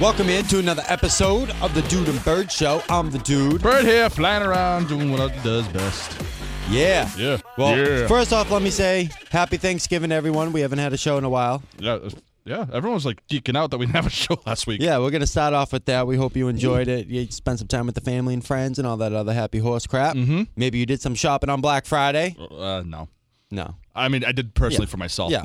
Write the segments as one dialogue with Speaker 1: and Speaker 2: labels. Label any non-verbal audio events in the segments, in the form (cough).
Speaker 1: Welcome in to another episode of the Dude and Bird Show. I'm the dude.
Speaker 2: Bird here, flying around, doing what it does best.
Speaker 1: Yeah.
Speaker 2: Yeah.
Speaker 1: Well,
Speaker 2: yeah.
Speaker 1: first off, let me say happy Thanksgiving, everyone. We haven't had a show in a while.
Speaker 2: yeah, yeah, everyone's like geeking out that we (laughs) didn't have a show last week.
Speaker 1: Yeah, we're going to start off with that. We hope you enjoyed it. You spent some time with the family and friends and all that other happy horse crap. Mm-hmm. Maybe you did some shopping on Black Friday.
Speaker 2: Uh, no.
Speaker 1: No.
Speaker 2: I mean, I did personally for myself.
Speaker 1: Yeah,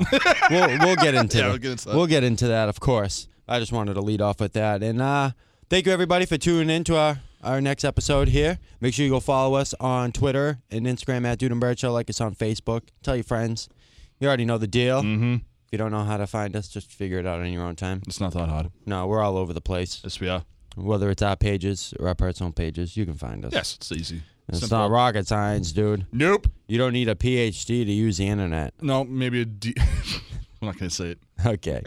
Speaker 1: we'll we'll
Speaker 2: (laughs)
Speaker 1: get into it.
Speaker 2: Yeah, we'll get into that.
Speaker 1: We'll get into that, of course. I just wanted to lead off with that, and uh, thank you everybody for tuning in to our our next episode here. Make sure you go follow us on Twitter and Instagram at Dude and Bird Show. Like us on Facebook. Tell your friends. You already know the deal. Mm-hmm. If you don't know how to find us, just figure it out on your own time.
Speaker 2: (laughs) It's not that hard.
Speaker 1: No, we're all over the place.
Speaker 2: Yes, we are.
Speaker 1: Whether it's our pages or our personal pages, you can find us.
Speaker 2: Yes, it's easy.
Speaker 1: it's
Speaker 2: Simple.
Speaker 1: not rocket science, dude.
Speaker 2: Nope.
Speaker 1: You don't need a PhD to use the internet.
Speaker 2: No, maybe a D. (laughs) I'm not gonna say it.
Speaker 1: (laughs) Okay.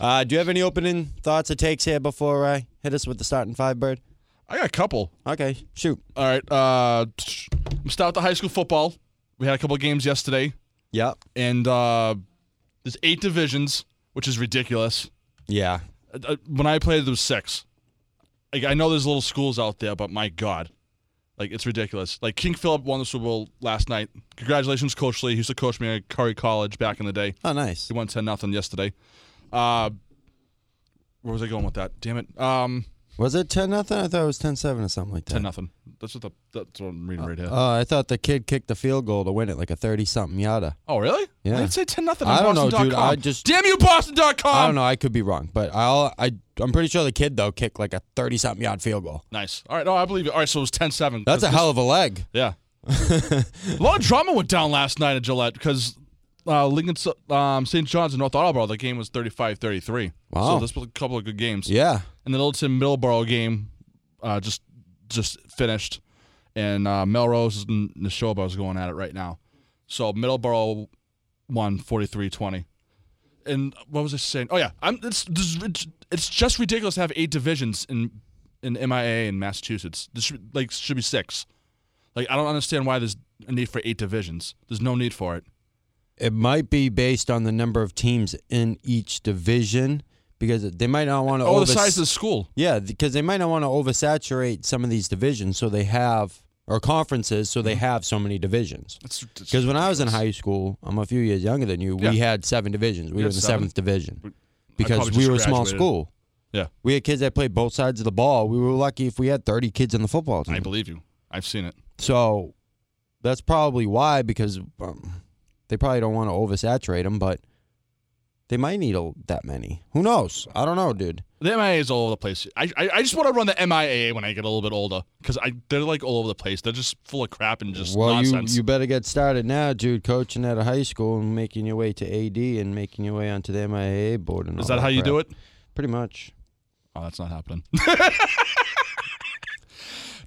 Speaker 1: uh, do you have any opening thoughts or takes here before I hit us with the starting five, Bird?
Speaker 2: I got a couple.
Speaker 1: Okay, shoot.
Speaker 2: All right. Uh, I'm start with the high school football. We had a couple of games yesterday,
Speaker 1: Yep.
Speaker 2: and uh, there's eight divisions, which is ridiculous.
Speaker 1: Yeah.
Speaker 2: Uh, uh, When I played, there was six. Like I know there's little schools out there, but my God, like it's ridiculous. Like King Philip won the Super Bowl last night. Congratulations, Coach Lee. He used to coach me at Curry College back in the day.
Speaker 1: Oh, nice.
Speaker 2: He won ten nothing yesterday. Uh, where was I going with that? Damn it. Um,
Speaker 1: Was it 10 nothing? I thought it was 10 7 or something like that.
Speaker 2: ten nothing. That's what the, that's what I'm reading right here.
Speaker 1: Oh, I thought the kid kicked the field goal to win it like a 30 something yada.
Speaker 2: Oh, really?
Speaker 1: Yeah.
Speaker 2: I'd say 10 nothing.
Speaker 1: I don't
Speaker 2: on
Speaker 1: know, dude.
Speaker 2: Boston.com.
Speaker 1: I just-
Speaker 2: Damn you, Boston.com.
Speaker 1: I don't know. I could be wrong, but I'll, I, I'm pretty sure the kid, though, kicked like a 30 something yard field goal.
Speaker 2: Nice. All right. No, I believe it. All right. So it was 10 7.
Speaker 1: That's a hell of a (laughs) leg.
Speaker 2: Yeah. a lot of drama went down last night at Gillette because uh, Lincoln, um, St. John's, and North Attleboro, the game was 35 33.
Speaker 1: Wow.
Speaker 2: So this was a couple of good games.
Speaker 1: Yeah.
Speaker 2: And the Littleton Middleborough game uh, just just finished. And uh, Melrose and Neshoba is going at it right now. So Middleborough won 43 20. And what was I saying? Oh, yeah. I'm, it's, this is- it's just ridiculous to have eight divisions in in MIA in Massachusetts. This should, like, should be six. Like, I don't understand why there's a need for eight divisions. There's no need for it.
Speaker 1: It might be based on the number of teams in each division because they might not want to
Speaker 2: Oh, the size of the school.
Speaker 1: Yeah, because they might not want to oversaturate some of these divisions, so they have or conferences, so
Speaker 2: Mm-hmm.
Speaker 1: they have so many divisions.
Speaker 2: It's, it's-
Speaker 1: Because when I was in high school, I'm a few years younger than you.
Speaker 2: Yeah.
Speaker 1: We had seven divisions. We,
Speaker 2: We
Speaker 1: were
Speaker 2: had
Speaker 1: in the
Speaker 2: seven.
Speaker 1: seventh division
Speaker 2: probably
Speaker 1: because we
Speaker 2: just
Speaker 1: were a small
Speaker 2: graduated.
Speaker 1: school.
Speaker 2: Yeah.
Speaker 1: We had kids that played both sides of the ball. We were lucky if we had 30 kids on the football
Speaker 2: I
Speaker 1: team.
Speaker 2: believe you. I've seen it.
Speaker 1: So that's probably why, because um, they probably don't want to oversaturate them, but they might need a, that many. Who knows? I don't know, dude.
Speaker 2: The MIA is all over the place. I, I, I just want to run the MIA when I get a little bit older because I they're like all over the place. They're just full of crap and just
Speaker 1: well,
Speaker 2: nonsense.
Speaker 1: you you better get started now, dude. Coaching out of high school and making your way to AD and making your way onto the MIAA board. And
Speaker 2: is
Speaker 1: all
Speaker 2: that how you
Speaker 1: crap.
Speaker 2: do it?
Speaker 1: Pretty much.
Speaker 2: Oh, that's not happening. (laughs)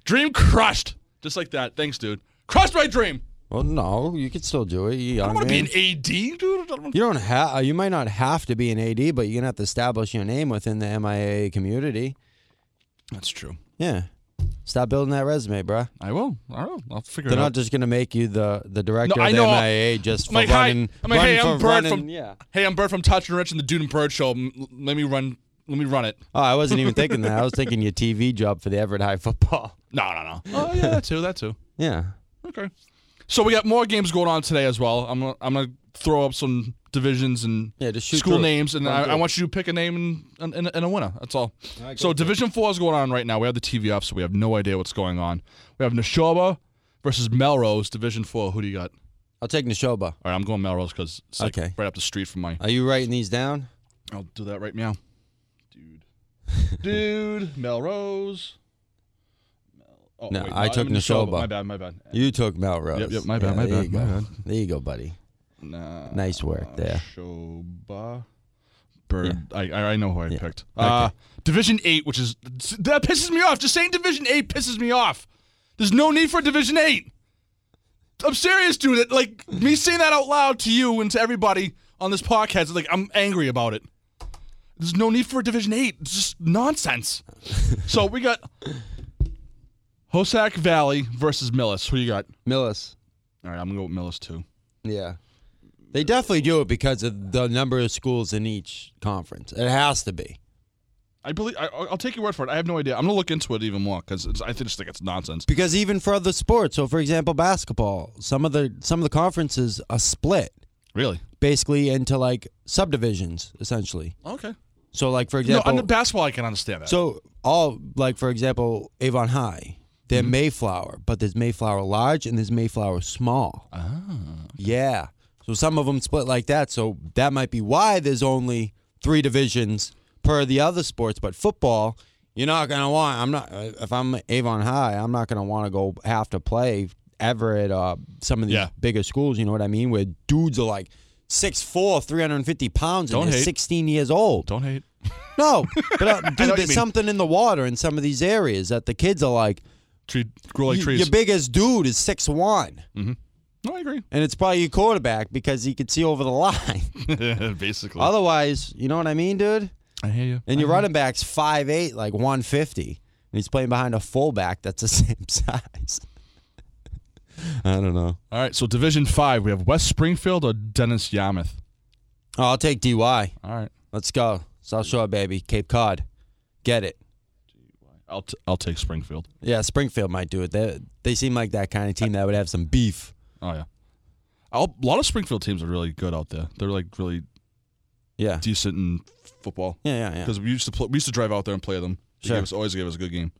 Speaker 2: dream crushed, just like that. Thanks, dude. Crushed my dream.
Speaker 1: Well, no, you could still do it. You young
Speaker 2: I don't want to be
Speaker 1: man.
Speaker 2: an AD, dude. I don't wanna-
Speaker 1: you don't have. You might not have to be an AD, but you're gonna have to establish your name within the MIAA community.
Speaker 2: That's true.
Speaker 1: Yeah. Stop building that resume, bruh.
Speaker 2: I will. I will. I'll figure
Speaker 1: They're
Speaker 2: it
Speaker 1: not
Speaker 2: out.
Speaker 1: just gonna make you the the director
Speaker 2: No, I
Speaker 1: of the
Speaker 2: know.
Speaker 1: MIAA just for
Speaker 2: I'm like, hi.
Speaker 1: running.
Speaker 2: I'm like,
Speaker 1: run
Speaker 2: hey,
Speaker 1: for
Speaker 2: I'm Bird
Speaker 1: running-
Speaker 2: from-
Speaker 1: Yeah.
Speaker 2: hey, I'm Bird from Touch and Rich and the Dude and Bird Show. M- l- let me run. Let me run it.
Speaker 1: Oh, I wasn't even thinking that. I was thinking your TV job for the Everett High football. (laughs)
Speaker 2: No, no, no. Oh yeah, that too. That too.
Speaker 1: Yeah.
Speaker 2: Okay. So we got more games going on today as well. I'm gonna, I'm gonna throw up some divisions and
Speaker 1: Yeah, just shoot
Speaker 2: school
Speaker 1: through it.
Speaker 2: names, and
Speaker 1: Run
Speaker 2: I,
Speaker 1: through
Speaker 2: I
Speaker 1: it.
Speaker 2: want you to pick a name and, and, and a winner. That's all.
Speaker 1: right,
Speaker 2: so
Speaker 1: go
Speaker 2: Division Four is going on right now. We have the TV off, so we have no idea what's going on. We have Neshoba versus Melrose, Division Four. Who do you got?
Speaker 1: I'll take Nishoba.
Speaker 2: All right, I'm going Melrose because it's like
Speaker 1: Okay. Uh,
Speaker 2: right up the street from my.
Speaker 1: Are you writing these down?
Speaker 2: I'll do that right now, (laughs) dude. Dude, Melrose. Mel- Oh,
Speaker 1: No, I took
Speaker 2: I'm Neshoba.
Speaker 1: Neshoba.
Speaker 2: My bad. My bad.
Speaker 1: You took Melrose.
Speaker 2: Yep, yep, my bad, my
Speaker 1: there
Speaker 2: bad,
Speaker 1: you
Speaker 2: my
Speaker 1: go.
Speaker 2: bad.
Speaker 1: There you go, buddy.
Speaker 2: Nah.
Speaker 1: Nice work there.
Speaker 2: Shoba. Bird. I, I know who I
Speaker 1: Yeah.
Speaker 2: picked. Uh,
Speaker 1: Okay.
Speaker 2: Division 8, which is. That pisses me off. Just saying Division 8 pisses me off. There's no need for Division 8. I'm serious, dude. It- Like, me saying that out loud to you and to everybody on this podcast, like, I'm angry about it. There's no need for Division 8. It's just
Speaker 1: (laughs)
Speaker 2: nonsense. so we got Hosack Valley versus Millis. Who you got?
Speaker 1: Millis.
Speaker 2: All right, I'm going to go with Millis, too.
Speaker 1: Yeah. They definitely do it because of the number of schools in each conference. It has to be.
Speaker 2: I believe I, I'll I'll take your word for it. I have no idea. I'm gonna look into it even more because I just think it's nonsense.
Speaker 1: Because even for other sports, so for example, basketball, some of the some of the conferences are split
Speaker 2: Really?
Speaker 1: basically into like subdivisions, essentially.
Speaker 2: Okay.
Speaker 1: So like for
Speaker 2: No,
Speaker 1: example,
Speaker 2: under basketball, I can understand that.
Speaker 1: so all like for example, Avon High, they're
Speaker 2: Mm-hmm.
Speaker 1: Mayflower, but there's Mayflower large and there's Mayflower small.
Speaker 2: Ah,
Speaker 1: Yeah. So some of them split like that. So that might be why there's only three divisions per the other sports. But football, you're not gonna want. I'm not. uh, If I'm Avon High, I'm not gonna want to go have to play Everett or some of these
Speaker 2: Yeah.
Speaker 1: bigger schools. You know what I mean? Where dudes are like 6'4", 350 pounds, and
Speaker 2: Don't
Speaker 1: they're
Speaker 2: hate.
Speaker 1: 16 years old.
Speaker 2: Don't hate. (laughs)
Speaker 1: No, but uh,
Speaker 2: you
Speaker 1: dude, there's
Speaker 2: mean.
Speaker 1: something in the water in some of these areas that the kids are like,
Speaker 2: Tree, grow like
Speaker 1: "Y-
Speaker 2: trees.
Speaker 1: your biggest dude is six one,
Speaker 2: no, I agree.
Speaker 1: and it's probably your quarterback because he could see over the (laughs) line.
Speaker 2: Basically,
Speaker 1: Otherwise, you know what I mean, dude.
Speaker 2: I hear you.
Speaker 1: And your running back's five eight, like one fifty, and he's playing behind a fullback that's the (laughs) same size. (laughs) I don't know.
Speaker 2: All right, so Division Five, we have West Springfield or Dennis Yarmouth.
Speaker 1: Oh, I'll take Dy.
Speaker 2: All right,
Speaker 1: Let's go South Shore, baby, Cape Cod, get it.
Speaker 2: I'll t- I'll take Springfield.
Speaker 1: Yeah, Springfield might do it. They they seem like that kind of team that would have some beef.
Speaker 2: Oh yeah, I'll, a lot of Springfield teams are really good out there. They're like really
Speaker 1: Yeah,
Speaker 2: decent in football
Speaker 1: yeah, yeah, yeah.
Speaker 2: because we used to play, we used to drive out there and play them. They
Speaker 1: Sure.
Speaker 2: gave us, always gave us a good game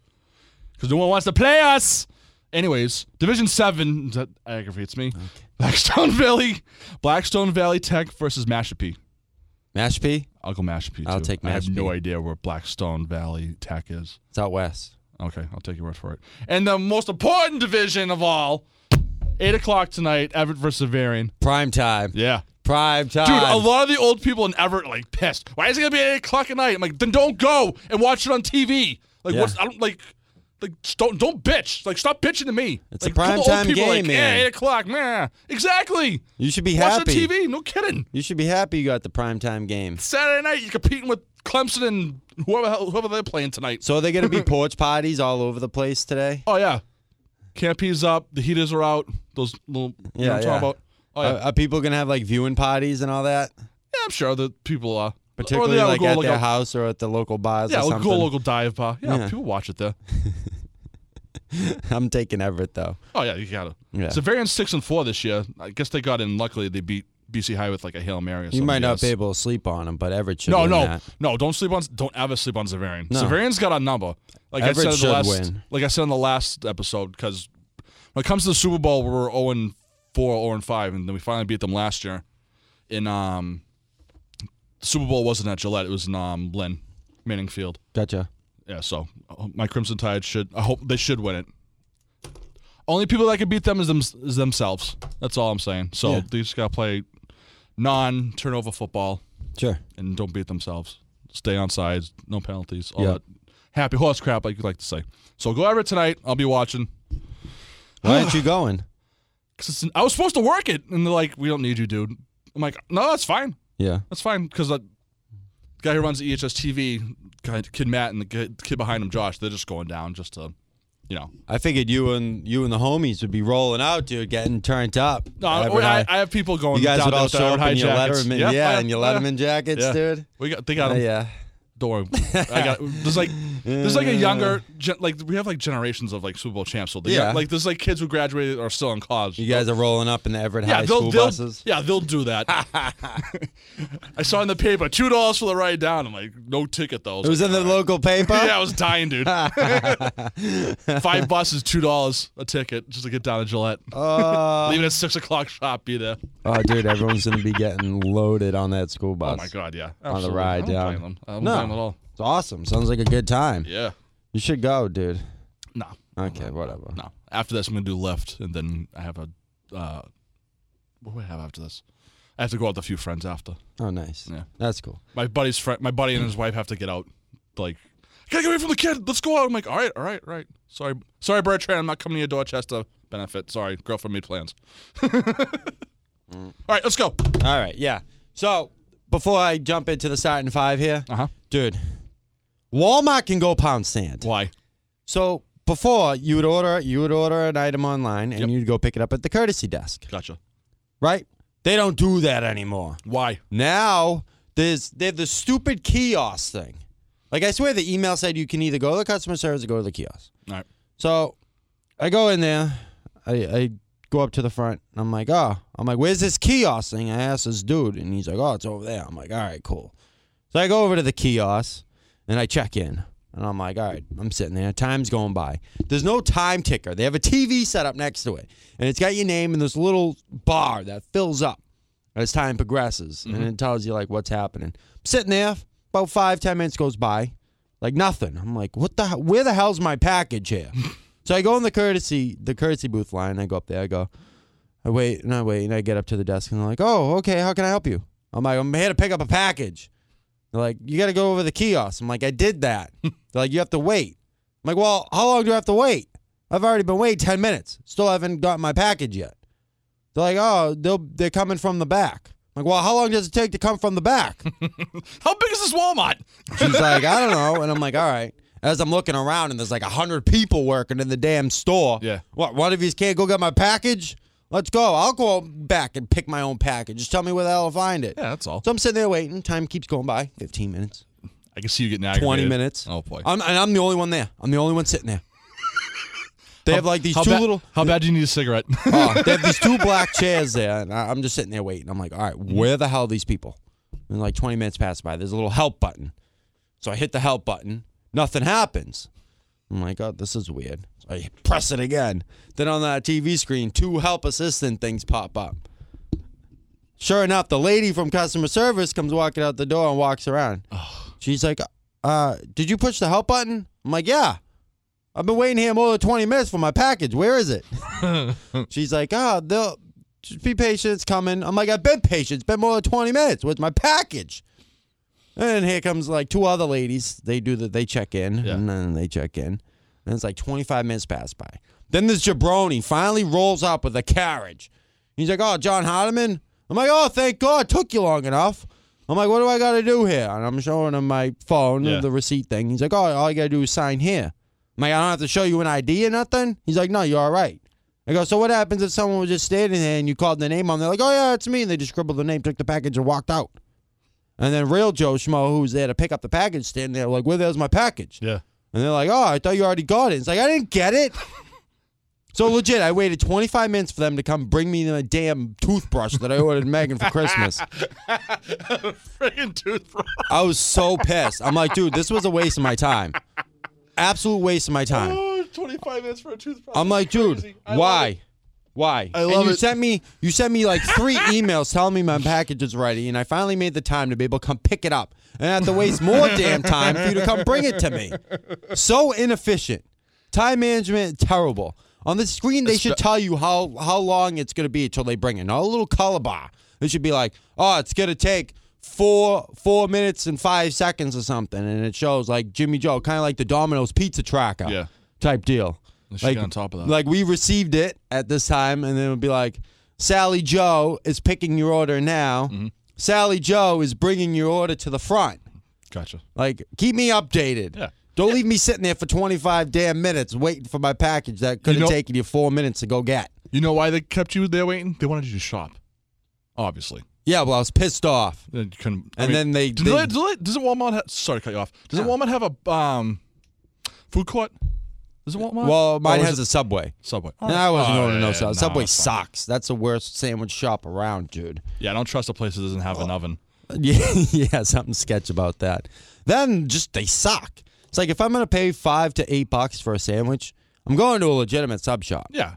Speaker 2: because no one wants to play us. Anyways, Division Seven that aggravates me. Blackstone (laughs) Valley, Blackstone Valley Tech versus Mashpee.
Speaker 1: Mashpee.
Speaker 2: I'll go Mashpee.
Speaker 1: I'll
Speaker 2: too.
Speaker 1: take
Speaker 2: I have no
Speaker 1: Mashpee.
Speaker 2: idea where Blackstone Valley Tech is.
Speaker 1: It's out west.
Speaker 2: Okay, I'll take your word for it. And the most important division of all, eight o'clock tonight, Everett versus Varian.
Speaker 1: Prime time.
Speaker 2: Yeah.
Speaker 1: Prime time.
Speaker 2: Dude, a lot of the old people in Everett are, like pissed. Why is it gonna be at eight o'clock at night? I'm like, then don't go and watch it on TV. Like
Speaker 1: Yeah.
Speaker 2: what's I don't like like just don't don't bitch. Like stop bitching to me.
Speaker 1: It's
Speaker 2: like,
Speaker 1: a prime
Speaker 2: couple
Speaker 1: time
Speaker 2: old people are
Speaker 1: game,
Speaker 2: like,
Speaker 1: man.
Speaker 2: Yeah, eight o'clock, man. Exactly.
Speaker 1: you should be
Speaker 2: Watch
Speaker 1: happy.
Speaker 2: it on TV, no kidding.
Speaker 1: You should be happy you got the prime time game.
Speaker 2: Saturday night you're competing with Clemson and whoever whoever they're playing tonight.
Speaker 1: So are they going to
Speaker 2: (laughs)
Speaker 1: be porch parties all over the place today?
Speaker 2: Oh yeah, Campee's up. The heaters are out. Those little
Speaker 1: Yeah,
Speaker 2: you know what I'm
Speaker 1: yeah. Uh,
Speaker 2: talking about. Oh yeah,
Speaker 1: Are, are people going to have like viewing parties and all that?
Speaker 2: yeah I'm sure the people are.
Speaker 1: Particularly
Speaker 2: they'll
Speaker 1: like
Speaker 2: go
Speaker 1: at
Speaker 2: look
Speaker 1: their
Speaker 2: up-
Speaker 1: house or at the local bars
Speaker 2: Yeah,
Speaker 1: or
Speaker 2: we'll
Speaker 1: something.
Speaker 2: go local dive bar. Yeah,
Speaker 1: Yeah.
Speaker 2: people watch it there.
Speaker 1: (laughs) I'm taking Everett though.
Speaker 2: Oh yeah, you gotta.
Speaker 1: Yeah.
Speaker 2: So Varian six and four this year. I guess they got in. Luckily, they beat BC High with like a hail mary. Or
Speaker 1: You
Speaker 2: something,
Speaker 1: might
Speaker 2: I
Speaker 1: not
Speaker 2: guess.
Speaker 1: be able to sleep on him, but Everett should
Speaker 2: No,
Speaker 1: win
Speaker 2: no,
Speaker 1: that.
Speaker 2: no! Don't sleep on. Don't ever sleep on Severian.
Speaker 1: No.
Speaker 2: Severian's got a number. Like
Speaker 1: Everett
Speaker 2: I said, in the
Speaker 1: should
Speaker 2: last,
Speaker 1: win.
Speaker 2: like I said in the last episode, because when it comes to the Super Bowl, we were 0 and 4, 0 and 5, and then we finally beat them last year. In um, the Super Bowl wasn't at Gillette; it was in um, Lynn Manning Field.
Speaker 1: Gotcha.
Speaker 2: Yeah, so uh, my Crimson Tide should. I hope they should win it. Only people that can beat them is, them, is themselves. That's all I'm saying. So
Speaker 1: Yeah.
Speaker 2: they just gotta play non-turnover football (gasps)
Speaker 1: Sure.
Speaker 2: and don't beat themselves. Stay on sides, no penalties, all
Speaker 1: Yeah.
Speaker 2: that happy horse crap, like you like to say. So go Everett tonight. I'll be watching.
Speaker 1: Why aren't you going?
Speaker 2: 'Cause it's an- I was supposed to work it, and they're like, "We don't need you, dude." I'm like, "No, that's fine.
Speaker 1: Yeah.
Speaker 2: That's fine." Because the guy who runs E EHS TV, guy, kid Matt, and the kid kid behind him, Josh, they're just going down just to, you know.
Speaker 1: I figured you and you and the homies would be rolling out, dude, getting turned up.
Speaker 2: No,
Speaker 1: Everett
Speaker 2: I,
Speaker 1: High.
Speaker 2: I have people going.
Speaker 1: you guys
Speaker 2: down
Speaker 1: would
Speaker 2: there
Speaker 1: all
Speaker 2: with
Speaker 1: show
Speaker 2: their
Speaker 1: up in
Speaker 2: high
Speaker 1: your
Speaker 2: jackets.
Speaker 1: Letterman,
Speaker 2: Yeah,
Speaker 1: yeah, and your
Speaker 2: (laughs) yeah.
Speaker 1: Letterman jackets,
Speaker 2: Yeah.
Speaker 1: dude.
Speaker 2: We got, they got
Speaker 1: Oh,
Speaker 2: 'em.
Speaker 1: yeah.
Speaker 2: Don't worry. I got there's like
Speaker 1: (laughs)
Speaker 2: there's like a younger gen, like we have like generations of like Super Bowl champs. So they got-
Speaker 1: Yeah.
Speaker 2: like there's like kids who graduated are still in college.
Speaker 1: You guys are rolling up in the Everett
Speaker 2: yeah,
Speaker 1: High
Speaker 2: they'll
Speaker 1: School
Speaker 2: they'll
Speaker 1: buses.
Speaker 2: yeah they'll
Speaker 1: (laughs)
Speaker 2: do that. I saw in the paper two dollars for the ride down. I'm like no ticket though. I
Speaker 1: It was
Speaker 2: like,
Speaker 1: in the
Speaker 2: "All right."
Speaker 1: local paper.
Speaker 2: Yeah, I was dying, dude. Five buses, two dollars a ticket just to get down to Gillette.
Speaker 1: (laughs) Uh,
Speaker 2: Leaving at six o'clock shop, be there.
Speaker 1: oh, dude, everyone's gonna be getting loaded on that school bus.
Speaker 2: Oh my god, yeah.
Speaker 1: On the
Speaker 2: Absolutely.
Speaker 1: ride
Speaker 2: I don't
Speaker 1: down.
Speaker 2: blame them. I don't
Speaker 1: No.
Speaker 2: blame them at all.
Speaker 1: It's awesome. Sounds like a good time.
Speaker 2: Yeah.
Speaker 1: You should go, dude.
Speaker 2: No.
Speaker 1: Okay, whatever.
Speaker 2: No. After this, I'm gonna do left, and then I have a. Uh, what do I have after this? I have to go out with a few friends after.
Speaker 1: Oh, nice.
Speaker 2: Yeah.
Speaker 1: That's cool.
Speaker 2: My buddy's friend, my buddy and his wife have to get out. Like, I gotta get away from the kid. Let's go out. I'm like, all right, all right, all right. Sorry, sorry, Bertrand. I'm not coming to your Dorchester benefit. Sorry, girlfriend made (laughs) plans.
Speaker 1: Mm.
Speaker 2: All right, let's go.
Speaker 1: All right, yeah. So before I jump into the starting five here,
Speaker 2: Uh huh.
Speaker 1: dude, Walmart can go pound sand.
Speaker 2: Why?
Speaker 1: So before you would order, you would order an item online, and
Speaker 2: Yep.
Speaker 1: you'd go pick it up at the courtesy desk,
Speaker 2: Gotcha.
Speaker 1: right? They don't do that anymore.
Speaker 2: Why?
Speaker 1: Now there's they have the stupid kiosk thing. Like I swear the email said you can either go to the customer service or go to the kiosk.
Speaker 2: All right.
Speaker 1: So I go in there, I, I go up to the front, and I'm like, oh, I'm like, where's this kiosk thing? I asked this dude, and he's like, oh, it's over there. I'm like, all right, cool. So I go over to the kiosk and I check in. And I'm like, all right, I'm sitting there. Time's going by. There's no time ticker. They have a TV set up next to it. And it's got your name in this little bar that fills up as time progresses. And it tells you, like, what's happening. I'm sitting there. About five, ten minutes goes by. Like, nothing. I'm like, what the hell? Where the hell's my package here? so I go in the courtesy, the courtesy booth line. I go up there. I go, I wait and I wait and I get up to the desk and they're like, oh, okay, how can I help you? I'm like, I'm here to pick up a package. They're like, you got to go over the kiosk. I'm like, I did that. They're like, you have to wait. I'm like, well, how long do I have to wait? I've already been waiting 10 minutes. Still haven't gotten my package yet. They're like, oh, they'll, they're coming from the back. I'm like, well, how long does it take to come from the back?
Speaker 2: How big is this Walmart? (laughs)
Speaker 1: She's like, I don't know. And I'm like, all right. As I'm looking around and there's like a hundred people working in the damn store.
Speaker 2: Yeah.
Speaker 1: What one of these can't go get my package? Let's go. I'll go back and pick my own package. Just tell me where the hell I'll find it.
Speaker 2: Yeah, that's all.
Speaker 1: So I'm sitting there waiting. Time keeps going by. Fifteen minutes.
Speaker 2: I can see you getting
Speaker 1: Twenty
Speaker 2: aggravated.
Speaker 1: minutes.
Speaker 2: Oh boy.
Speaker 1: I'm, and I'm the only one there. I'm the only one sitting
Speaker 2: (laughs)
Speaker 1: there. They have like these
Speaker 2: how
Speaker 1: two
Speaker 2: bad,
Speaker 1: little.
Speaker 2: How bad do you need
Speaker 1: (laughs)
Speaker 2: a cigarette? (laughs)
Speaker 1: Oh, they have these two black chairs there, and I, I'm just sitting there waiting. I'm like, all right, where the hell are these people? And like 20 minutes pass by. There's a little help button. So I hit the help button. Nothing happens. I'm like, oh, this is weird. So I press it again. Then on that TV screen, two help assistant things pop up. Sure enough, the lady from customer service comes walking out the door and walks around. She's like, uh, did you push the help button? I'm like, yeah. I've been waiting here more than 20 minutes for my package. Where is it? She's like, ah, they'll just be patient. It's coming. I'm like, I've been patient. It's been more than 20 minutes with my package. And here comes like two other ladies. They do that. They check in
Speaker 2: Yeah.
Speaker 1: and then they check in. And it's like 25 minutes pass by. Then this jabroni finally rolls up with a carriage. He's like, oh, John Hardiman. I'm like, oh, thank God. Took you long enough. I'm like, what do I got to do here? And I'm showing him my phone,
Speaker 2: Yeah.
Speaker 1: the receipt thing. He's like, oh, all you got to do is sign here. I'm like, I don't have to show you an ID or nothing. He's like, no, you're all right. I go, so what happens if someone was just standing there and you called their name on? They're like, oh yeah, it's me, and they just scribbled the name, took the package, and walked out. And then real Joe Schmo, who was there to pick up the package, standing there like, where the hell's my package?
Speaker 2: yeah.
Speaker 1: And they're like, oh, I thought you already got it. It's like I didn't get it. so legit, I waited 25 minutes for them to come bring me the damn toothbrush that I ordered Megan for Christmas.
Speaker 2: Friggin' toothbrush.
Speaker 1: I was so pissed. I'm like, dude, this was a waste of my time. Absolute waste of my time.
Speaker 2: (laughs) Oh, 25 minutes for a toothbrush.
Speaker 1: I'm like, dude,
Speaker 2: Crazy. I love
Speaker 1: why? Why? I
Speaker 2: love
Speaker 1: and you
Speaker 2: it.
Speaker 1: sent me you sent me like three (laughs) emails telling me my package is ready, and I finally made the time to be able to come pick it up. And I have to waste
Speaker 2: (laughs)
Speaker 1: more damn time for you to come bring it to me. So inefficient. Time management terrible. On the screen, they should tell you how how long it's gonna be until they bring it. Not a little color bar. It should be like, oh, it's gonna take four four minutes and five seconds or something, and it shows like Jimmy Joe, kind of like the Domino's pizza tracker
Speaker 2: Yeah.
Speaker 1: type deal.
Speaker 2: They should get on top of that.
Speaker 1: Like we received it at this time, and then it would be like, Sally Joe is picking your order now.
Speaker 2: Mm-hmm.
Speaker 1: Sally Joe is bringing your order to the front.
Speaker 2: Gotcha.
Speaker 1: Like, keep me updated.
Speaker 2: Yeah.
Speaker 1: Don't leave me sitting there for 25 damn minutes waiting for my package that could have
Speaker 2: know-
Speaker 1: taken you four minutes to go get.
Speaker 2: You know why they kept you there waiting? They wanted you to shop. Obviously.
Speaker 1: Yeah, well, I was pissed off.
Speaker 2: They couldn't. I
Speaker 1: And
Speaker 2: mean,
Speaker 1: then they, Ah.
Speaker 2: do
Speaker 1: they-
Speaker 2: they- do they- doesn't Walmart have? Sorry, to cut you off. Doesn't
Speaker 1: No.
Speaker 2: Walmart have a um, food court? Does it Walmart?
Speaker 1: well, mine
Speaker 2: Or Oh, is
Speaker 1: has
Speaker 2: it
Speaker 1: a Subway.
Speaker 2: Subway.
Speaker 1: No, I wasn't
Speaker 2: Oh,
Speaker 1: going to no
Speaker 2: yeah,
Speaker 1: Subway.
Speaker 2: nah,
Speaker 1: Subway
Speaker 2: it's fine.
Speaker 1: sucks. That's the worst sandwich shop around, dude.
Speaker 2: Yeah, I don't trust a place that doesn't
Speaker 1: Oh.
Speaker 2: have an oven.
Speaker 1: (laughs) Yeah, yeah, something sketch about that. Then just they suck. It's like if I'm gonna pay five to eight bucks for a sandwich, I'm going to a legitimate sub shop.
Speaker 2: Yeah,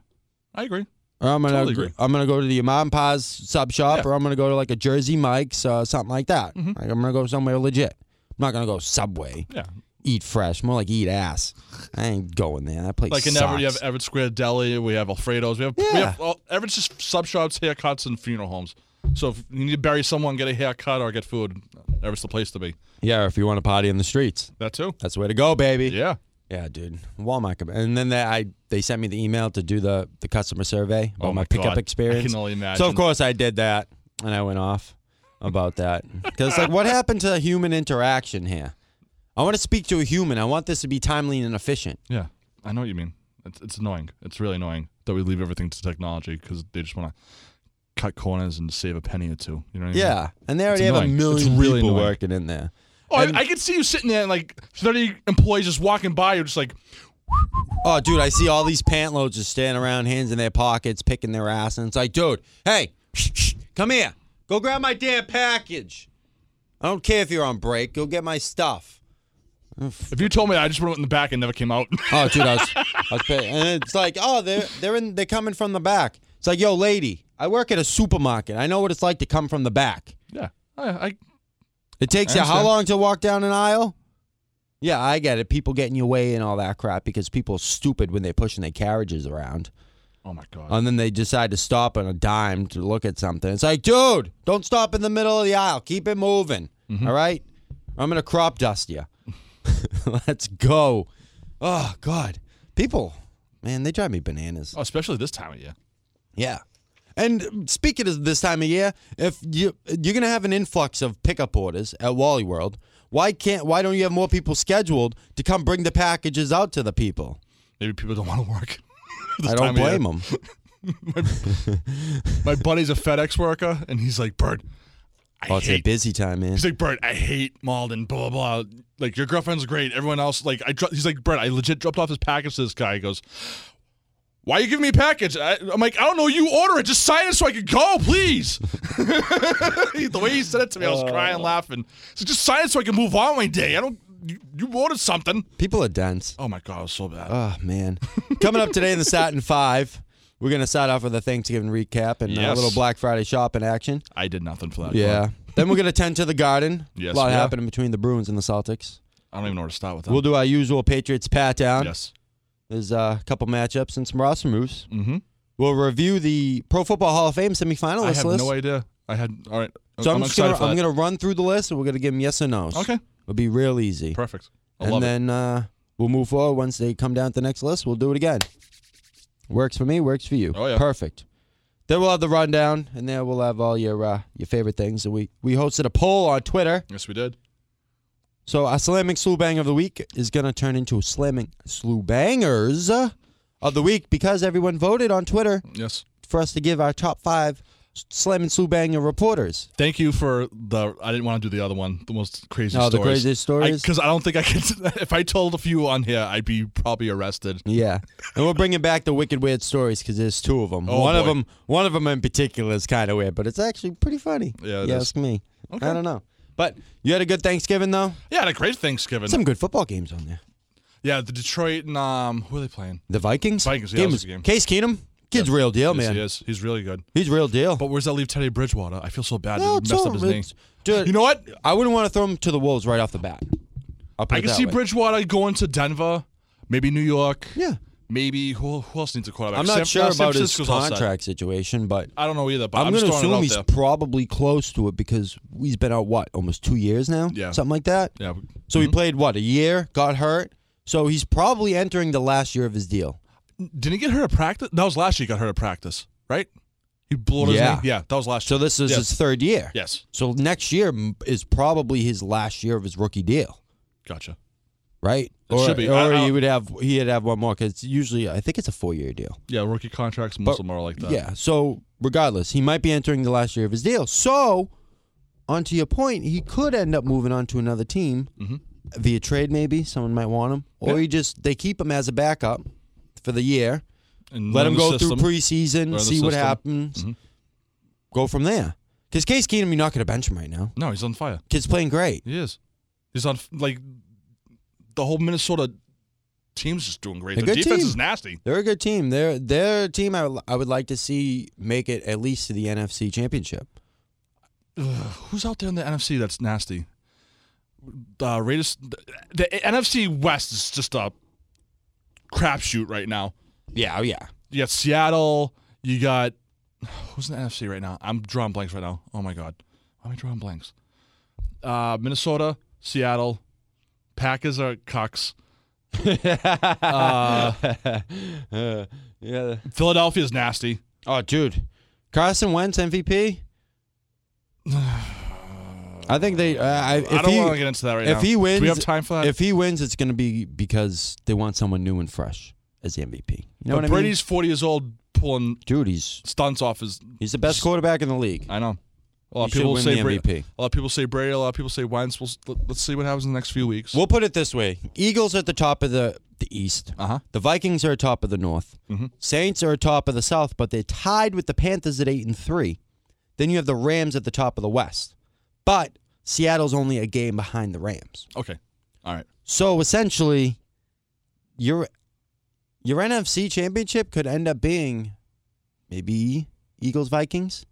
Speaker 2: I agree.
Speaker 1: Or I'm gonna
Speaker 2: Totally agree.
Speaker 1: I'm gonna go to the Imam Pa's sub shop,
Speaker 2: Yeah. Mm-hmm.
Speaker 1: or I'm gonna go to like a Jersey Mike's, uh, something like that. Like I'm gonna go somewhere legit. I'm not gonna go Subway.
Speaker 2: Yeah,
Speaker 1: Eat fresh, more like eat ass. I ain't going there. That place
Speaker 2: like in
Speaker 1: sucks.
Speaker 2: Everett, you have Everett Square Deli. We have Alfredo's. We have we
Speaker 1: Yeah.
Speaker 2: have well, Everett's just sub shops, haircuts, and funeral homes. So if you need to bury someone, get a haircut or get food, Everett's the place to be.
Speaker 1: yeah, if you want to potty in the streets,
Speaker 2: That too.
Speaker 1: that's the way to go, baby.
Speaker 2: Yeah.
Speaker 1: Yeah, dude. Walmart. com- And then they, I they sent me the email to do the, the customer survey about
Speaker 2: Oh
Speaker 1: my,
Speaker 2: my
Speaker 1: pickup
Speaker 2: God.
Speaker 1: experience.
Speaker 2: I can only imagine.
Speaker 1: So of course I did that, and I went off about that because like what happened to human interaction here? I want to speak to a human. I want this to be timely and efficient.
Speaker 2: Yeah, I know what you mean. It's, it's annoying. It's really annoying that we leave everything to technology because they just want to cut corners and save a penny or two. You know what I mean?
Speaker 1: Yeah, and they already have a
Speaker 2: annoying. It's
Speaker 1: million
Speaker 2: really
Speaker 1: people
Speaker 2: annoying.
Speaker 1: working in there.
Speaker 2: Oh,
Speaker 1: And-
Speaker 2: I, I could see you sitting there and like 30 employees just walking by. You're just like,
Speaker 1: Oh, dude, I see all these pant loads just standing around, hands in their pockets, picking their ass, and it's like, dude, hey, come here, go grab my damn package. I don't care if you're on break. Go get my stuff.
Speaker 2: if you told me that, I just would have went in the back and never came out. (laughs)
Speaker 1: Oh, dude, I was, I was pissed. and it's like, oh, they're they're in, they're coming from the back. It's like, yo, lady, I work at a supermarket. I know what it's like to come from the back.
Speaker 2: yeah. I, I,
Speaker 1: It takes
Speaker 2: I
Speaker 1: you how
Speaker 2: understand.
Speaker 1: long to walk down an aisle? Yeah, I get it. People get in your way and all that crap because people are stupid when they're pushing their carriages around.
Speaker 2: oh my God.
Speaker 1: And then they decide to stop on a dime to look at something. It's like, dude, don't stop in the middle of the aisle. Keep it moving.
Speaker 2: Mm-hmm.
Speaker 1: all right? I'm going to crop dust you. (laughs) Let's go. Oh, God. People, man, they drive me bananas.
Speaker 2: oh, especially this time of year.
Speaker 1: Yeah. And speaking of this time of year, if you you're gonna have an influx of pickup orders at Wally World, why can't why don't you have more people scheduled to come bring the packages out to the people?
Speaker 2: Maybe people don't want to work. (laughs) This
Speaker 1: I
Speaker 2: time
Speaker 1: don't
Speaker 2: of year.
Speaker 1: blame them.
Speaker 2: (laughs) My buddy's a FedEx worker, and he's like, Bird, I
Speaker 1: Oh, it's a
Speaker 2: hate
Speaker 1: busy time, man.
Speaker 2: He's like, Bert, I hate Malden, blah, blah, blah. Like, your girlfriend's great. Everyone else, like, I. Dro-. he's like, Bert, I legit dropped off his package to this guy. He goes, Why you giving me a package? I, I'm like, I don't know. You order it. Just sign it so I can go, please. (laughs) the way he said it to me, I
Speaker 1: Oh.
Speaker 2: was crying, laughing. So just sign it so I can move on my day. I don't. You, you ordered something.
Speaker 1: People are dense.
Speaker 2: Oh, my God. It was so bad.
Speaker 1: Oh man. Coming up today in the Satin Five, we're gonna start off with a Thanksgiving recap and a
Speaker 2: Yes.
Speaker 1: little Black Friday shopping action.
Speaker 2: I did nothing for that.
Speaker 1: Yeah.
Speaker 2: call.
Speaker 1: then we're gonna tend to the garden.
Speaker 2: Yes,
Speaker 1: a lot
Speaker 2: we are.
Speaker 1: happening between the Bruins and the Celtics.
Speaker 2: I don't even know where to start with that.
Speaker 1: We'll do our usual Patriots pat down.
Speaker 2: yes.
Speaker 1: There's uh, a couple matchups and some roster moves.
Speaker 2: Mm-hmm.
Speaker 1: We'll review the Pro Football Hall of Fame semifinalist
Speaker 2: I have
Speaker 1: list.
Speaker 2: no idea. I had. All right.
Speaker 1: so I'm, just
Speaker 2: excited
Speaker 1: gonna,
Speaker 2: for
Speaker 1: I'm
Speaker 2: that.
Speaker 1: gonna run through the list and we're gonna give them yes or no's.
Speaker 2: Okay.
Speaker 1: It'll be real easy.
Speaker 2: Perfect. I
Speaker 1: and
Speaker 2: love it.
Speaker 1: then uh, we'll move forward. Once they come down to the next list, we'll do it again. Works for me, works for you.
Speaker 2: Oh, yeah.
Speaker 1: Perfect. Then we'll have the rundown, and then we'll have all your uh, your favorite things. And we we hosted a poll on Twitter,
Speaker 2: Yes, we did.
Speaker 1: so our slamming slew bang of the week is gonna turn into slamming slew bangers uh, of the week because everyone voted on Twitter
Speaker 2: Yes.
Speaker 1: for us to give our top five slam and slew banger reporters.
Speaker 2: Thank you for the. I didn't want to do the other one. The most crazy.
Speaker 1: Oh, the
Speaker 2: stories.
Speaker 1: craziest stories?
Speaker 2: Because I, don't think I could. (laughs) If I told a few on here, I'd be probably arrested.
Speaker 1: Yeah, and we're bringing back the wicked weird stories because there's two of them. One
Speaker 2: Oh,
Speaker 1: of
Speaker 2: boy.
Speaker 1: them, one of them in particular is kind of weird, but it's actually pretty funny.
Speaker 2: Yeah, it
Speaker 1: you
Speaker 2: is.
Speaker 1: ask me.
Speaker 2: Okay.
Speaker 1: I don't know, but you had a good Thanksgiving though.
Speaker 2: Yeah, I had a great Thanksgiving.
Speaker 1: Some good football games on there.
Speaker 2: yeah, the Detroit and um, who are they playing?
Speaker 1: The Vikings.
Speaker 2: Vikings, yeah,
Speaker 1: Game
Speaker 2: that was
Speaker 1: was-
Speaker 2: a good game.
Speaker 1: Case Keenum. Kid's real deal,
Speaker 2: Yes,
Speaker 1: Oh, man.
Speaker 2: he is. He's really good.
Speaker 1: He's real deal.
Speaker 2: But where does that leave Teddy Bridgewater? I feel so bad.
Speaker 1: No,
Speaker 2: that
Speaker 1: it's
Speaker 2: he messed
Speaker 1: all-
Speaker 2: up his
Speaker 1: it's-
Speaker 2: name.
Speaker 1: Dude,
Speaker 2: You know what?
Speaker 1: I wouldn't want to throw him to the wolves right off the bat. I'll put
Speaker 2: I
Speaker 1: it
Speaker 2: can
Speaker 1: that
Speaker 2: see
Speaker 1: way.
Speaker 2: Bridgewater going to Denver, maybe New York.
Speaker 1: Yeah.
Speaker 2: Maybe who, who else needs a quarterback?
Speaker 1: I'm not
Speaker 2: San-
Speaker 1: sure
Speaker 2: no, San
Speaker 1: about his
Speaker 2: Francisco's all set.
Speaker 1: contract situation, but
Speaker 2: I don't know either. But I'm,
Speaker 1: I'm,
Speaker 2: just
Speaker 1: going to
Speaker 2: throwing it
Speaker 1: assume
Speaker 2: out
Speaker 1: he's
Speaker 2: there.
Speaker 1: probably close to it because he's been out what almost two years now,
Speaker 2: Yeah.
Speaker 1: something like that.
Speaker 2: Yeah. Mm-hmm.
Speaker 1: So he played what a year, got hurt, so he's probably entering the last year of his deal.
Speaker 2: Didn't he get hurt at practice? That was last year. He got hurt at practice, right? He blew out his
Speaker 1: Yeah.
Speaker 2: knee. Yeah, that was last
Speaker 1: So
Speaker 2: year.
Speaker 1: this is
Speaker 2: Yes.
Speaker 1: his third year.
Speaker 2: yes,
Speaker 1: So next year m- is probably his last year of his rookie deal,
Speaker 2: gotcha.
Speaker 1: right?
Speaker 2: It
Speaker 1: or
Speaker 2: should be.
Speaker 1: or
Speaker 2: I- I-
Speaker 1: he would have he'd have one more because usually I think it's a four year deal.
Speaker 2: Yeah, rookie contracts most of them are like that.
Speaker 1: Yeah. So regardless, he might be entering the last year of his deal. So, on to your point, he could end up moving on to another team
Speaker 2: Mm-hmm.
Speaker 1: via trade. Maybe someone might want him, or
Speaker 2: Yeah.
Speaker 1: he just they keep him as a backup for the year,
Speaker 2: and
Speaker 1: let
Speaker 2: learn
Speaker 1: him
Speaker 2: the
Speaker 1: go
Speaker 2: system.
Speaker 1: through preseason,
Speaker 2: Learn the
Speaker 1: see what
Speaker 2: system. Mm-hmm.
Speaker 1: happens, go from there. Because Case Keenum, you're not going to bench him right now.
Speaker 2: No, he's on fire.
Speaker 1: Kid's playing great.
Speaker 2: He is. He's on f- like the whole Minnesota team's just doing great.
Speaker 1: A
Speaker 2: Their
Speaker 1: good
Speaker 2: defense
Speaker 1: team.
Speaker 2: is nasty.
Speaker 1: They're a good team. They're they're a team I, I would like to see make it at least to the NFC Championship.
Speaker 2: Who's out there in the NFC that's nasty? The Raiders, the, the NFC West is just a crapshoot right now.
Speaker 1: Yeah, oh yeah. (laughs)
Speaker 2: You got Seattle. You got (sighs) who's in the NFC right now? I'm drawing blanks right now. Oh my god, why am I drawing blanks? Uh, Minnesota, Seattle, Packers are cucks. Uh, (laughs)
Speaker 1: Uh, yeah.
Speaker 2: Philadelphia's nasty.
Speaker 1: Oh, dude, Carson Wentz MVP. (sighs) I think they. Uh, I, if
Speaker 2: I don't
Speaker 1: he,
Speaker 2: want to get into that right
Speaker 1: if
Speaker 2: now.
Speaker 1: he
Speaker 2: do we have
Speaker 1: wins-
Speaker 2: time for that?
Speaker 1: if he wins, it's going to be because they want someone new and fresh as the MVP. You know what
Speaker 2: but
Speaker 1: I mean?
Speaker 2: Brady's 40 years old. pulling
Speaker 1: Dude, he's
Speaker 2: stunts off his.
Speaker 1: he's the best quarterback in the league.
Speaker 2: I know. A
Speaker 1: He
Speaker 2: lot of
Speaker 1: should
Speaker 2: people
Speaker 1: win
Speaker 2: say
Speaker 1: the
Speaker 2: Bra-
Speaker 1: MVP.
Speaker 2: A lot of people say Brady. A lot of people say Wentz. We'll, s- let- let's see what happens in the next few weeks.
Speaker 1: We'll put it this way: Eagles are at the top of the the East.
Speaker 2: Uh huh.
Speaker 1: The Vikings are atop of the North.
Speaker 2: Mhm.
Speaker 1: Saints are atop of the South, but they're tied with the Panthers at eight and three. Then you have the Rams at the top of the West, but Seattle's only a game behind the Rams.
Speaker 2: Okay. All right.
Speaker 1: So essentially, your your NFC Championship could end up being maybe Eagles Vikings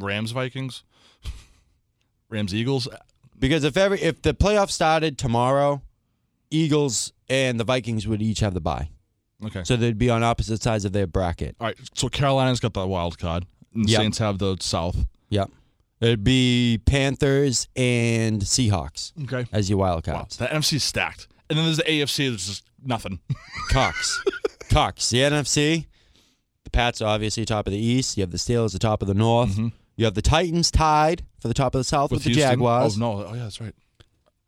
Speaker 2: Rams Vikings. (laughs) Rams Eagles. Uh,
Speaker 1: because if every if the playoff started tomorrow, Eagles and the Vikings would each have the bye,
Speaker 2: Okay.
Speaker 1: so they'd be on opposite sides of their bracket.
Speaker 2: All right. So Carolina's got the wild card. And the
Speaker 1: Yep.
Speaker 2: Saints have the South.
Speaker 1: Yep. It'd be Panthers and Seahawks
Speaker 2: Okay.
Speaker 1: as your wild
Speaker 2: Wow.
Speaker 1: cards.
Speaker 2: The NFC's stacked. And then there's the AFC. There's just nothing.
Speaker 1: Cox.
Speaker 2: (laughs)
Speaker 1: Cox. The NFC. The Pats are obviously top of the East. You have the Steelers the top of the North. You have the Titans tied for the top of the South with, the
Speaker 2: Mm-hmm. Houston.
Speaker 1: Jaguars.
Speaker 2: Oh no. Oh yeah, that's right.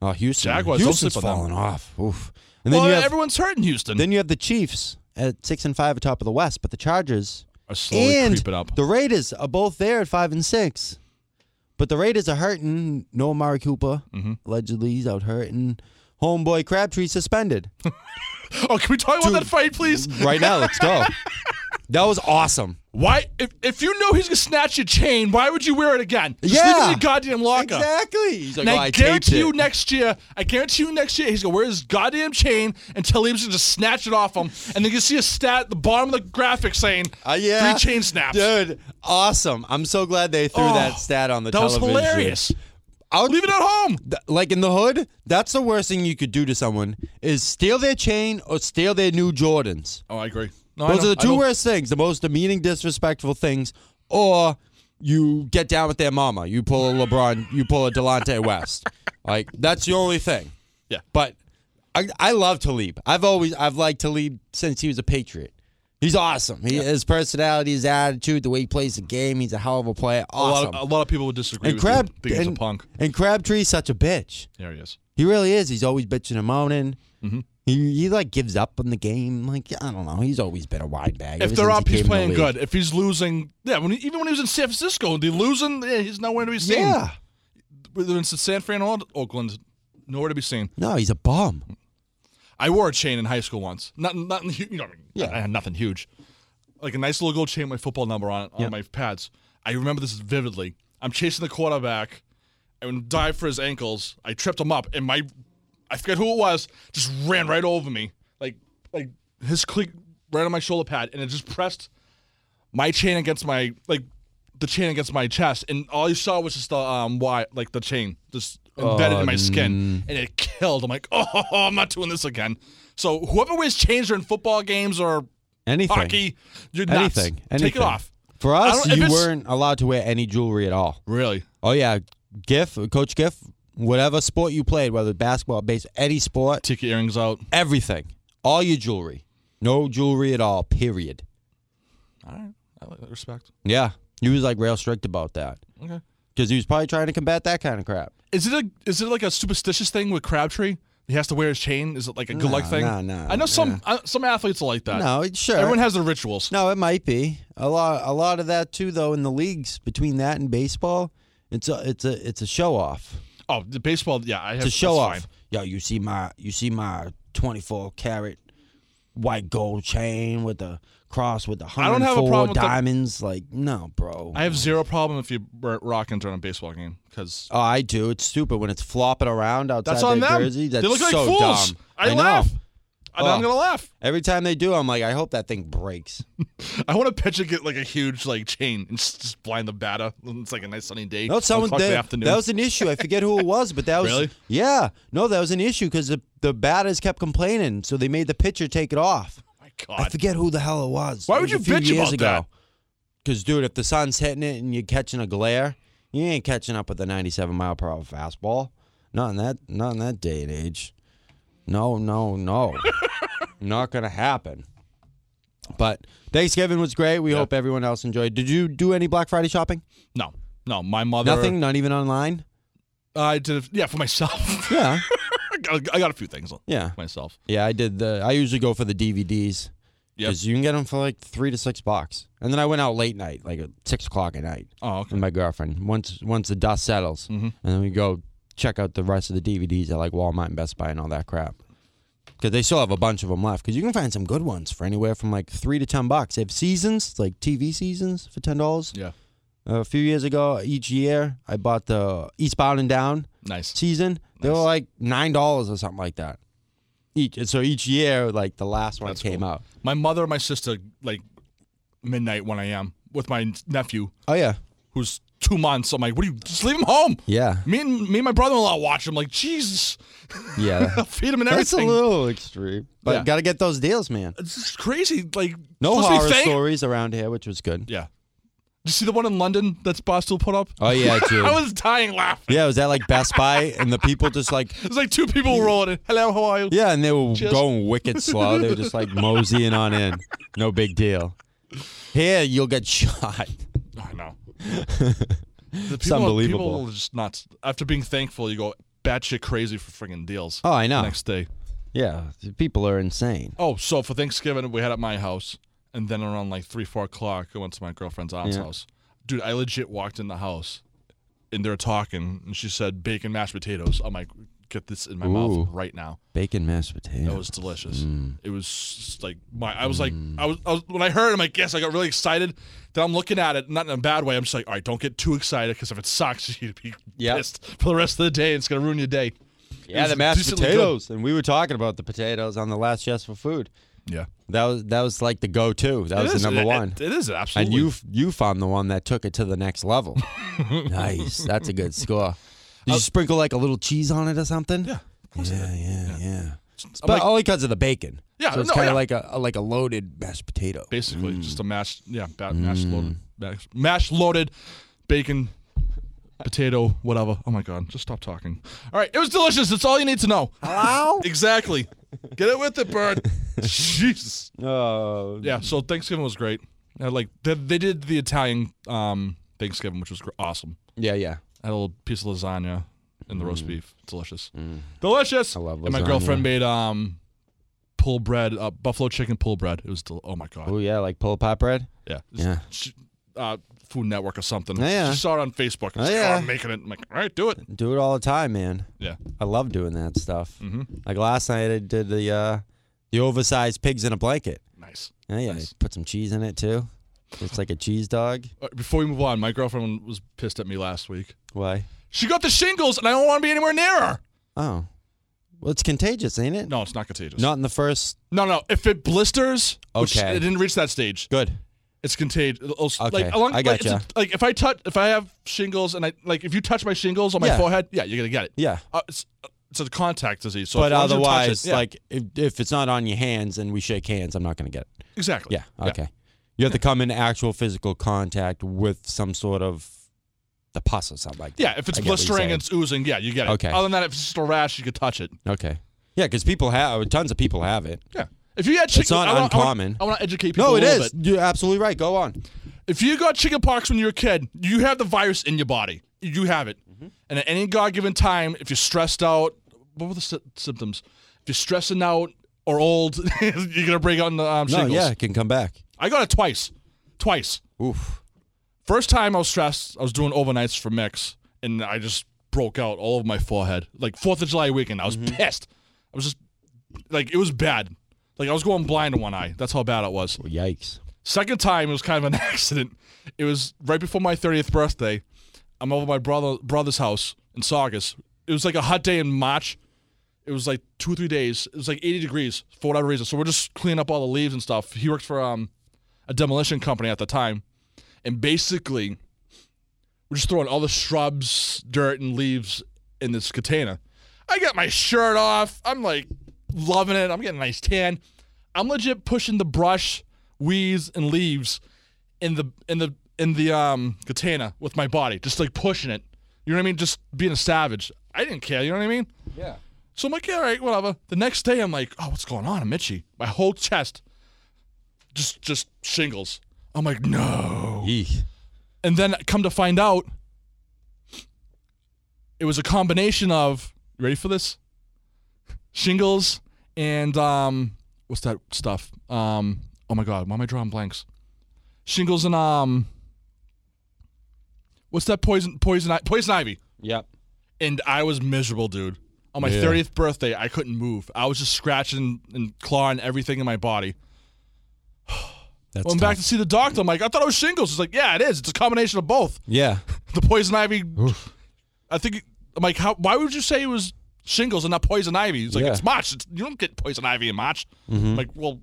Speaker 1: Oh, Houston.
Speaker 2: Jaguars, don't
Speaker 1: Houston's
Speaker 2: sleep on
Speaker 1: falling
Speaker 2: them.
Speaker 1: off. Oof. And then
Speaker 2: well,
Speaker 1: you have
Speaker 2: everyone's hurting Houston.
Speaker 1: then you have the Chiefs at six and five atop of the West, but the Chargers
Speaker 2: Are slowly
Speaker 1: and
Speaker 2: creeping up.
Speaker 1: the Raiders are both there at five and six. But the Raiders are hurting. No Amari Cooper.
Speaker 2: Mm-hmm.
Speaker 1: Allegedly, he's out hurting. Homeboy Crabtree suspended.
Speaker 2: oh, can we talk about that fight, please?
Speaker 1: right now. Let's go.
Speaker 2: (laughs)
Speaker 1: That was awesome.
Speaker 2: Why, if, if you know he's gonna snatch your chain, why would you wear it again? Just leave it in
Speaker 1: Yeah.
Speaker 2: your goddamn locker.
Speaker 1: Exactly. He's like,
Speaker 2: And
Speaker 1: "Oh,
Speaker 2: I
Speaker 1: I taped
Speaker 2: guarantee you
Speaker 1: it."
Speaker 2: next year, I guarantee you next year, he's gonna wear his goddamn chain until Talib's gonna just snatch it off him, and then you see a stat at the bottom of the graphic saying
Speaker 1: Uh, yeah.
Speaker 2: three chain snaps.
Speaker 1: Dude, awesome. I'm so glad they threw
Speaker 2: Oh,
Speaker 1: that stat on the
Speaker 2: that was
Speaker 1: television.
Speaker 2: hilarious.
Speaker 1: I'll
Speaker 2: Leave it at home.
Speaker 1: Th- like in the hood, that's the worst thing you could do to someone is steal their chain or steal their new Jordans.
Speaker 2: Oh, I agree. No,
Speaker 1: Those are the two worst things, the most demeaning, disrespectful things, or you get down with their mama. You pull a LeBron, you pull a Delonte
Speaker 2: (laughs)
Speaker 1: West. Like that's the only thing.
Speaker 2: Yeah.
Speaker 1: But I, I love Talib. I've always I've liked Talib since he was a Patriot. He's awesome. He, His personality, his attitude, the way he plays the game. He's a hell of a player.
Speaker 2: A lot,
Speaker 1: Awesome.
Speaker 2: of, a lot of people would disagree.
Speaker 1: and
Speaker 2: with
Speaker 1: Crab
Speaker 2: you. Think he's a
Speaker 1: and-
Speaker 2: punk.
Speaker 1: And Crabtree's such a bitch.
Speaker 2: There he is.
Speaker 1: He really is. He's always bitching and moaning.
Speaker 2: Mm-hmm.
Speaker 1: He, he like gives up on the game. Like I don't know. He's always been a wide bag.
Speaker 2: If
Speaker 1: ever
Speaker 2: they're
Speaker 1: since he
Speaker 2: up, he's
Speaker 1: came in the
Speaker 2: playing
Speaker 1: league.
Speaker 2: good. If he's losing, yeah. When he, even when he was in San Francisco, the losing, yeah, he's nowhere to be seen.
Speaker 1: Yeah.
Speaker 2: Whether it's in San Fran or Oakland, nowhere to be seen.
Speaker 1: No, he's a bum.
Speaker 2: I wore a chain in high school once. Not (laughs) nothing huge. You know, what I mean?
Speaker 1: Yeah.
Speaker 2: I had nothing huge. Like a nice little gold chain with my football number on it on my pads. I remember this vividly. I'm chasing the quarterback and dive for his ankles. I tripped him up, and my I forget who it was just ran right over me, like like his cleat right on my shoulder pad, and it just pressed my chain against my like the chain against my chest, and all you saw was just the um why like the chain just embedded
Speaker 1: Oh,
Speaker 2: in my skin, and it killed. I'm like, (laughs) oh, I'm not doing this again. So whoever wears chains during football games or
Speaker 1: Anything.
Speaker 2: hockey, you're nuts.
Speaker 1: Anything.
Speaker 2: Take
Speaker 1: Anything.
Speaker 2: it off.
Speaker 1: For
Speaker 2: I
Speaker 1: us,
Speaker 2: don't- if
Speaker 1: you
Speaker 2: it's-
Speaker 1: weren't allowed to wear any jewelry at all.
Speaker 2: Really?
Speaker 1: Oh yeah, Giff, Coach Giff, whatever sport you played, whether basketball, base, any sport,
Speaker 2: Take your earrings out.
Speaker 1: everything, all your jewelry, no jewelry at all. Period.
Speaker 2: All right. I like that respect.
Speaker 1: Yeah, he was like real strict about that
Speaker 2: Okay.
Speaker 1: because he was probably trying to combat that kind of crap.
Speaker 2: Is it a is it like a superstitious thing with Crabtree? He has to wear his chain. Is it like a good luck
Speaker 1: No,
Speaker 2: thing?
Speaker 1: no, no,
Speaker 2: I know some uh, some athletes are like that.
Speaker 1: No, it- sure.
Speaker 2: Everyone has their rituals.
Speaker 1: No, it might be a lot. A lot of that too, though, in the leagues between that and baseball, it's a it's a it's a show off.
Speaker 2: Oh, the baseball. Yeah, I
Speaker 1: It's
Speaker 2: have
Speaker 1: a show off.
Speaker 2: that's fine.
Speaker 1: Yo, you see my you see my twenty four carat white gold chain with the cross with the
Speaker 2: I don't
Speaker 1: hundred
Speaker 2: have a problem
Speaker 1: four
Speaker 2: with the-
Speaker 1: diamonds. Like no, bro.
Speaker 2: I have zero problem if you were rocking during a baseball game because
Speaker 1: Oh, I do. It's stupid when it's flopping around outside
Speaker 2: that's on
Speaker 1: their
Speaker 2: them.
Speaker 1: jersey. That's
Speaker 2: they look like
Speaker 1: so
Speaker 2: fools.
Speaker 1: dumb.
Speaker 2: I,
Speaker 1: know.
Speaker 2: laugh. And I'm
Speaker 1: Ugh.
Speaker 2: gonna laugh.
Speaker 1: Every time they do, I'm like, I hope that thing breaks.
Speaker 2: (laughs) I want to pitch and get like a huge like chain and just, just blind the batter. (laughs) It's like a nice sunny day.
Speaker 1: No, someone
Speaker 2: o'clock in
Speaker 1: that,
Speaker 2: the afternoon.
Speaker 1: that was an issue. I forget who it was, but that was
Speaker 2: Really?
Speaker 1: yeah. No, that was an issue because the the batters kept complaining, so they made the pitcher take it off.
Speaker 2: my
Speaker 1: I
Speaker 2: God.
Speaker 1: forget who the hell it was.
Speaker 2: Why
Speaker 1: It
Speaker 2: would
Speaker 1: was
Speaker 2: you
Speaker 1: a few
Speaker 2: bitch
Speaker 1: years
Speaker 2: about
Speaker 1: ago.
Speaker 2: that?
Speaker 1: Because dude, if the sun's hitting it and you're catching a glare, you ain't catching up with a 97 mile per hour fastball. Not in that not in that day and age. No, no,
Speaker 2: (laughs)
Speaker 1: no. not gonna happen. But Thanksgiving was great. We hope everyone else enjoyed. Did you do any Black Friday shopping?
Speaker 2: No, no, my mother.
Speaker 1: Nothing, not even online.
Speaker 2: I did. it- Yeah, for myself. (laughs)
Speaker 1: Yeah.
Speaker 2: I got I got a few things on (laughs)
Speaker 1: Yeah.
Speaker 2: myself.
Speaker 1: Yeah, I did the I usually go for the DVDs
Speaker 2: Yep.
Speaker 1: because you can get them for like three to six bucks. And then I went out late night, like at six o'clock at night,
Speaker 2: Oh, okay.
Speaker 1: with my girlfriend. Once once the dust settles,
Speaker 2: Mhm.
Speaker 1: and then we go check out the rest of the DVDs at like Walmart and Best Buy and all that crap. Because they still have a bunch of them left. Because you can find some good ones for anywhere from like three to ten bucks. They have seasons, like TV seasons, for ten dollars.
Speaker 2: Yeah.
Speaker 1: a few years ago, each year I bought the Eastbound and Down
Speaker 2: Nice.
Speaker 1: season. They were
Speaker 2: Nice.
Speaker 1: like nine dollars or something like that. Each so each year, like the last one
Speaker 2: That's
Speaker 1: came
Speaker 2: cool.
Speaker 1: out.
Speaker 2: My mother and my sister, like midnight, 1 a.m., with my nephew,
Speaker 1: Oh yeah,
Speaker 2: who's two months. I'm like, what do you, just leave him home.
Speaker 1: yeah,
Speaker 2: Me and me and my brother-in-law watch him. Like, Jesus, (laughs)
Speaker 1: yeah.
Speaker 2: feed him and
Speaker 1: (laughs) That's a
Speaker 2: everything.
Speaker 1: little extreme, but
Speaker 2: Yeah.
Speaker 1: gotta get those deals, man.
Speaker 2: it's just crazy. Like,
Speaker 1: No
Speaker 2: supposed to be
Speaker 1: horror
Speaker 2: thank-
Speaker 1: stories around here, which was good.
Speaker 2: Yeah. Did you see the one in London that's Boston put up? (laughs)
Speaker 1: Oh (laughs) yeah, dude.
Speaker 2: I was dying laughing.
Speaker 1: yeah, it was that like Best Buy, and the people just like
Speaker 2: It's like two people rolling in. Hello, how are you?
Speaker 1: yeah, and they were
Speaker 2: Just-
Speaker 1: going wicked slow. They were just like moseying on in, no big deal. Here you'll get (laughs) shot.
Speaker 2: I
Speaker 1: (laughs)
Speaker 2: know. The
Speaker 1: It's
Speaker 2: people,
Speaker 1: unbelievable.
Speaker 2: People are just nuts. After being thankful, you go batshit crazy for friggin' deals.
Speaker 1: Oh, I know.
Speaker 2: Next day.
Speaker 1: Yeah, people are insane.
Speaker 2: Oh, so for Thanksgiving, we had at my house. And then around like 3, 4 o'clock, I went to my girlfriend's aunt's
Speaker 1: Yeah.
Speaker 2: house. Dude, I legit walked in the house and they're talking. And she said, bacon, mashed potatoes. I'm like, get this in my
Speaker 1: Ooh.
Speaker 2: mouth right now.
Speaker 1: Bacon mashed potatoes.
Speaker 2: That was delicious.
Speaker 1: Mm.
Speaker 2: It was s- like my. I was like, I was, I was when I heard. it, I'm like, yes. I got really excited. Then I'm looking at it, not in a bad way. I'm just like, all right, don't get too excited because if it sucks, (laughs) you'd be
Speaker 1: Yep.
Speaker 2: pissed for the rest of the day. It's gonna ruin your day. It
Speaker 1: yeah,
Speaker 2: was
Speaker 1: the mashed
Speaker 2: decently good.
Speaker 1: potatoes, and we were talking about the potatoes on the last Yes for Food.
Speaker 2: Yeah,
Speaker 1: That was that was like the go-to. That was the number one.
Speaker 2: It, it is absolutely.
Speaker 1: and you you found the one that took it to the next (laughs) level. nice, that's a good score. (laughs) Did you sprinkle like a little cheese on it or something?
Speaker 2: yeah, of course it
Speaker 1: yeah,
Speaker 2: is.
Speaker 1: yeah. yeah. But
Speaker 2: like-
Speaker 1: only because of the bacon.
Speaker 2: Yeah,
Speaker 1: so it's
Speaker 2: no,
Speaker 1: kind of
Speaker 2: yeah.
Speaker 1: like a, a- like a loaded mashed potato.
Speaker 2: basically just a
Speaker 1: Mm.
Speaker 2: mashed, yeah, ba- mashed loaded, mashed, mashed loaded, bacon, potato, whatever. Oh my god, just stop talking. All right, it was delicious. That's all you need to know.
Speaker 1: Hello.
Speaker 2: (laughs) Exactly. Get it with it, bird.
Speaker 1: (laughs)
Speaker 2: Jesus.
Speaker 1: Oh,
Speaker 2: Yeah. So Thanksgiving was great. I like they, they did the Italian um, Thanksgiving, which was gr- awesome.
Speaker 1: yeah, yeah.
Speaker 2: I had a little piece of lasagna and the roast beef. Delicious. Delicious.
Speaker 1: Mm. I love
Speaker 2: And my
Speaker 1: lasagna.
Speaker 2: girlfriend made um, pull bread, uh, buffalo chicken pull bread. It was del- oh my god.
Speaker 1: Oh yeah, like pull pot bread.
Speaker 2: Yeah.
Speaker 1: Yeah.
Speaker 2: She- uh, Food Network or something.
Speaker 1: Oh, yeah.
Speaker 2: She saw it on Facebook.
Speaker 1: Oh,
Speaker 2: She's like,
Speaker 1: yeah.
Speaker 2: I'm making it. I'm like, all right, do it.
Speaker 1: Do it all the time, man.
Speaker 2: Yeah.
Speaker 1: I love doing that stuff.
Speaker 2: hmm
Speaker 1: Like last night, I did the uh, the oversized pigs in a blanket.
Speaker 2: Nice.
Speaker 1: Yeah, yeah.
Speaker 2: Nice.
Speaker 1: Put some cheese in it too. It's like a cheese dog.
Speaker 2: Uh, Before we move on, my girlfriend was pissed at me last week.
Speaker 1: Why?
Speaker 2: She got the shingles, and I don't want to be anywhere near her.
Speaker 1: Oh, well, it's contagious, ain't it?
Speaker 2: No, it's not contagious.
Speaker 1: Not in the first.
Speaker 2: No, no. If it blisters, which
Speaker 1: Okay.
Speaker 2: it didn't reach that stage.
Speaker 1: Good.
Speaker 2: It's contagious. Okay.
Speaker 1: Okay,
Speaker 2: Like, along,
Speaker 1: I
Speaker 2: like, it's
Speaker 1: gotcha.
Speaker 2: a- like, if I touch, if I have shingles, and I like, if you touch my shingles on my
Speaker 1: Yeah.
Speaker 2: forehead, yeah, you're gonna get it.
Speaker 1: Yeah.
Speaker 2: Uh, it's, uh, it's a contact disease. So
Speaker 1: But
Speaker 2: as long as you touch it-
Speaker 1: otherwise,
Speaker 2: yeah,
Speaker 1: like if, if it's not on your hands and we shake hands, I'm not going to get it.
Speaker 2: exactly.
Speaker 1: Yeah. Okay. You have to come into actual physical contact with some sort of the pus or something like that.
Speaker 2: Yeah, if it's
Speaker 1: I get what you're
Speaker 2: blistering
Speaker 1: saying.
Speaker 2: and it's oozing, yeah, you get it.
Speaker 1: Okay.
Speaker 2: Other than that, if it's just a rash, you could touch it.
Speaker 1: Okay. Yeah, because people have tons of people have it.
Speaker 2: Yeah. If you got chicken,
Speaker 1: not
Speaker 2: I wanna- I wanna-
Speaker 1: uncommon.
Speaker 2: I want to educate people.
Speaker 1: No,
Speaker 2: a
Speaker 1: it
Speaker 2: little
Speaker 1: is.
Speaker 2: bit.
Speaker 1: You're absolutely right. Go on.
Speaker 2: If you got chicken pox when you were a kid, you have the virus in your body. You have it.
Speaker 1: Mm-hmm.
Speaker 2: And at any God given time, if you're stressed out, what were the sy- symptoms? If you're stressing out or old, (laughs) you're going to break out in the um,
Speaker 1: No,
Speaker 2: shingles.
Speaker 1: yeah, it can come back.
Speaker 2: I got it twice. Twice.
Speaker 1: Oof.
Speaker 2: First time I was stressed, I was doing overnights for Mix, and I just broke out all over my forehead. Like, 4th of July weekend, I was pissed. I was just, like, it was bad. Like, I was going blind in one eye. That's how bad it was.
Speaker 1: Well, yikes.
Speaker 2: Second time, it was kind of an (laughs) accident. It was right before my 30th birthday. I'm over at my brother brother's house in Saugus. It was like a hot day in March. It was like two or three days. It was like 80 degrees for whatever reason. So we're just cleaning up all the leaves and stuff. He worked for um, a demolition company at the time. And basically, we're just throwing all the shrubs, dirt, and leaves in this container. I got my shirt off. I'm like loving it. I'm getting a nice tan. I'm legit pushing the brush, weeds, and leaves in the in the in the um katana with my body, just like pushing it. You know what I mean? Just being a savage. I didn't care. You know what I mean?
Speaker 1: Yeah.
Speaker 2: So I'm like, yeah, all right, whatever. The next day, I'm like, oh, what's going on? I'm itchy. My whole chest, just just shingles. I'm like, no.
Speaker 1: Yeesh.
Speaker 2: And then come to find out, it was a combination of you ready for this? Shingles and um, what's that stuff? Um, oh my god, why am I drawing blanks? Shingles and um, what's that poison poison i- poison ivy?
Speaker 1: Yep.
Speaker 2: And I was miserable, dude. On my
Speaker 1: Yeah.
Speaker 2: thirtieth birthday, I couldn't move. I was just scratching and clawing everything in my body.
Speaker 1: That's
Speaker 2: Went back to see the doctor. I'm like, I thought it was shingles. It's like, yeah, it is. It's a combination of both.
Speaker 1: yeah.
Speaker 2: The poison ivy. I think. I'm like, how? Why would you say it was shingles and not poison ivy? He's like,
Speaker 1: Yeah. Mm-hmm.
Speaker 2: it's March. It's, you don't get poison ivy in March. I'm like, well,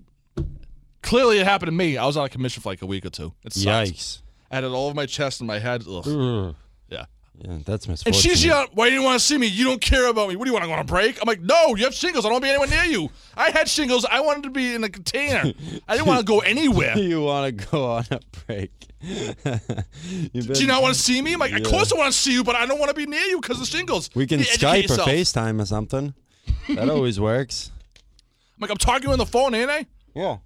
Speaker 2: clearly it happened to me. I was out of commission for like a week or two. It sucked.
Speaker 1: Yikes.
Speaker 2: I had it all over my chest and my head. Ugh.
Speaker 1: Ugh.
Speaker 2: Yeah.
Speaker 1: Yeah, that's
Speaker 2: And
Speaker 1: misfortunate.
Speaker 2: she's yelling, why do you want to see me? You don't care about me. What do you want? I want to break? I'm like, no, you have shingles. I don't want to be anywhere near you. I had shingles. I wanted to be in
Speaker 1: (laughs)
Speaker 2: a container. I didn't want to go anywhere.
Speaker 1: (laughs) you want to go on a break? (laughs) you
Speaker 2: Do
Speaker 1: better-
Speaker 2: you not want to see me? I'm like, of
Speaker 1: Yeah.
Speaker 2: course I want to see you, but I don't want to be near you because of shingles.
Speaker 1: we can
Speaker 2: You educate
Speaker 1: Skype
Speaker 2: yourself.
Speaker 1: or FaceTime or something. That always works.
Speaker 2: I'm like, I'm talking on the phone, ain't I?
Speaker 1: Yeah.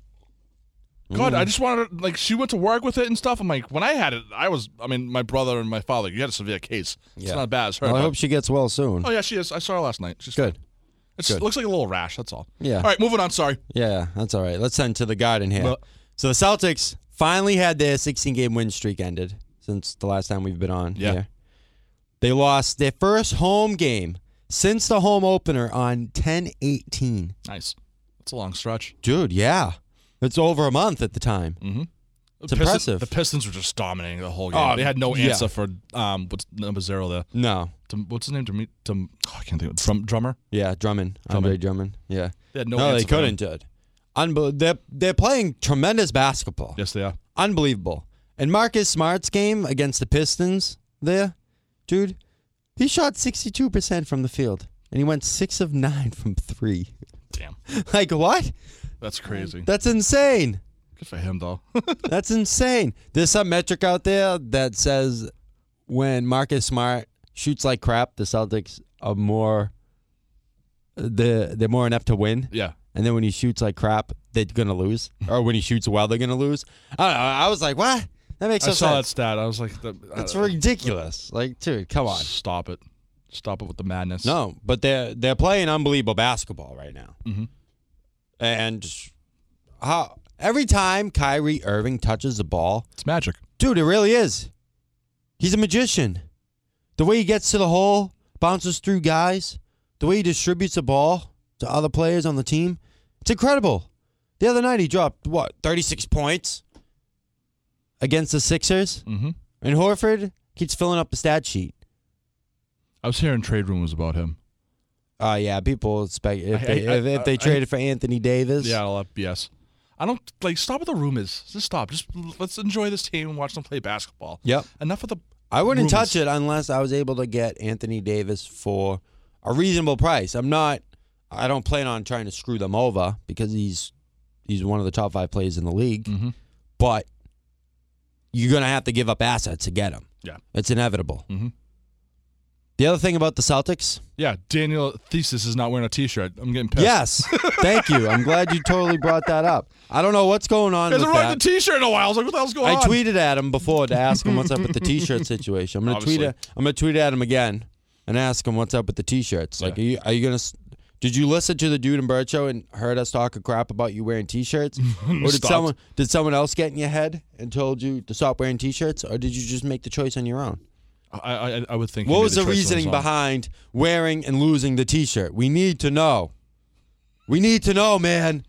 Speaker 2: God,
Speaker 1: Mm.
Speaker 2: I just wanted to- like she went to work with it and stuff. I'm like, when I had it, I was I mean, my brother and my father, you had a severe case. It's
Speaker 1: Yeah.
Speaker 2: not as bad as her.
Speaker 1: Well, I
Speaker 2: but-
Speaker 1: hope she gets well soon.
Speaker 2: oh yeah, she is. I saw her last night. She's
Speaker 1: Good.
Speaker 2: fine. It's,
Speaker 1: Good.
Speaker 2: looks like a little rash. That's all.
Speaker 1: Yeah.
Speaker 2: All right, moving on. Sorry.
Speaker 1: Yeah, that's all right. Let's send to the garden here.
Speaker 2: Well-
Speaker 1: so the Celtics finally had their 16 game win streak ended since the last time we've been on.
Speaker 2: Yeah.
Speaker 1: here. They lost their first home game since the home opener on 10 18.
Speaker 2: Nice. That's a long stretch.
Speaker 1: Dude, yeah. It's over a month at the time.
Speaker 2: It's
Speaker 1: impressive.
Speaker 2: The Pistons were just dominating the whole game.
Speaker 1: Oh,
Speaker 2: they had no
Speaker 1: yeah.
Speaker 2: answer for um what's number zero there.
Speaker 1: No.
Speaker 2: Dem- What's his name? Demi- Dem- oh, I can't think of it. Drum- drummer.
Speaker 1: Yeah, Drummond. Andre Drummond. Yeah.
Speaker 2: They had no.
Speaker 1: No,
Speaker 2: answer
Speaker 1: they
Speaker 2: for him.
Speaker 1: couldn't, dude. Unbe- they're, they're playing tremendous basketball.
Speaker 2: Yes, they are.
Speaker 1: Unbelievable. And Marcus Smart's game against the Pistons there, dude, he shot 62% from the field and he went 6 of 9 from 3.
Speaker 2: Damn,
Speaker 1: (laughs) like what?
Speaker 2: that's crazy.
Speaker 1: That's insane.
Speaker 2: Good for him though. (laughs)
Speaker 1: That's insane. There's some metric out there that says when Marcus Smart shoots like crap, the Celtics are more the they're more inept to win.
Speaker 2: yeah.
Speaker 1: And then when he shoots like crap, they're gonna lose. Or when he shoots well, they're gonna lose. I don't know. I was like, what? That makes
Speaker 2: I
Speaker 1: no
Speaker 2: saw
Speaker 1: sense.
Speaker 2: that stat. I was like, the, I
Speaker 1: That's
Speaker 2: don't know.
Speaker 1: ridiculous. Like, dude, come on.
Speaker 2: Stop it. Stop it with the madness.
Speaker 1: No, but they're they're playing unbelievable basketball right now.
Speaker 2: Mhm.
Speaker 1: And how every time Kyrie Irving touches the ball,
Speaker 2: It's magic.
Speaker 1: dude, it really is. He's a magician. The way he gets to the hole, bounces through guys, the way he distributes the ball to other players on the team, it's incredible. The other night he dropped what thirty six points against the Sixers,
Speaker 2: Mm-hmm.
Speaker 1: and Horford keeps filling up the stat sheet.
Speaker 2: I was hearing trade rumors about him.
Speaker 1: Uh, yeah, people expect if
Speaker 2: I-
Speaker 1: they,
Speaker 2: I-
Speaker 1: if, if
Speaker 2: I-
Speaker 1: they
Speaker 2: I-
Speaker 1: traded for Anthony Davis.
Speaker 2: Yeah, I'll have BS. I don't like. Stop with the rumors. Just stop. Just l- let's enjoy this team and watch them play basketball.
Speaker 1: Yep.
Speaker 2: Enough of the.
Speaker 1: I wouldn't
Speaker 2: Rumors.
Speaker 1: touch it unless I was able to get Anthony Davis for a reasonable price. I'm not. I don't plan on trying to screw them over because he's he's one of the top five players in the league.
Speaker 2: Mhm.
Speaker 1: But you're gonna have to give up assets to get him.
Speaker 2: Yeah.
Speaker 1: it's inevitable.
Speaker 2: Mhm.
Speaker 1: The other thing about the Celtics,
Speaker 2: Yeah, Daniel Thesis is not wearing a T-shirt. I'm getting pissed.
Speaker 1: yes, thank you. I'm glad you totally brought that up. I don't know what's going on.
Speaker 2: he hasn't
Speaker 1: with
Speaker 2: worn
Speaker 1: that.
Speaker 2: the T-shirt in a while. I was like, what the hell's going
Speaker 1: I
Speaker 2: on?
Speaker 1: tweeted at him before to ask him what's up with the
Speaker 2: (laughs)
Speaker 1: t-shirt situation. I'm gonna tweet.
Speaker 2: Obviously.
Speaker 1: At, I'm gonna tweet at him again and ask him what's up with the t-shirts. Like, are you are you gonna? s- Did you listen to the dude and Bird show and heard us talk a crap about you wearing
Speaker 2: (laughs)
Speaker 1: t-shirts? or did
Speaker 2: Stopped.
Speaker 1: someone did someone else get in your head and told you to stop wearing t-shirts, or did you just make the choice on your own?
Speaker 2: I, I, I would think. he
Speaker 1: What
Speaker 2: made
Speaker 1: was the
Speaker 2: choice on his
Speaker 1: reasoning
Speaker 2: own.
Speaker 1: behind wearing and losing the t-shirt? We need to know. We need to know, man.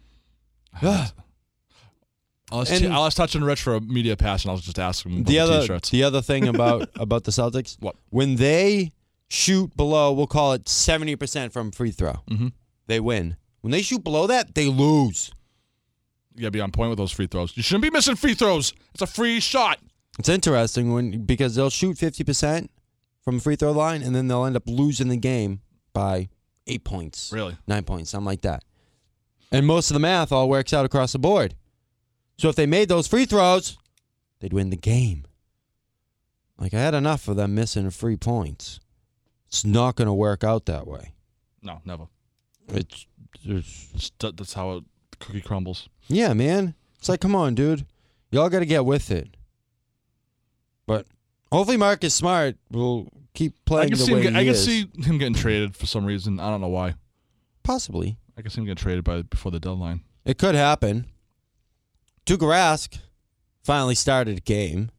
Speaker 2: I'll just,
Speaker 1: And-
Speaker 2: I'll just touch on Rich for a media pass, and I'll just ask him about
Speaker 1: the
Speaker 2: the,
Speaker 1: other
Speaker 2: T-shirts.
Speaker 1: the other
Speaker 2: (laughs)
Speaker 1: thing about about the Celtics
Speaker 2: What?
Speaker 1: when they shoot below we'll call it 70% from free throw
Speaker 2: Mm-hmm.
Speaker 1: they win when they shoot below that they lose
Speaker 2: you gotta be on point with those free throws. You shouldn't be missing free throws. It's a free shot.
Speaker 1: it's interesting when because they'll shoot 50% from the free throw line and then they'll end up losing the game by 8 points
Speaker 2: Really?
Speaker 1: 9 points something like that and most of the math all works out across the board so if they made those free throws they'd win the game like I had enough of them missing free points it's not going to work out that way
Speaker 2: No, never.
Speaker 1: It's, it's
Speaker 2: It's- that- that's how it, the cookie crumbles.
Speaker 1: yeah, man. It's like, come on, dude. Y'all got to get with it. But hopefully, Marcus Smart will keep
Speaker 2: I
Speaker 1: playing
Speaker 2: can
Speaker 1: the
Speaker 2: see. Him
Speaker 1: way
Speaker 2: get,
Speaker 1: he
Speaker 2: I can
Speaker 1: is.
Speaker 2: see him getting traded for some reason. I don't know why.
Speaker 1: Possibly,
Speaker 2: I can see him getting traded by before the deadline.
Speaker 1: it could happen. Duke Rask finally started a
Speaker 2: (laughs)
Speaker 1: game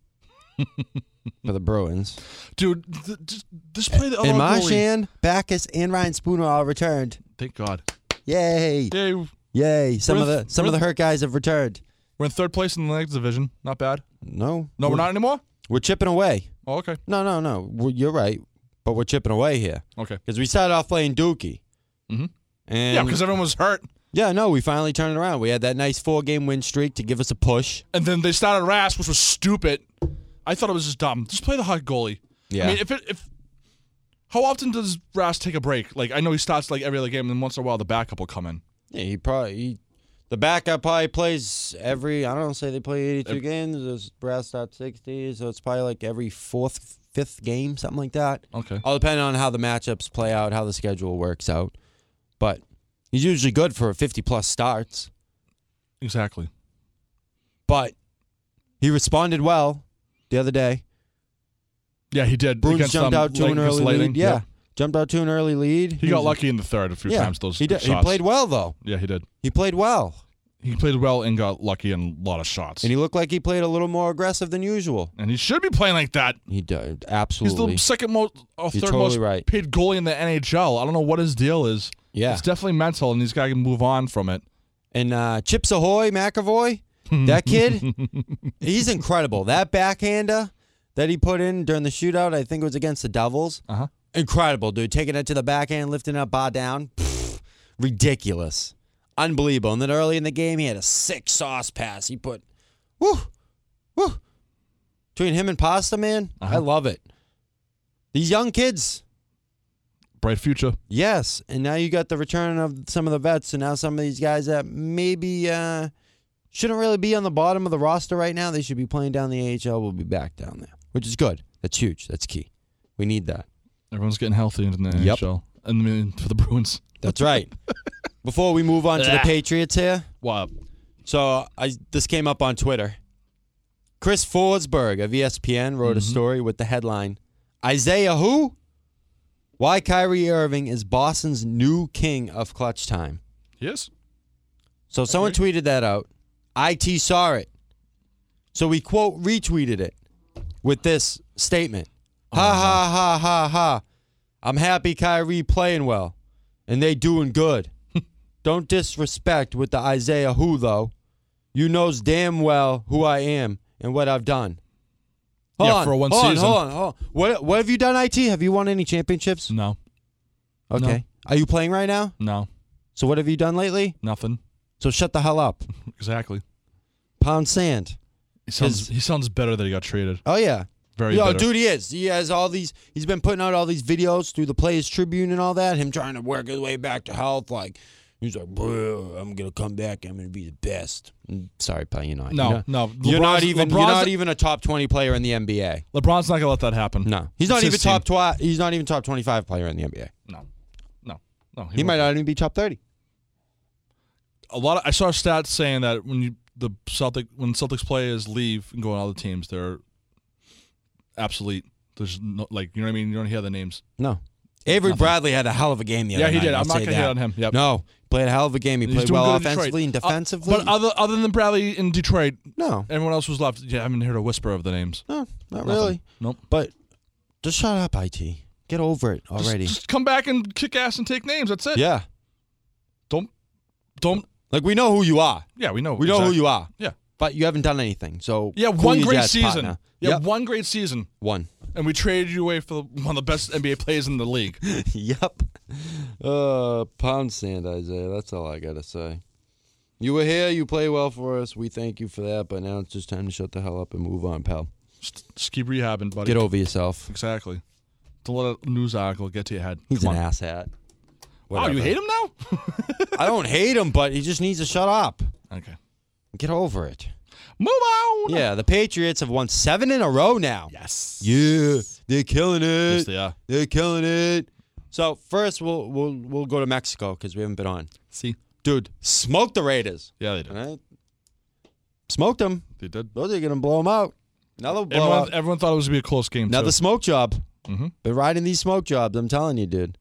Speaker 1: for the Bruins.
Speaker 2: dude. Th- just, just play the other
Speaker 1: and
Speaker 2: goalie.
Speaker 1: Marshan, Backus, and Ryan Spooner all returned.
Speaker 2: Thank God.
Speaker 1: Yay!
Speaker 2: Yay.
Speaker 1: Yay! Some of
Speaker 2: We're
Speaker 1: the
Speaker 2: th-
Speaker 1: some of
Speaker 2: we're
Speaker 1: the hurt guys have returned.
Speaker 2: We're in third place in the Legs division. Not bad.
Speaker 1: No,
Speaker 2: No, we're not anymore.
Speaker 1: We're chipping away.
Speaker 2: Oh, okay.
Speaker 1: No, no, no. we you're right, but we're chipping away here
Speaker 2: Okay.
Speaker 1: because we started off playing Dookie.
Speaker 2: Mhm.
Speaker 1: And
Speaker 2: Yeah, because everyone was hurt,
Speaker 1: yeah, no, we finally turned it around. We had that nice four-game win streak to give us a push.
Speaker 2: and then they started Rask, which was stupid. I thought it was just dumb. Just play the hot goalie.
Speaker 1: Yeah,
Speaker 2: I mean, if it if how often does Rask take a break? Like I know he starts like every other game, and then once in a while the backup will come in.
Speaker 1: Yeah, he probably he, the backup probably plays every. I don't say they play eighty-two games. There's brass stop sixty, so it's probably like every fourth, fifth game, something like that.
Speaker 2: Okay.
Speaker 1: All depending on how the matchups play out, how the schedule works out. But he's usually good for fifty-plus starts.
Speaker 2: Exactly.
Speaker 1: But he responded well the other day.
Speaker 2: Yeah, he did.
Speaker 1: Bruins
Speaker 2: against,
Speaker 1: jumped
Speaker 2: um,
Speaker 1: out to
Speaker 2: Light-
Speaker 1: an
Speaker 2: against
Speaker 1: early
Speaker 2: Lightning.
Speaker 1: lead. Yeah,
Speaker 2: Yep.
Speaker 1: jumped out to an early lead.
Speaker 2: He got
Speaker 1: was-
Speaker 2: lucky in the third a few
Speaker 1: yeah,
Speaker 2: times. Those
Speaker 1: he did, he
Speaker 2: shots.
Speaker 1: played well though.
Speaker 2: Yeah, he did.
Speaker 1: He played well,
Speaker 2: He played well and got lucky in a lot of shots.
Speaker 1: and he looked like he played a little more aggressive than usual.
Speaker 2: And he should be playing like that.
Speaker 1: He did absolutely.
Speaker 2: He's the second most, or
Speaker 1: You're
Speaker 2: third
Speaker 1: totally
Speaker 2: most
Speaker 1: right.
Speaker 2: paid goalie in the NHL. I don't know what his deal is.
Speaker 1: yeah,
Speaker 2: It's definitely mental, and he's got to move on from it.
Speaker 1: and uh, Chips Ahoy McAvoy, (laughs) that
Speaker 2: (laughs)
Speaker 1: kid, he's incredible. That backhander that he put in during the shootout, I think it was against the Devils.
Speaker 2: Uh huh.
Speaker 1: Incredible, dude. Taking it to the backhand, lifting it up, bar down. Pfft, ridiculous. Unbelievable. And then early in the game, he had a sick sauce pass. He put, woo, woo. Between him and Pasta, man, I
Speaker 2: Uh-huh.
Speaker 1: love it. These young kids,
Speaker 2: Bright future.
Speaker 1: Yes, and now you got the return of some of the vets, and now some of these guys that maybe uh, shouldn't really be on the bottom of the roster right now. They should be playing down the AHL. Will be back down there, which is good. That's huge. That's key. We need that.
Speaker 2: Everyone's getting healthy in the
Speaker 1: Yep.
Speaker 2: NHL. And I mean, for the Bruins.
Speaker 1: That's right. Before we move on to the
Speaker 2: Ah.
Speaker 1: Patriots here,
Speaker 2: Wow.
Speaker 1: so I this came up on Twitter. Chris Forsberg of E ESPN wrote a story with the headline: Isaiah who? Why Kyrie Irving is Boston's new king of clutch time.
Speaker 2: He is?
Speaker 1: So someone tweeted that out. IT saw it. So we quote retweeted it with this statement. Ha
Speaker 2: Uh-huh.
Speaker 1: ha ha ha ha. I'm happy Kyrie playing well. And they doing
Speaker 2: (laughs)
Speaker 1: good. Don't disrespect with the Isaiah who though. You knows damn well who I am and what I've done. Hold
Speaker 2: Yeah,
Speaker 1: on,
Speaker 2: for one
Speaker 1: hold on,
Speaker 2: season.
Speaker 1: hold on, hold on. What what have you done, IT? Have you won any championships?
Speaker 2: No.
Speaker 1: Okay. Are you playing right now?
Speaker 2: No.
Speaker 1: So what have you done lately?
Speaker 2: Nothing.
Speaker 1: So shut the hell up.
Speaker 2: Exactly.
Speaker 1: Pound sand.
Speaker 2: He sounds, he sounds better that he got traded.
Speaker 1: Oh yeah.
Speaker 2: Very
Speaker 1: Yo,
Speaker 2: bitter.
Speaker 1: dude, he is. He has all these. He's been putting out all these videos through the Players Tribune and all that. Him trying to work his way back to health. Like he's like, "Bro, I'm gonna come back. I'm gonna be the best. Mm, Sorry, pal, you're not.
Speaker 2: No,
Speaker 1: you're not,
Speaker 2: no.
Speaker 1: You're not
Speaker 2: LeBron's-
Speaker 1: even. You're
Speaker 2: LeBron's-
Speaker 1: not e- even a top 20 player in the NBA.
Speaker 2: LeBron's not going to let that happen.
Speaker 1: No, he's not
Speaker 2: It's
Speaker 1: even
Speaker 2: his
Speaker 1: top. Twi- he's not even top 25 player in the NBA.
Speaker 2: No. No. No.
Speaker 1: He might
Speaker 2: won't.
Speaker 1: not even be top 30.
Speaker 2: a lot of I saw stats saying that when you the Celtic when Celtics players leave and go on other teams, they're obsolete. There's no like you know what I mean. You don't hear the names.
Speaker 1: No. Avery Bradley had a hell of a game the other
Speaker 2: yeah, he
Speaker 1: night,
Speaker 2: did.
Speaker 1: I'll
Speaker 2: I'm not
Speaker 1: say
Speaker 2: gonna
Speaker 1: that.
Speaker 2: hit on him. Yep.
Speaker 1: No, played a hell of a game. He
Speaker 2: He's
Speaker 1: played
Speaker 2: doing
Speaker 1: well
Speaker 2: good in Detroit.
Speaker 1: offensively and
Speaker 2: Uh,
Speaker 1: defensively.
Speaker 2: but other other than Bradley in Detroit,
Speaker 1: no,
Speaker 2: everyone else was left. Yeah, I haven't heard a whisper of the names.
Speaker 1: no, not
Speaker 2: Nothing.
Speaker 1: really.
Speaker 2: Nope.
Speaker 1: But just shut up, IT. Get over it
Speaker 2: Just-
Speaker 1: already.
Speaker 2: Just, come back and kick ass and take names. That's
Speaker 1: (laughs)
Speaker 2: it.
Speaker 1: yeah.
Speaker 2: Don't don't.
Speaker 1: Like we know who you are.
Speaker 2: Yeah, we know.
Speaker 1: We know who you are.
Speaker 2: Yeah.
Speaker 1: But you haven't done anything. So
Speaker 2: Yeah,
Speaker 1: cool
Speaker 2: one
Speaker 1: your
Speaker 2: great
Speaker 1: jets,
Speaker 2: season.
Speaker 1: partner.
Speaker 2: Yeah,
Speaker 1: Yep.
Speaker 2: one great season,
Speaker 1: One. (laughs)
Speaker 2: and we traded you away for one of the best NBA players in
Speaker 1: (laughs)
Speaker 2: the league.
Speaker 1: yep. Uh pound sand, Isaiah. That's all I gotta say. You were here, you play well for us. We thank you for that, but now it's just time to shut the hell up and move on, pal.
Speaker 2: Just, just keep rehabbing, buddy.
Speaker 1: Get over yourself.
Speaker 2: Exactly. Don't let a news article get to your head.
Speaker 1: He's
Speaker 2: Come
Speaker 1: an
Speaker 2: on.
Speaker 1: asshat.
Speaker 2: Oh, you hate him
Speaker 1: (laughs)
Speaker 2: now?
Speaker 1: I don't hate him, but he just needs to shut up.
Speaker 2: okay.
Speaker 1: Get over it.
Speaker 2: Move on.
Speaker 1: Yeah, the Patriots have won seven in a row now.
Speaker 2: Yes.
Speaker 1: Yeah, they're killing it.
Speaker 2: Yes, they are.
Speaker 1: They're killing it. So first, we'll we'll we'll go to Mexico because we haven't been on.
Speaker 2: See?
Speaker 1: Dude, smoke the Raiders.
Speaker 2: Yeah, they
Speaker 1: All
Speaker 2: did.
Speaker 1: right, smoked them.
Speaker 2: They did.
Speaker 1: Those are gonna blow them out. Another blowout.
Speaker 2: Everyone, everyone thought it was gonna be a close game.
Speaker 1: Another
Speaker 2: too.
Speaker 1: smoke job.
Speaker 2: Mhm.
Speaker 1: Been riding these smoke jobs. I'm telling you, dude.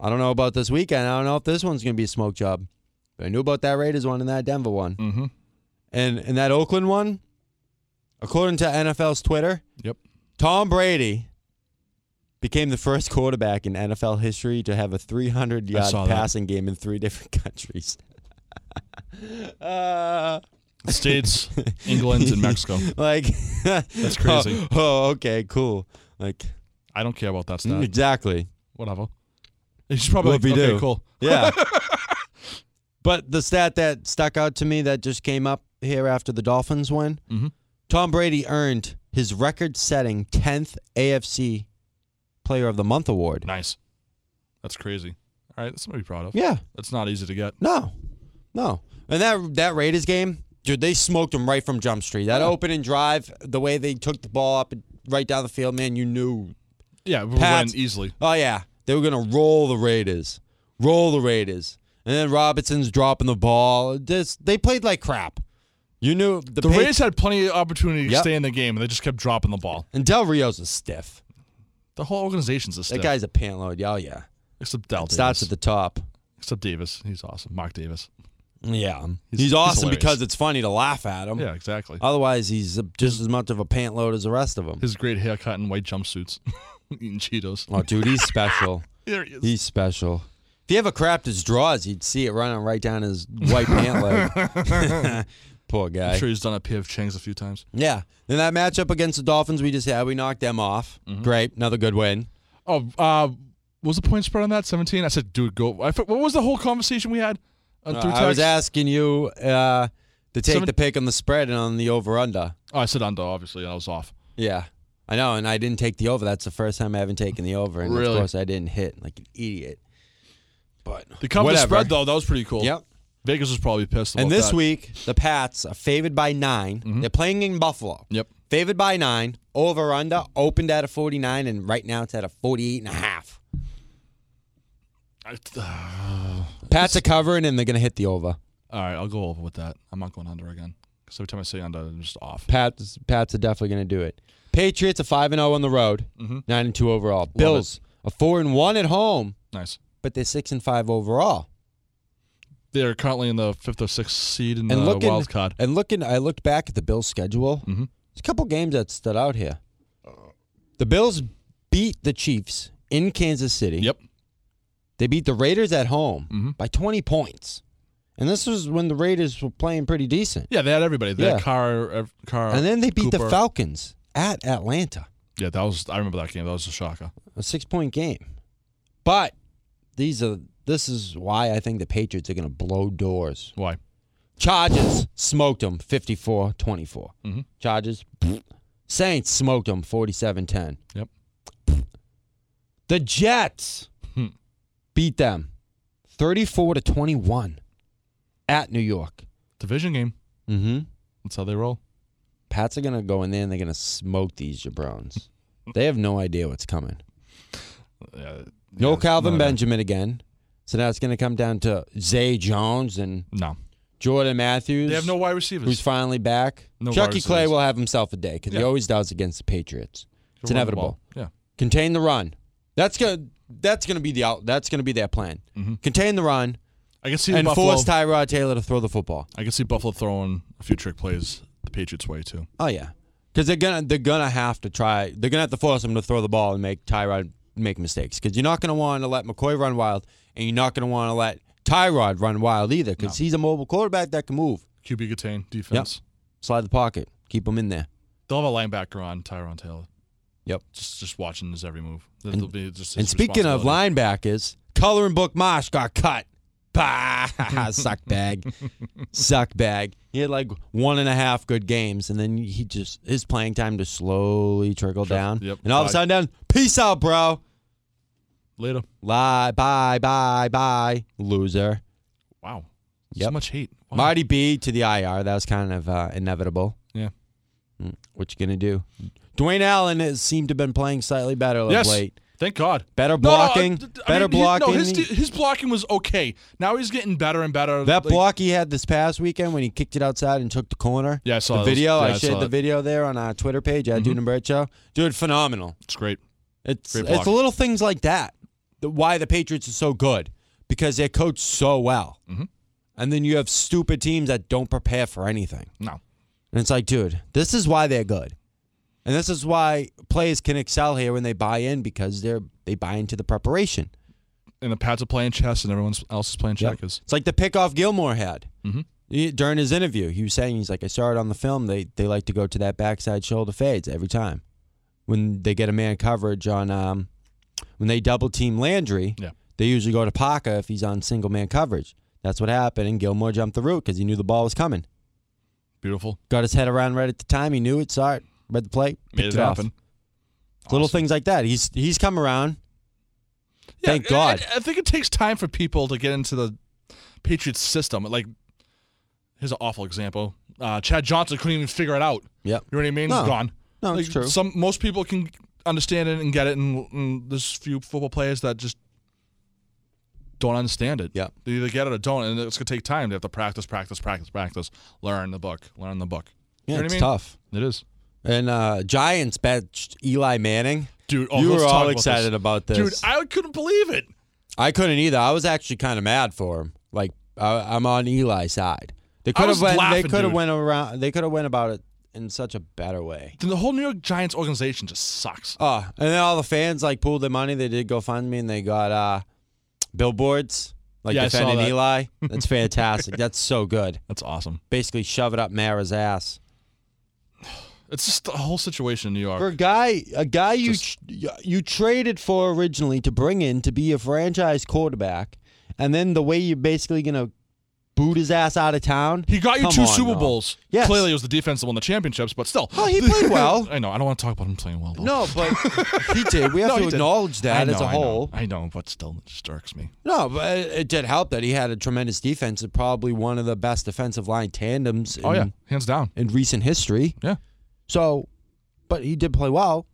Speaker 1: I don't know about this weekend. I don't know if this one's gonna be a smoke job. But I knew about that Raiders one and that Denver one.
Speaker 2: Mhm.
Speaker 1: And and that Oakland one, according to NFL's Twitter,
Speaker 2: Yep.
Speaker 1: Tom Brady became the first quarterback in NFL history to have a 300
Speaker 2: I
Speaker 1: yard
Speaker 2: saw that.
Speaker 1: passing game in three different (laughs) countries. uh, (laughs)
Speaker 2: States, England, and Mexico.
Speaker 1: like that's
Speaker 2: crazy.
Speaker 1: (laughs) Oh, okay, cool. Like
Speaker 2: I don't care about that
Speaker 1: Mm-hmm.
Speaker 2: stat.
Speaker 1: exactly.
Speaker 2: Whatever. He's probably like,
Speaker 1: Whoopie
Speaker 2: okay,
Speaker 1: doo.
Speaker 2: cool.
Speaker 1: Yeah. but the stat that stuck out to me that just came up here after the Dolphins win
Speaker 2: Mhm.
Speaker 1: Tom Brady earned his record setting 10th AFC Player of the Month award.
Speaker 2: Nice. That's crazy. All right, that's something to be proud of.
Speaker 1: Yeah.
Speaker 2: That's not easy to get.
Speaker 1: No. No. And that that Raiders game, dude, they smoked him right from Jump Street. That
Speaker 2: Yeah.
Speaker 1: opening drive, the way they took the ball up and right down the field, man, you knew.
Speaker 2: Yeah, we
Speaker 1: Pats-
Speaker 2: win easily.
Speaker 1: Oh, yeah. They were going to roll the Raiders. Roll the Raiders. And then Robinson's dropping the ball. This, they played like crap. You knew the,
Speaker 2: The
Speaker 1: Patri-
Speaker 2: Raiders had plenty of opportunity to
Speaker 1: Yep.
Speaker 2: stay in the game, and they just kept dropping the ball.
Speaker 1: And Del Rio's a stiff.
Speaker 2: The whole organization's a
Speaker 1: That
Speaker 2: stiff.
Speaker 1: guy's a pantload. Oh, yeah.
Speaker 2: except Dal
Speaker 1: Starts
Speaker 2: Davis.
Speaker 1: at the top.
Speaker 2: except Davis. He's awesome. Mark Davis.
Speaker 1: Yeah. He's,
Speaker 2: He's- he's
Speaker 1: awesome
Speaker 2: hilarious.
Speaker 1: because it's funny to laugh at him.
Speaker 2: Yeah, exactly.
Speaker 1: Otherwise, he's just as much of a pantload as the rest of them.
Speaker 2: His great haircut and white jumpsuits. (laughs) Eating Cheetos.
Speaker 1: Oh, dude, he's special.
Speaker 2: (laughs) There he is.
Speaker 1: He's special. If he ever crapped his drawers, you'd see it running right down his white pant
Speaker 2: (laughs)
Speaker 1: leg. (laughs) Poor guy.
Speaker 2: I'm sure he's done a P of Chang's a few times.
Speaker 1: Yeah. In that matchup against the Dolphins we just had, we knocked them off. Great. Another good win.
Speaker 2: Oh, uh, what was the point spread on that? 17? I said, dude, go. I, for- what was the whole conversation we had on
Speaker 1: Uh,
Speaker 2: through text?
Speaker 1: I was asking you uh, to take
Speaker 2: Seven-
Speaker 1: the pick on the spread and on the over-under.
Speaker 2: oh, I said under, obviously, and I was off.
Speaker 1: Yeah. I know, and I didn't take the over. That's the first time I haven't taken the over, and of
Speaker 2: Really?
Speaker 1: course I didn't hit like an idiot. But
Speaker 2: The cover
Speaker 1: whatever.
Speaker 2: spread, though, that was pretty cool.
Speaker 1: Yep.
Speaker 2: Vegas was probably pissed about
Speaker 1: And this
Speaker 2: that.
Speaker 1: week the Pats are favored by 9 they They're playing in Buffalo.
Speaker 2: Yep.
Speaker 1: Favored by nine. Over under opened at a forty nine, and right now it's at a forty eight and a half.
Speaker 2: I,
Speaker 1: Pats are covering, and they're gonna hit the over.
Speaker 2: all right, I'll go over with that. I'm not going under again. Because every time I say under, I'm just off.
Speaker 1: Pats Pats are definitely gonna do it. Patriots are five and zero on the road,
Speaker 2: Mm-hmm.
Speaker 1: nine and two overall. Bills are four and one at home,
Speaker 2: Nice.
Speaker 1: but they're six and five overall.
Speaker 2: They're currently in the fifth or sixth seed in
Speaker 1: And
Speaker 2: the
Speaker 1: looking
Speaker 2: wild card. Mm-hmm.
Speaker 1: and looking, I looked back at the Bills' schedule. There's a couple games that stood out here. The Bills beat the Chiefs in Kansas City.
Speaker 2: Yep. Mm-hmm.
Speaker 1: They beat the Raiders at home by 20 points. And this was when the Raiders were playing pretty decent.
Speaker 2: Yeah, they had everybody. They
Speaker 1: Yeah.
Speaker 2: had Carr, ev- Carr,
Speaker 1: And then they beat the
Speaker 2: Uh, Cooper.
Speaker 1: Falcons at Atlanta,
Speaker 2: Yeah, that was. I remember that game. That was a shocker.
Speaker 1: a six-point game. But these are this is why I think the Patriots are going to blow doors.
Speaker 2: Why?
Speaker 1: Chargers smoked them 54-24.
Speaker 2: Mm-hmm.
Speaker 1: Chargers (sniffs) Saints smoked them 47-10.
Speaker 2: Yep.
Speaker 1: (sniffs) The Jets
Speaker 2: Hmm.
Speaker 1: beat them 34 to 21 at New York.
Speaker 2: Division game. Mm-hmm.
Speaker 1: Mhm.
Speaker 2: That's how they roll.
Speaker 1: Pats are going to go in there and they're going to smoke these
Speaker 2: (laughs)
Speaker 1: Jabrons. they have no idea what's coming.
Speaker 2: Yeah,
Speaker 1: No
Speaker 2: yeah,
Speaker 1: Calvin
Speaker 2: no, no.
Speaker 1: Benjamin again. So now it's going to come down to Zay Jones and
Speaker 2: No,
Speaker 1: Jordan Matthews.
Speaker 2: they have no wide
Speaker 1: who's
Speaker 2: receivers.
Speaker 1: finally back.
Speaker 2: No
Speaker 1: Chucky
Speaker 2: Vargas
Speaker 1: Clay
Speaker 2: is.
Speaker 1: will have himself a day because he
Speaker 2: Yeah.
Speaker 1: always does against the Patriots. It's
Speaker 2: Run the
Speaker 1: inevitable.
Speaker 2: ball. Yeah,
Speaker 1: Contain the run. That's gonna that's gonna be the out. That's gonna be their plan. Contain the run
Speaker 2: I can see
Speaker 1: and
Speaker 2: Mm-hmm. Buffalo.
Speaker 1: force Tyrod Taylor to throw the football.
Speaker 2: I can see Buffalo throwing a few trick plays the Patriots way too.
Speaker 1: Oh yeah, because they're gonna they're gonna have to try. They're gonna have to force him to throw the ball and make Tyrod make mistakes. Because you're not gonna want to let McCoy run wild, and you're not gonna want to let Tyrod run wild either. Because he's a mobile quarterback that can move,
Speaker 2: QB contain defense.
Speaker 1: slide the pocket, keep him in there.
Speaker 2: They'll have a linebacker on Tyron Taylor.
Speaker 1: Yep.
Speaker 2: Just just watching his every move. That'll be just his
Speaker 1: and speaking of
Speaker 2: responsibility.
Speaker 1: linebackers, coloring book Mosh got cut. Bah, (laughs) suck bag, suck bag. He had like one and a half good games, and then he just his playing time just slowly trickled
Speaker 2: Sure.
Speaker 1: down.
Speaker 2: Yep.
Speaker 1: And all of a
Speaker 2: Bye.
Speaker 1: sudden, down, peace out, bro.
Speaker 2: later.
Speaker 1: Bye, bye, bye, bye, loser.
Speaker 2: Wow. So
Speaker 1: Yep.
Speaker 2: much hate. Wow.
Speaker 1: Marty B to the IR. That was kind of uh, inevitable.
Speaker 2: Yeah.
Speaker 1: Mm, What you gonna do? Dwayne Allen has seemed to have been playing slightly better of
Speaker 2: yes.
Speaker 1: late.
Speaker 2: Thank God.
Speaker 1: Better
Speaker 2: No, no, I-
Speaker 1: blocking,
Speaker 2: I mean,
Speaker 1: better
Speaker 2: he-
Speaker 1: blocking.
Speaker 2: no, his, his blocking was okay. Now he's getting better and better.
Speaker 1: That
Speaker 2: Like,
Speaker 1: block he had this past weekend when he kicked it outside and took the corner.
Speaker 2: Yeah, I saw
Speaker 1: the
Speaker 2: those.
Speaker 1: video.
Speaker 2: Yeah,
Speaker 1: I
Speaker 2: I
Speaker 1: shared
Speaker 2: saw
Speaker 1: the
Speaker 2: it. Mm-hmm.
Speaker 1: video there on our Twitter page at Dude and Bird Show. Dude, phenomenal.
Speaker 2: It's great.
Speaker 1: It's
Speaker 2: Great
Speaker 1: it's
Speaker 2: block.
Speaker 1: little things like that. that why the Patriots are so good because they're coached so well,
Speaker 2: Mhm.
Speaker 1: and And then you have stupid teams that don't prepare for anything.
Speaker 2: No.
Speaker 1: And it's like, dude, this is why they're good. And this is why players can excel here when they buy in because they're they buy into the preparation.
Speaker 2: And the Pats are playing chess, and everyone else is playing
Speaker 1: Yep.
Speaker 2: checkers.
Speaker 1: It's like the pickoff Gilmore had
Speaker 2: Mhm.
Speaker 1: He- during his interview. He was saying he's like, I saw it on the film. They they like to go to that backside shoulder fades every time when they get a man coverage on um when they double team Landry.
Speaker 2: Yeah.
Speaker 1: They usually go to Paca if he's on single man coverage. That's what happened, and Gilmore jumped the route because he knew the ball was coming.
Speaker 2: Beautiful.
Speaker 1: Got his head around right at the time. He knew it. Saw it. Read the play.
Speaker 2: Made
Speaker 1: picked
Speaker 2: it
Speaker 1: off.
Speaker 2: happen.
Speaker 1: Little
Speaker 2: Awesome.
Speaker 1: things like that. He's he's come around. Thank
Speaker 2: I-
Speaker 1: God.
Speaker 2: I, I think it takes time for people to get into the Patriots system. Like, here's an awful example. Uh, Chad Johnson couldn't even figure it out.
Speaker 1: Yep.
Speaker 2: You know what I mean?
Speaker 1: No.
Speaker 2: He's gone.
Speaker 1: No, it's
Speaker 2: Like,
Speaker 1: true.
Speaker 2: Some most people can understand it and get it, and, and there's few football players that just don't understand it.
Speaker 1: Yep.
Speaker 2: They either get it or don't, and it's gonna take time. They have to practice, practice, practice, practice. Learn the book. Learn the book.
Speaker 1: Yeah,
Speaker 2: you know
Speaker 1: it's
Speaker 2: what I mean?
Speaker 1: tough.
Speaker 2: It is.
Speaker 1: And uh, Giants benched Eli Manning.
Speaker 2: Dude, oh,
Speaker 1: you
Speaker 2: let's
Speaker 1: were
Speaker 2: talk
Speaker 1: all
Speaker 2: about this.
Speaker 1: excited about this.
Speaker 2: Dude, I couldn't believe it.
Speaker 1: I, couldn't either. I was actually kind of mad for him. Like I, I'm on Eli's side. They could
Speaker 2: was
Speaker 1: have went.
Speaker 2: laughing,
Speaker 1: they could have
Speaker 2: dude.
Speaker 1: went around. They could have went about it in such a better way.
Speaker 2: Then the whole New York Giants organization just sucks.
Speaker 1: Oh, and then all the fans like pooled their money. They did GoFundMe and they got uh, billboards like
Speaker 2: Yeah, I saw
Speaker 1: defending
Speaker 2: that.
Speaker 1: Eli. (laughs) That's fantastic. That's so good.
Speaker 2: That's awesome.
Speaker 1: Basically, shove it up Mara's ass.
Speaker 2: It's just the whole situation in New York.
Speaker 1: for a guy a guy you
Speaker 2: Just-
Speaker 1: tr- you traded for originally to bring in to be a franchise quarterback and then the way you're basically going to boot his ass out of town
Speaker 2: He got you
Speaker 1: Come
Speaker 2: two
Speaker 1: on,
Speaker 2: Super
Speaker 1: Rob.
Speaker 2: Bowls.
Speaker 1: Yes.
Speaker 2: Clearly, it was the defense that won the championships, but still.
Speaker 1: Oh, he
Speaker 2: (laughs)
Speaker 1: played well.
Speaker 2: I know. I don't want to talk about him playing well. Though.
Speaker 1: no but (laughs) he did we have
Speaker 2: No, he
Speaker 1: to
Speaker 2: did.
Speaker 1: acknowledge
Speaker 2: I
Speaker 1: that
Speaker 2: know,
Speaker 1: as a
Speaker 2: I know,
Speaker 1: whole
Speaker 2: I know, but still, it just irks me.
Speaker 1: no but it it did help that he had a tremendous defense and probably one of the best defensive line tandems in,
Speaker 2: Oh yeah, hands down.
Speaker 1: in recent history
Speaker 2: Yeah,
Speaker 1: so but he did play well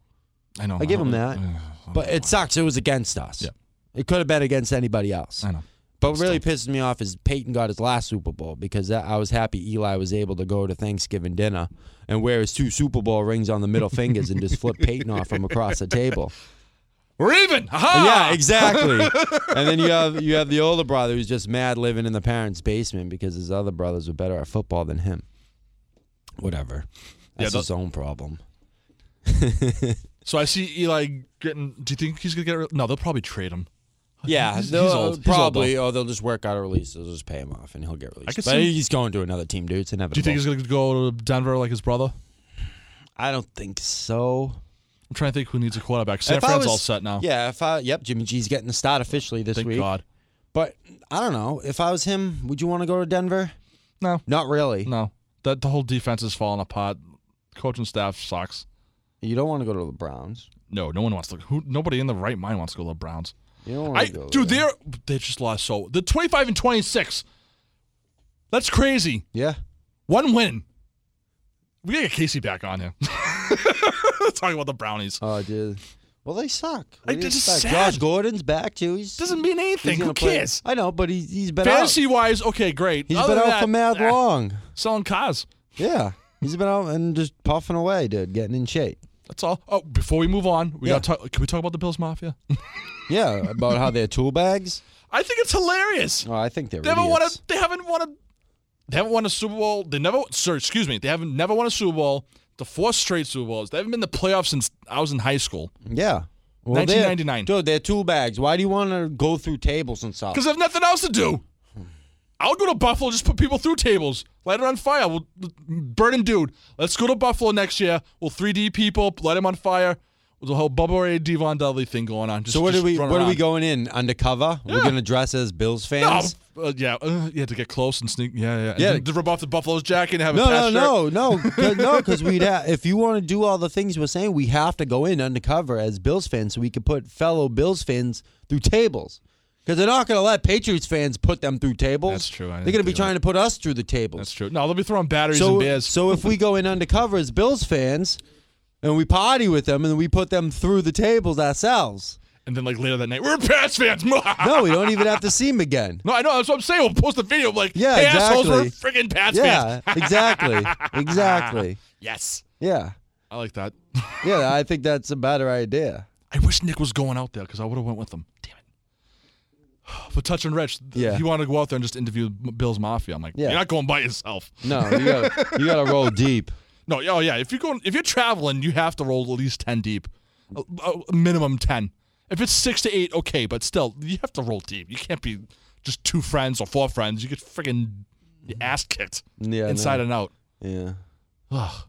Speaker 2: I know.
Speaker 1: I give him
Speaker 2: don't-
Speaker 1: that,
Speaker 2: Ugh,
Speaker 1: but it sucks it was against us
Speaker 2: Yeah.
Speaker 1: it could have been against anybody else
Speaker 2: I know.
Speaker 1: But what really pisses me off is Peyton got his last Super Bowl because that, I was happy Eli was able to go to Thanksgiving dinner and wear his two Super Bowl rings on the middle fingers and
Speaker 2: (laughs)
Speaker 1: just flip Peyton off from across the table.
Speaker 2: We're even.
Speaker 1: And
Speaker 2: Aha!
Speaker 1: yeah,
Speaker 2: (laughs)
Speaker 1: exactly. and then you have you have the older brother who's just mad living in the parents' basement because his other brothers were better at football than him. Whatever.
Speaker 2: Yeah,
Speaker 1: That's
Speaker 2: the-
Speaker 1: his own problem.
Speaker 2: So I see Eli getting. Do you think he's gonna get? re- No, they'll probably trade him.
Speaker 1: Yeah,
Speaker 2: He's- he's
Speaker 1: they'll-
Speaker 2: old. He's old,
Speaker 1: probably. or they'll just work out a release. They'll just pay him off, and he'll get released.
Speaker 2: could
Speaker 1: but
Speaker 2: see-
Speaker 1: he's going to another team, dude. It's inevitable.
Speaker 2: Do you think he's gonna go to Denver like his brother?
Speaker 1: I don't think so.
Speaker 2: I'm trying to think who needs a quarterback. San
Speaker 1: If I
Speaker 2: Fran's
Speaker 1: was-
Speaker 2: all set now.
Speaker 1: Yeah, if I yep, Jimmy G's getting the start officially this
Speaker 2: Thank
Speaker 1: week.
Speaker 2: God.
Speaker 1: But I don't know. If I was him, would you want to go to Denver?
Speaker 2: No.
Speaker 1: Not really.
Speaker 2: No, that the whole defense is falling apart. Coaching staff sucks.
Speaker 1: You don't want to go to the Browns.
Speaker 2: No, no one wants to. Who? Nobody in the right mind wants to go to the Browns.
Speaker 1: You don't want
Speaker 2: I,
Speaker 1: to go.
Speaker 2: dude,
Speaker 1: there.
Speaker 2: they're they just lost so the twenty five and twenty six. That's crazy.
Speaker 1: Yeah.
Speaker 2: One win. We gotta get Casey back on (laughs) here. Talking about the brownies
Speaker 1: Oh, dude. Well, they suck. What do
Speaker 2: I-
Speaker 1: you
Speaker 2: it's just
Speaker 1: expect?
Speaker 2: sad.
Speaker 1: Josh Gordon's back too. He's,
Speaker 2: doesn't mean
Speaker 1: he's
Speaker 2: anything.
Speaker 1: gonna
Speaker 2: Who
Speaker 1: play-
Speaker 2: cares?
Speaker 1: I know, but he, he's been out.
Speaker 2: Fantasy wise, okay, great.
Speaker 1: He's
Speaker 2: Other
Speaker 1: been
Speaker 2: than
Speaker 1: out for
Speaker 2: that,
Speaker 1: mad
Speaker 2: eh,
Speaker 1: long.
Speaker 2: selling cars.
Speaker 1: Yeah. He's been out and just puffing away, dude, getting in shape.
Speaker 2: That's all. Oh, before we move on, we
Speaker 1: Yeah.
Speaker 2: gotta talk. Can we talk about the Bills Mafia?
Speaker 1: Yeah, about how they're tool bags.
Speaker 2: I think it's hilarious.
Speaker 1: Oh, I think they're
Speaker 2: They haven't won a.
Speaker 1: idiots.
Speaker 2: They haven't won a. They haven't won a Super Bowl. They never. Sir, excuse me. They haven't never won a Super Bowl. The four straight Super Bowls. They haven't been in the playoffs since I was in high school.
Speaker 1: Yeah. Well, they're-
Speaker 2: 1999.
Speaker 1: Dude, they're tool bags. Why do you want to go through tables and stuff?
Speaker 2: Because I have nothing else to do. I'll go to Buffalo. Just put people through tables. Light it on fire. We'll burn and dude. Let's go to Buffalo next year. We'll 3D people. Light them on fire. With the whole Bubba Ray Devon Dudley thing going on. Just,
Speaker 1: So what are
Speaker 2: just
Speaker 1: we?
Speaker 2: run
Speaker 1: What are we
Speaker 2: around.
Speaker 1: going in undercover? We're
Speaker 2: Yeah.
Speaker 1: gonna dress as Bills fans.
Speaker 2: No, uh, yeah, uh, you had to get close and sneak. Yeah, yeah. And
Speaker 1: Yeah.
Speaker 2: then to rip off the Buffalo's jacket and have a patch
Speaker 1: No,
Speaker 2: shirt.
Speaker 1: no, no, no, 'cause- no, because we'd ha- if you want to do all the things we're saying, we have to go in undercover as Bills fans, so we can put fellow Bills fans through tables. Because they're not gonna let Patriots fans put them through tables.
Speaker 2: That's true, I
Speaker 1: They're
Speaker 2: didn't
Speaker 1: gonna be
Speaker 2: do
Speaker 1: trying to put us through the tables.
Speaker 2: That's true. No, they'll be throwing batteries and
Speaker 1: so,
Speaker 2: beers.
Speaker 1: so if we go in undercover as Bills fans, and we party with them, and we put them through the tables ourselves,
Speaker 2: And then like later that night, we're Pats fans. (laughs) no,
Speaker 1: no, we don't even have to see them
Speaker 2: (laughs)
Speaker 1: again.
Speaker 2: I know. That's what I'm saying. We'll post a video. like,
Speaker 1: Yeah,
Speaker 2: hey, assholes, we're
Speaker 1: exactly.
Speaker 2: freaking Pats
Speaker 1: Yeah,
Speaker 2: fans.
Speaker 1: exactly, exactly.
Speaker 2: Yes,
Speaker 1: Yeah.
Speaker 2: I like that.
Speaker 1: Yeah, I think that's a better idea.
Speaker 2: I wish Nick was going out there because I would have went with them. Damn it. (sighs) but Touch and Rich, th-
Speaker 1: Yeah.
Speaker 2: he wanted to go out there and just interview M- Bill's Mafia. I'm like,
Speaker 1: Yeah.
Speaker 2: you're not going by yourself.
Speaker 1: No, you gotta, you gotta roll deep.
Speaker 2: No, oh yeah, if you're going, if you're traveling, you have to roll at least ten deep, a, a minimum ten. If it's six to eight, okay, but still, you have to roll deep. You can't be just two friends or four friends. You get freaking your ass kicked
Speaker 1: Yeah, no.
Speaker 2: inside and out.
Speaker 1: Yeah.
Speaker 2: Ugh.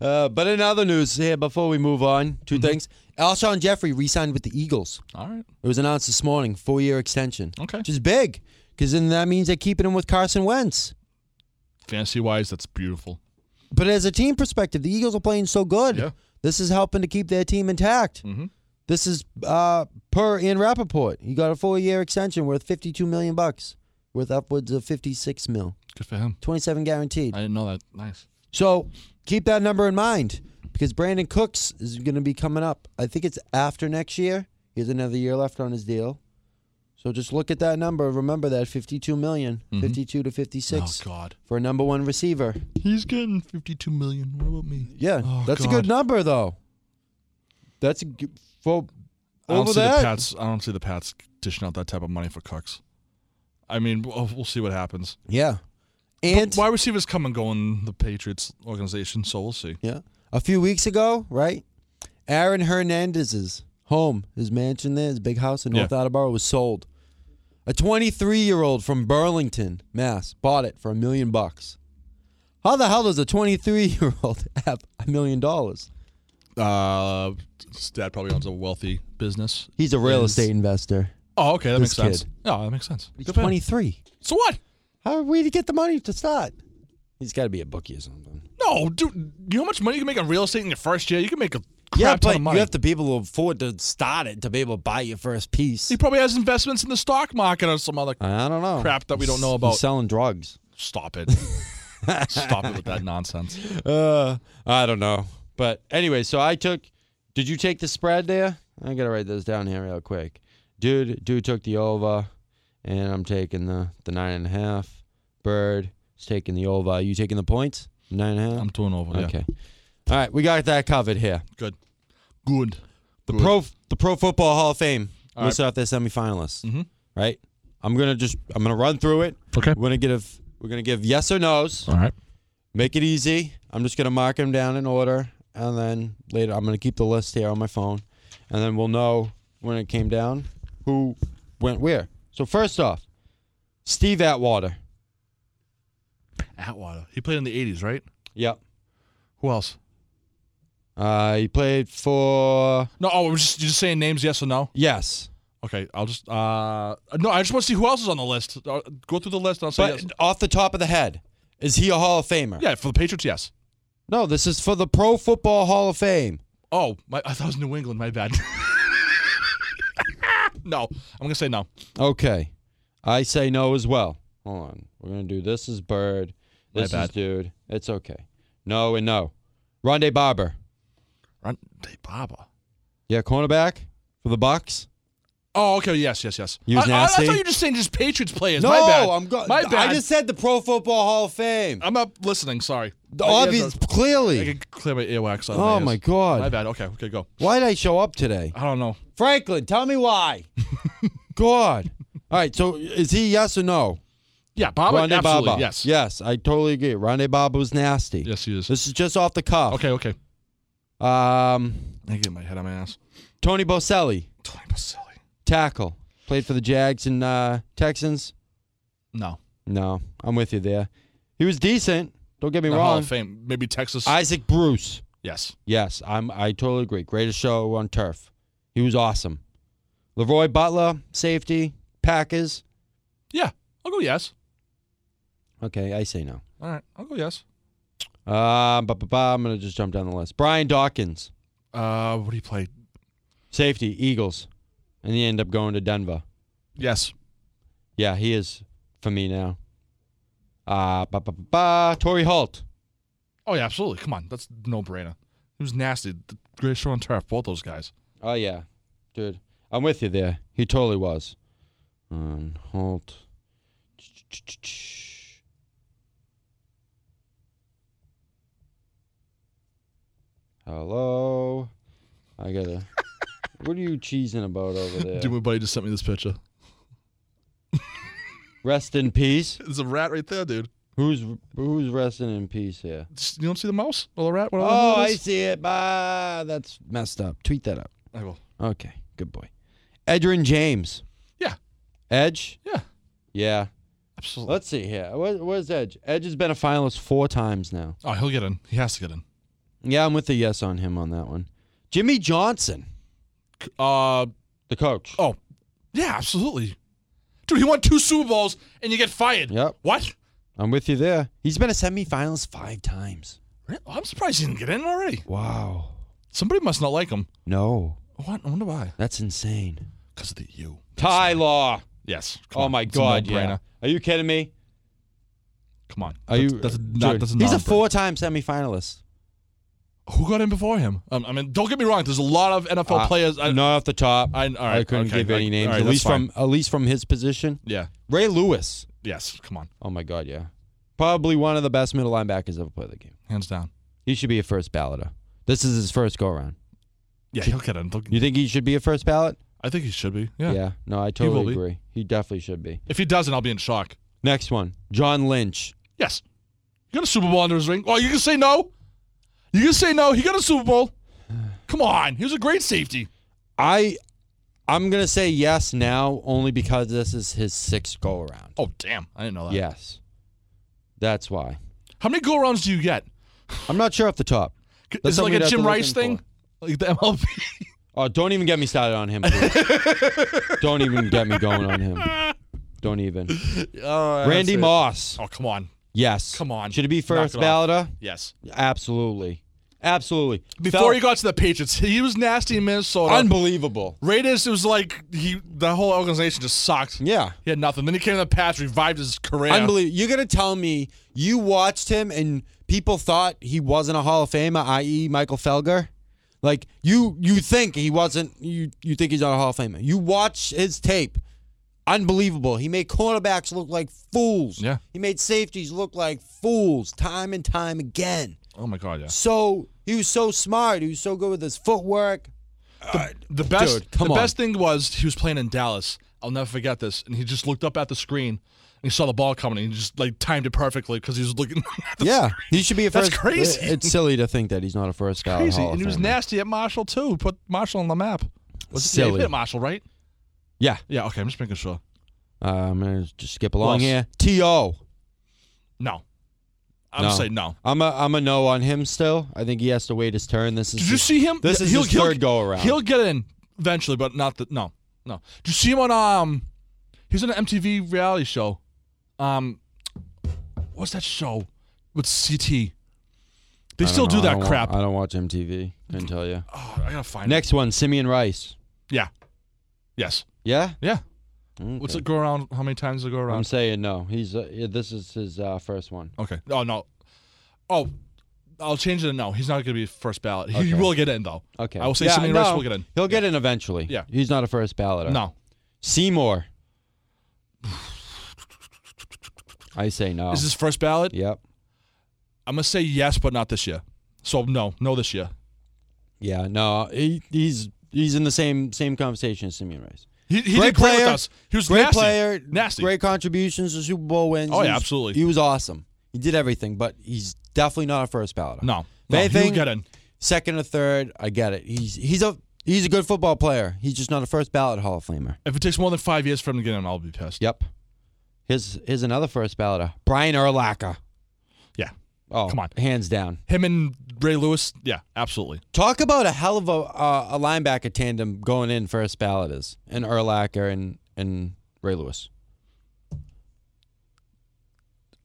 Speaker 1: Uh, but in other news here, before we move on, 2
Speaker 2: Mm-hmm.
Speaker 1: things. Alshon Jeffrey re-signed with the Eagles.
Speaker 2: All right,
Speaker 1: It was announced this morning, four-year extension,
Speaker 2: okay.
Speaker 1: which is big because then that means they're keeping him with Carson Wentz.
Speaker 2: Fantasy wise, that's beautiful.
Speaker 1: But as a team perspective, the Eagles are playing so good.
Speaker 2: Yeah.
Speaker 1: This is helping to keep their team intact.
Speaker 2: Mhm.
Speaker 1: This is uh, per Ian Rappaport. He got a four-year extension worth 52 million bucks, worth upwards of 56 mil,
Speaker 2: Good for him.
Speaker 1: 27 guaranteed.
Speaker 2: I didn't know that. Nice.
Speaker 1: So keep that number in mind because Brandon Cooks is going to be coming up. I think it's after next year. He has another year left on his deal. So just look at that number. Remember that 52 million, 52 to 56
Speaker 2: Mm-hmm. Oh God,
Speaker 1: for a number one receiver.
Speaker 2: he's getting fifty-two million. What about me?
Speaker 1: Yeah,
Speaker 2: Oh,
Speaker 1: that's a
Speaker 2: God.
Speaker 1: good number though. That's a good, for
Speaker 2: I don't
Speaker 1: over
Speaker 2: see
Speaker 1: that.
Speaker 2: the Pats. I don't see the Pats dishing out that type of money for Cooks. I mean, we'll, we'll see what happens.
Speaker 1: Yeah,
Speaker 2: Why
Speaker 1: and
Speaker 2: wide receivers come and go in the Patriots organization, so we'll see.
Speaker 1: yeah, a few weeks ago, right? Aaron Hernandez's home, his mansion there, his big house in North Attleboro was sold. A 23-year-old from Burlington, Mass, bought it for a million bucks. How the hell does a 23-year-old (laughs) have a million dollars?
Speaker 2: Uh, his dad probably owns a wealthy business.
Speaker 1: He's a real
Speaker 2: Yes.
Speaker 1: estate investor.
Speaker 2: Oh, okay, that
Speaker 1: This
Speaker 2: makes sense.
Speaker 1: kid.
Speaker 2: Yeah, that makes sense.
Speaker 1: He's
Speaker 2: Good for him.
Speaker 1: 23.
Speaker 2: So what?
Speaker 1: How are we to get the money to start? He's got to be a bookie or something.
Speaker 2: No, dude, you know how much money you can make on real estate in your first year? You can make a crap
Speaker 1: Yeah,
Speaker 2: ton
Speaker 1: but
Speaker 2: of money.
Speaker 1: you have to be able to afford to start it to be able to buy your first piece.
Speaker 2: he probably has investments in the stock market or some other.
Speaker 1: I don't know.
Speaker 2: Crap that we don't know
Speaker 1: He's
Speaker 2: about.
Speaker 1: selling drugs. (laughs)
Speaker 2: Stop it. Stop it with that nonsense.
Speaker 1: Uh, I don't know. But anyway, so I took. Did you take the spread there? I gotta write those down here real quick. Dude, dude took the over, and I'm taking the the nine and a half. Bird is taking the over. Are you taking the points? Nine and a half.
Speaker 2: I'm doing over. Yeah.
Speaker 1: Okay. All right, we got that covered here.
Speaker 2: Good. Good.
Speaker 1: The
Speaker 2: Good.
Speaker 1: pro the Pro Football Hall of Fame
Speaker 2: All
Speaker 1: lists out their semifinalists.
Speaker 2: Mhm.
Speaker 1: Right. I'm gonna just I'm gonna run through it.
Speaker 2: Okay.
Speaker 1: We're gonna give we're gonna give yes or no's.
Speaker 2: All right.
Speaker 1: Make it easy. I'm just gonna mark them down in order, and then later I'm gonna keep the list here on my phone, and then we'll know when it came down who went where. So first off, Steve Atwater.
Speaker 2: Atwater. He played in the 80s, right?
Speaker 1: Yep.
Speaker 2: Who else?
Speaker 1: Uh, he played for
Speaker 2: No, oh, we're just, you're just saying names, yes or no?
Speaker 1: yes,
Speaker 2: Okay, I'll just. uh No, I just want to see who else is on the list. Uh, go through the list and I'll say
Speaker 1: but
Speaker 2: yes.
Speaker 1: off the top of the head, is he a Hall of Famer?
Speaker 2: Yeah, for the Patriots, yes.
Speaker 1: No, this is for the Pro Football Hall of Fame.
Speaker 2: Oh, my, I thought it was New England. My bad. (laughs) no, I'm going to say no.
Speaker 1: Okay. I say no as well. Hold on. We're gonna do this is bird.
Speaker 2: My
Speaker 1: This is
Speaker 2: bad.
Speaker 1: dude. It's okay. No and no. Rondé Barber.
Speaker 2: Run, Dave Baba.
Speaker 1: Yeah, cornerback for the Bucks.
Speaker 2: Oh, okay. Yes, yes, yes.
Speaker 1: He was
Speaker 2: I, I- I
Speaker 1: nasty.
Speaker 2: thought you were just saying just Patriots players.
Speaker 1: No,
Speaker 2: my bad.
Speaker 1: I'm go-
Speaker 2: My bad. Oh,
Speaker 1: I just said the Pro Football Hall of Fame.
Speaker 2: I'm not listening. Sorry.
Speaker 1: The
Speaker 2: My ears
Speaker 1: obvious,
Speaker 2: are- I
Speaker 1: clearly.
Speaker 2: can clear my earwax. out of
Speaker 1: Oh
Speaker 2: ears.
Speaker 1: my
Speaker 2: My
Speaker 1: God!
Speaker 2: bad. Okay. Okay. Go.
Speaker 1: Why did I show up today,
Speaker 2: I don't know.
Speaker 1: Franklin? Tell me
Speaker 2: (laughs)
Speaker 1: why. God. All right. So is he yes or no?
Speaker 2: Yeah, Baba.
Speaker 1: Rondé
Speaker 2: absolutely.
Speaker 1: Barber.
Speaker 2: Yes.
Speaker 1: Yes, I totally agree. Rondé Barber was nasty.
Speaker 2: Yes, he is.
Speaker 1: This is just off the cuff.
Speaker 2: Okay. Okay.
Speaker 1: Um.
Speaker 2: I get my head on my ass.
Speaker 1: Tony Boselli,
Speaker 2: Tony Baselli.
Speaker 1: tackle, played for the Jags and uh, Texans.
Speaker 2: No.
Speaker 1: No, I'm with you there. He was decent. Don't get me
Speaker 2: Not Hall
Speaker 1: wrong.
Speaker 2: of Fame. Maybe Texas.
Speaker 1: Isaac Bruce.
Speaker 2: yes.
Speaker 1: Yes, I'm. I totally agree. Greatest show on turf. He was awesome. Leroy Butler, safety, Packers.
Speaker 2: Yeah. I'll go yes.
Speaker 1: Okay, I say no.
Speaker 2: All right. I'll go yes.
Speaker 1: Um, ba ba ba, I'm gonna just jump down the list. Brian Dawkins,
Speaker 2: Uh, what do you play?
Speaker 1: safety, Eagles, and he ended up going to Denver.
Speaker 2: Yes.
Speaker 1: Yeah, he is for me now. Uh, ba ba ba ba. Torrey Holt.
Speaker 2: Oh yeah, absolutely. Come on, that's no brainer. He was nasty. The greatest show on turf. Both those guys.
Speaker 1: Oh yeah, dude, I'm with you there. He totally was. Um, Holt. Hello. I gotta. What are you cheesing about over there?
Speaker 2: (laughs) Dude, my buddy just sent me this picture.
Speaker 1: Rest in peace.
Speaker 2: There's a rat right there, dude.
Speaker 1: Who's who's resting in peace here?
Speaker 2: S- You don't see the mouse or the rat? Whatever
Speaker 1: Oh,
Speaker 2: that
Speaker 1: I
Speaker 2: is?
Speaker 1: see it. Bah, that's messed up. Tweet that up.
Speaker 2: I will.
Speaker 1: Okay, good boy. Edrin James.
Speaker 2: Yeah.
Speaker 1: Edge.
Speaker 2: Yeah,
Speaker 1: Yeah.
Speaker 2: absolutely.
Speaker 1: Let's see here. What, what is Edge? Edge has been a finalist four times now.
Speaker 2: oh, he'll get in. He has to get in.
Speaker 1: Yeah, I'm with the yes on him on that one. Jimmy Johnson,
Speaker 2: C- Uh,
Speaker 1: the coach.
Speaker 2: oh, yeah, absolutely. Dude, he won two Super Bowls and you get fired.
Speaker 1: Yep.
Speaker 2: What?
Speaker 1: I'm with you there. He's been a semifinalist five times.
Speaker 2: Really? I'm surprised he didn't get in already.
Speaker 1: Wow.
Speaker 2: Somebody must not like him.
Speaker 1: No,
Speaker 2: What? I wonder why.
Speaker 1: that's insane.
Speaker 2: Because of the U.
Speaker 1: Ty Law.
Speaker 2: Yes. come
Speaker 1: Oh
Speaker 2: on.
Speaker 1: my
Speaker 2: It's a
Speaker 1: God! Yeah.
Speaker 2: no-brainer.
Speaker 1: Are you kidding me?
Speaker 2: Come on.
Speaker 1: Are
Speaker 2: that's,
Speaker 1: you?
Speaker 2: That's,
Speaker 1: dude,
Speaker 2: not, that's
Speaker 1: he's a
Speaker 2: non-brainer.
Speaker 1: four-time semifinalist.
Speaker 2: Who got in before him? Um, I mean, don't get me wrong. There's a lot of NFL
Speaker 1: Uh,
Speaker 2: players. I,
Speaker 1: Not off the top.
Speaker 2: I, all right,
Speaker 1: I couldn't
Speaker 2: okay,
Speaker 1: give any
Speaker 2: like,
Speaker 1: names.
Speaker 2: all right,
Speaker 1: at
Speaker 2: that's
Speaker 1: least
Speaker 2: fine.
Speaker 1: from at least from his position,
Speaker 2: Yeah.
Speaker 1: Ray Lewis.
Speaker 2: Yes. Come on.
Speaker 1: Oh my God! Yeah, probably one of the best middle linebackers ever played the game.
Speaker 2: Hands down.
Speaker 1: He should be a first balloter. This is his first go round.
Speaker 2: Yeah, he'll get in. Don't-
Speaker 1: You think he should be a first ballot?
Speaker 2: I think he should be. Yeah.
Speaker 1: No, I
Speaker 2: will
Speaker 1: totally
Speaker 2: be.
Speaker 1: agree. He definitely should be.
Speaker 2: If he doesn't, I'll be in shock.
Speaker 1: Next one, John Lynch.
Speaker 2: Yes. You got a Super Bowl under his ring. Oh, you can say no. You can say no. He got a Super Bowl. (sighs) Come on. He was a great safety.
Speaker 1: I, I'm gonna say yes now only because this is his sixth go around.
Speaker 2: Oh, damn. I didn't know that.
Speaker 1: Yes, that's why.
Speaker 2: How many go rounds do you get?
Speaker 1: I'm not sure off the top.
Speaker 2: Is it
Speaker 1: something
Speaker 2: like
Speaker 1: we'd
Speaker 2: a
Speaker 1: have to
Speaker 2: Jim
Speaker 1: look
Speaker 2: Rice
Speaker 1: in
Speaker 2: thing?
Speaker 1: for.
Speaker 2: Like the MLB? (laughs)
Speaker 1: Oh, don't even get me started on him. please.
Speaker 2: (laughs)
Speaker 1: don't even get me going on him. Don't even. Randy Moss.
Speaker 2: Oh, come on.
Speaker 1: Yes.
Speaker 2: Come on.
Speaker 1: Should it be
Speaker 2: Knock
Speaker 1: first
Speaker 2: it off.
Speaker 1: balloter?
Speaker 2: Yes.
Speaker 1: Absolutely. Absolutely.
Speaker 2: Before
Speaker 1: Fel-
Speaker 2: he got to the Patriots, he was nasty in Minnesota.
Speaker 1: unbelievable.
Speaker 2: Raiders, it was like he the whole organization just sucked.
Speaker 1: Yeah.
Speaker 2: He had nothing. Then he came to the Pats, revived his career.
Speaker 1: Unbelievable. You're gonna tell me you watched him and people thought he wasn't a Hall of Famer, i.e., Michael Felger. Like you, you think he wasn't. You you think he's not a Hall of Famer. You watch his tape. Unbelievable. He made cornerbacks look like fools.
Speaker 2: Yeah.
Speaker 1: He made safeties look like fools time and time again.
Speaker 2: Oh my god, yeah.
Speaker 1: So he was so smart. He was so good with his footwork.
Speaker 2: The best,
Speaker 1: Dude, come
Speaker 2: the
Speaker 1: on.
Speaker 2: best thing was he was playing in Dallas. I'll never forget this. And he just looked up at the screen and he saw the ball coming and he just like timed it perfectly because he was looking. (laughs) at the
Speaker 1: Yeah, he should be a
Speaker 2: That's
Speaker 1: first.
Speaker 2: crazy.
Speaker 1: it- It's silly to think that he's not a first guy.
Speaker 2: Crazy.
Speaker 1: Hall of
Speaker 2: And he was
Speaker 1: Famer.
Speaker 2: nasty at Marshall too. He Put Marshall on the map. Was it- yeah, he
Speaker 1: Silly.
Speaker 2: hit Marshall, right?
Speaker 1: Yeah,
Speaker 2: Yeah. Okay, I'm just making sure.
Speaker 1: uh, I'm gonna just skip along
Speaker 2: else?
Speaker 1: here. To
Speaker 2: No, I'm
Speaker 1: No.
Speaker 2: gonna say no.
Speaker 1: I'm a I'm a no on him still. I think he has to wait his turn. This is
Speaker 2: Did you
Speaker 1: his-
Speaker 2: see him?
Speaker 1: This
Speaker 2: Yeah,
Speaker 1: is his third go around.
Speaker 2: He'll get in eventually, but not the no, no. Did you see him on um? He's on an MTV reality show. Um, what's that show with CT?
Speaker 1: I
Speaker 2: They
Speaker 1: don't
Speaker 2: still
Speaker 1: know.
Speaker 2: do
Speaker 1: I
Speaker 2: that
Speaker 1: don't wa-
Speaker 2: crap.
Speaker 1: I don't watch MTV. Couldn't tell you.
Speaker 2: oh, I gotta find
Speaker 1: Next one, Simeon Rice.
Speaker 2: it. Yeah. Yes.
Speaker 1: Yeah.
Speaker 2: Yeah.
Speaker 1: Okay.
Speaker 2: What's it go around? How many times does it go
Speaker 1: I'm
Speaker 2: around?
Speaker 1: saying no. He's uh, yeah, this is his uh, first one.
Speaker 2: okay. Oh no. Oh, I'll change it. to No, he's not gonna be first ballot. He
Speaker 1: Okay.
Speaker 2: will get in though.
Speaker 1: Okay.
Speaker 2: I will say
Speaker 1: yeah,
Speaker 2: Simeon
Speaker 1: no,
Speaker 2: Rice will get in.
Speaker 1: He'll get in eventually.
Speaker 2: Yeah.
Speaker 1: He's not a first balloter.
Speaker 2: No. (sighs)
Speaker 1: Seymour. I say no.
Speaker 2: Is this first ballot?
Speaker 1: yep.
Speaker 2: I'm gonna say yes, but not this year. So no, no this year.
Speaker 1: Yeah. No. He, he's he's in the same same conversation as Simeon Rice.
Speaker 2: He, he
Speaker 1: Great
Speaker 2: did great with
Speaker 1: player.
Speaker 2: us. He was
Speaker 1: Great
Speaker 2: nasty.
Speaker 1: player.
Speaker 2: Nasty.
Speaker 1: Great contributions to Super Bowl wins.
Speaker 2: Oh,
Speaker 1: He
Speaker 2: yeah,
Speaker 1: was-
Speaker 2: absolutely.
Speaker 1: He was awesome. He did everything, but he's definitely not a first balloter.
Speaker 2: No,
Speaker 1: If
Speaker 2: no
Speaker 1: anything-
Speaker 2: he'll get in.
Speaker 1: Second or third, I get it. He's he's a he's a good football player. He's just not a first ballot Hall of Famer.
Speaker 2: If it takes more than five years for him to get in, I'll be pissed.
Speaker 1: Yep. Here's here's another first balloter. Brian Urlacher.
Speaker 2: Yeah.
Speaker 1: Oh,
Speaker 2: Come on.
Speaker 1: hands down.
Speaker 2: Him and Ray Lewis, yeah, absolutely.
Speaker 1: Talk about a hell of a uh, a linebacker tandem going in first ballot is and Urlacher and and Ray Lewis.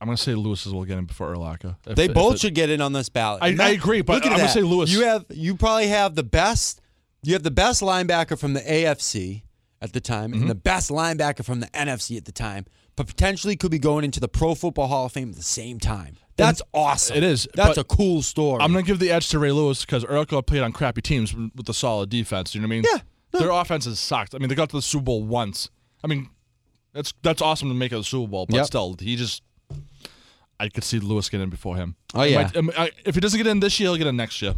Speaker 2: I'm gonna say Lewis will get in before Erlaka. If-
Speaker 1: They
Speaker 2: if
Speaker 1: both
Speaker 2: it-
Speaker 1: should get in on this ballot.
Speaker 2: I-
Speaker 1: And
Speaker 2: I agree, but
Speaker 1: look at
Speaker 2: I'm gonna
Speaker 1: that.
Speaker 2: say Lewis.
Speaker 1: You have you probably have the best. You have the best linebacker from the AFC at the time,
Speaker 2: Mm-hmm.
Speaker 1: and the best linebacker from the NFC at the time, but potentially could be going into the Pro Football Hall of Fame at the same time. That's awesome.
Speaker 2: it is,
Speaker 1: That's
Speaker 2: but
Speaker 1: a cool story.
Speaker 2: I'm gonna give the edge to Ray Lewis because Erlaka played on crappy teams with a solid defense. You know what I mean?
Speaker 1: Yeah,
Speaker 2: Their offense has sucked. I mean, they got to the Super Bowl once. I mean, that's that's awesome to make it a Super Bowl, but
Speaker 1: Yep.
Speaker 2: still, he just. I could see Lewis get in before him.
Speaker 1: Oh, yeah.
Speaker 2: Am I- am I- if he doesn't get in this year, he'll get in next year.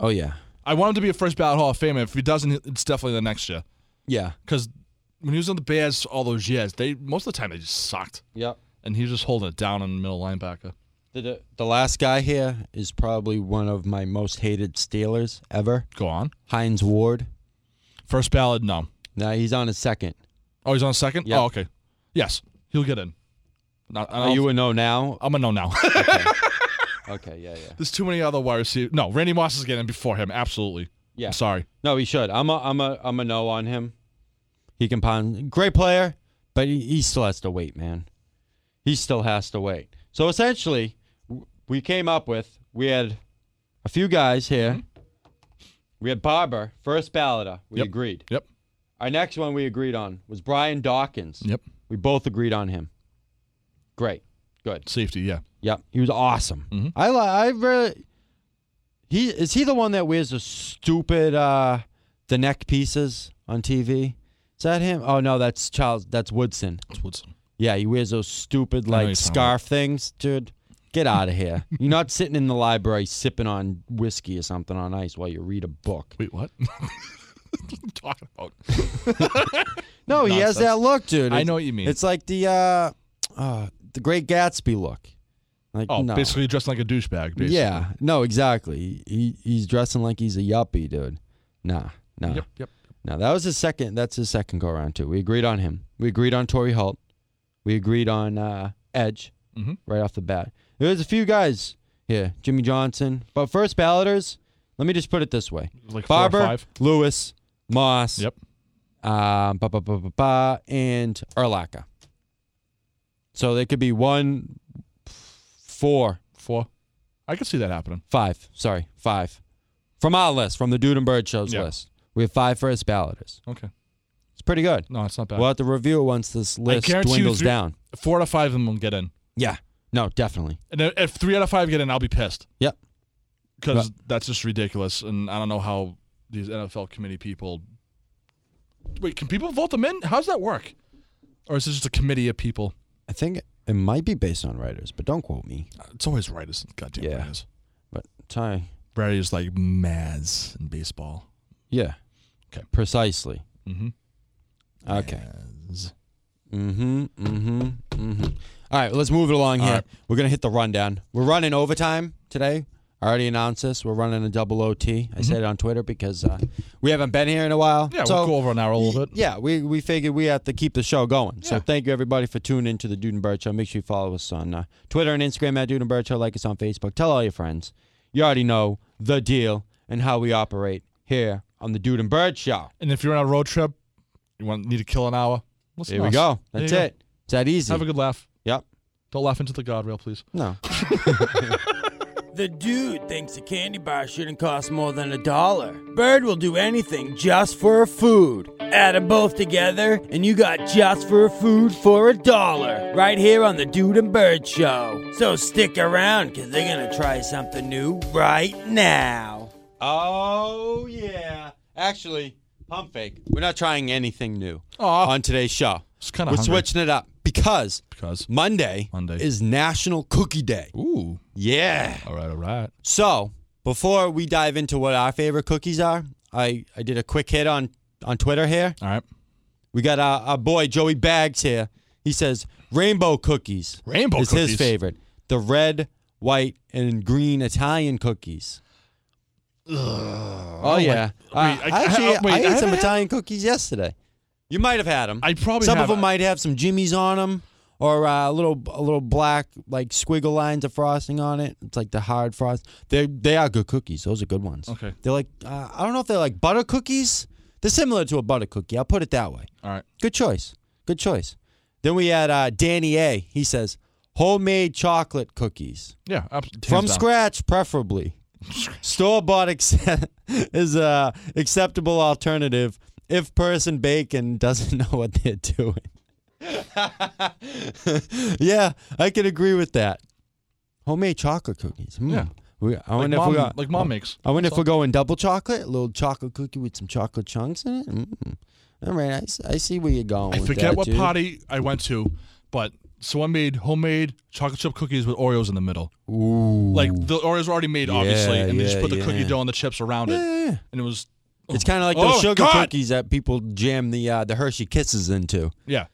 Speaker 1: oh yeah,
Speaker 2: I want him to be a first ballot Hall of Famer. If he doesn't, it's definitely the next year
Speaker 1: yeah.
Speaker 2: because when he was on the Bears all those years, they most of the time they just sucked,
Speaker 1: Yep.
Speaker 2: and he was just holding it down in the middle linebacker.
Speaker 1: The, the, the last guy here is probably one of my most hated Steelers ever.
Speaker 2: Go on.
Speaker 1: Heinz Ward.
Speaker 2: First ballot, no.
Speaker 1: Now he's on his second.
Speaker 2: Oh, he's on second.
Speaker 1: Yeah.
Speaker 2: Oh, okay. Yes, he'll get in. No, I
Speaker 1: Are
Speaker 2: don't-
Speaker 1: you a no now?
Speaker 2: I'm a no now. (laughs)
Speaker 1: Okay, yeah, yeah.
Speaker 2: There's too many other wide receivers. No, Randy Moss is getting in before him. Absolutely.
Speaker 1: Yeah.
Speaker 2: I'm sorry.
Speaker 1: No, he should. I'm a I'm a I'm a no on him. He can pound. Great player, but he, he still has to wait, man. He still has to wait. So essentially, w- we came up with we had a few guys here. We had Barber, first balloter. We
Speaker 2: Yep.
Speaker 1: agreed.
Speaker 2: Yep.
Speaker 1: Our next one we agreed on was Brian Dawkins.
Speaker 2: Yep.
Speaker 1: We both agreed on him. Great. Good.
Speaker 2: Safety. Yeah.
Speaker 1: Yep, he was awesome.
Speaker 2: Mhm.
Speaker 1: I li- I really. He is he the one that wears the stupid uh the neck pieces on TV? Is that him? Oh no, that's Charles. That's Woodson.
Speaker 2: It's Woodson.
Speaker 1: Yeah, he wears those stupid
Speaker 2: know
Speaker 1: like
Speaker 2: you're talking
Speaker 1: scarf things, dude. Get out of here. you're not sitting in the library sipping on whiskey or something on ice while you read a book.
Speaker 2: Wait, what? (laughs) What are you talking about?
Speaker 1: No, he has
Speaker 2: Nonsense.
Speaker 1: that look, dude.
Speaker 2: I
Speaker 1: It's-
Speaker 2: know what you mean.
Speaker 1: It's like the uh, uh the Great Gatsby look. Like
Speaker 2: oh,
Speaker 1: no.
Speaker 2: basically dressed like a douchebag. Basically.
Speaker 1: Yeah, no, exactly. He he's dressing like he's a yuppie, dude. Nah, nah,
Speaker 2: Yep. Yep.
Speaker 1: nah. That was his second. That's his second go around too. We agreed on him. We agreed on Torrey Holt. We agreed on uh, Edge
Speaker 2: Mhm.
Speaker 1: right off the bat. There was a few guys here, Jimmy Johnson, but first balloters. Let me just put it this way:
Speaker 2: Like four or
Speaker 1: Barber,
Speaker 2: five.
Speaker 1: Lewis, Moss,
Speaker 2: Yep.
Speaker 1: um, ba ba ba ba ba, and Erlaka. So they could be one, four,
Speaker 2: Four. I could see that happening.
Speaker 1: Five. Sorry, five. From our list, from the Dude and Bird Show's
Speaker 2: Yeah.
Speaker 1: list, we have five first balloters.
Speaker 2: Okay.
Speaker 1: It's pretty good.
Speaker 2: No, it's not bad.
Speaker 1: We'll have to review once this list
Speaker 2: guarantee you
Speaker 1: dwindles
Speaker 2: three-
Speaker 1: down.
Speaker 2: Four out of five of them will get in.
Speaker 1: Yeah. No, definitely.
Speaker 2: And if- if three out of five get in, I'll be pissed.
Speaker 1: Yep.
Speaker 2: Because that's just ridiculous, and I don't know how these NFL committee people. Wait, can people vote them in? How's that work? Or is this just a committee of people?
Speaker 1: I think it might be based on writers, but don't quote me.
Speaker 2: Uh, It's always writers, goddamn
Speaker 1: Yeah.
Speaker 2: writers.
Speaker 1: But Ty,
Speaker 2: Writers like Maz in baseball.
Speaker 1: yeah.
Speaker 2: 'Kay.
Speaker 1: Precisely.
Speaker 2: Mm-hmm.
Speaker 1: Okay. Mm-hmm. Mm-hmm. Mm-hmm. All right, let's move it along
Speaker 2: All
Speaker 1: here.
Speaker 2: right.
Speaker 1: We're gonna hit the rundown. We're running overtime today. I already announced this. We're running a double OT. I said it on Twitter because uh, we haven't been here in a while.
Speaker 2: Yeah,
Speaker 1: so
Speaker 2: we'll go over an hour a little bit.
Speaker 1: Yeah, we, we figured we have to keep the show going. So
Speaker 2: Yeah.
Speaker 1: thank you everybody for tuning in to the Dude and Bird Show. Make sure you follow us on uh, Twitter and Instagram at Dude and Bird Show. Like us on Facebook. Tell all your friends. You already know the deal and how we operate here on the Dude and Bird Show.
Speaker 2: And if you're on a road trip, you want need to kill an hour. Listen
Speaker 1: Here
Speaker 2: to
Speaker 1: we
Speaker 2: us.
Speaker 1: go.
Speaker 2: There you
Speaker 1: That's
Speaker 2: go.
Speaker 1: it. It's that easy.
Speaker 2: Have a good laugh.
Speaker 1: yep.
Speaker 2: Don't laugh into the guardrail, please.
Speaker 1: No.
Speaker 3: (laughs) The dude thinks a candy bar shouldn't cost more than a dollar. Bird will do anything just for a food. Add them both together, and you got just for a food for a dollar. Right here on the Dude and Bird Show. So stick around, because they're going to try something new right now.
Speaker 1: Oh yeah. Actually, pump fake. We're not trying anything new
Speaker 3: Oh.
Speaker 2: Aw.
Speaker 1: on today's show.
Speaker 2: It's kind
Speaker 1: We're
Speaker 2: of
Speaker 1: switching it up because
Speaker 2: because.
Speaker 1: Monday,
Speaker 2: Monday.
Speaker 1: is National Cookie Day.
Speaker 2: Ooh.
Speaker 1: Yeah.
Speaker 2: All right. All right.
Speaker 1: So before we dive into what our favorite cookies are, I, I did a quick hit on on Twitter here.
Speaker 2: All right.
Speaker 1: We got our, our boy Joey Bags here. He says rainbow cookies.
Speaker 2: Rainbow
Speaker 1: is
Speaker 2: cookies.
Speaker 1: his favorite. The red, white, and green Italian cookies. Oh yeah,
Speaker 2: like-
Speaker 1: Uh,
Speaker 2: wait,
Speaker 1: I,
Speaker 2: I-
Speaker 1: actually
Speaker 2: I- wait,
Speaker 1: I
Speaker 2: I
Speaker 1: ate some
Speaker 2: haven't had-
Speaker 1: Italian cookies yesterday. You might have had them.
Speaker 2: I probably
Speaker 1: some
Speaker 2: have.
Speaker 1: of them might have some Jimmys on them, or uh, a little a little black like squiggle lines of frosting on it. It's like the hard frost. They they are good cookies. Those are good ones.
Speaker 2: Okay.
Speaker 1: They're like uh, I don't know if they're like butter cookies. They're similar to a butter cookie. I'll put it that way.
Speaker 2: All right.
Speaker 1: Good choice. Good choice. Then we had uh, Danny A. He says homemade chocolate cookies
Speaker 2: Yeah. abs- hands
Speaker 1: from
Speaker 2: down.
Speaker 1: scratch, preferably. Store bought (laughs) is a acceptable alternative if person bacon doesn't (laughs) know what they're doing. yeah, I can agree with that. Homemade chocolate cookies. Hmm.
Speaker 2: Yeah.
Speaker 1: We, I
Speaker 2: Like
Speaker 1: wonder if
Speaker 2: mom,
Speaker 1: we got.
Speaker 2: like mom makes.
Speaker 1: I wonder if we're going double chocolate, a little chocolate cookie with some chocolate chunks in it. Mm. All right, I, s- I see where you're going.
Speaker 2: I
Speaker 1: Oh, with
Speaker 2: forget
Speaker 1: that,
Speaker 2: what
Speaker 1: dude.
Speaker 2: party I went to, but someone made homemade chocolate chip cookies with Oreos in the middle.
Speaker 1: Ooh.
Speaker 2: Like the Oreos were already made, obviously,
Speaker 1: Yeah,
Speaker 2: and they just
Speaker 1: yeah,
Speaker 2: put the
Speaker 1: yeah.
Speaker 2: cookie dough and the chips around it,
Speaker 1: Yeah, yeah, yeah.
Speaker 2: and it was
Speaker 1: It's kind of like
Speaker 2: Oh,
Speaker 1: those sugar
Speaker 2: God!
Speaker 1: cookies that people jam the uh, the Hershey Kisses into.
Speaker 2: Yeah,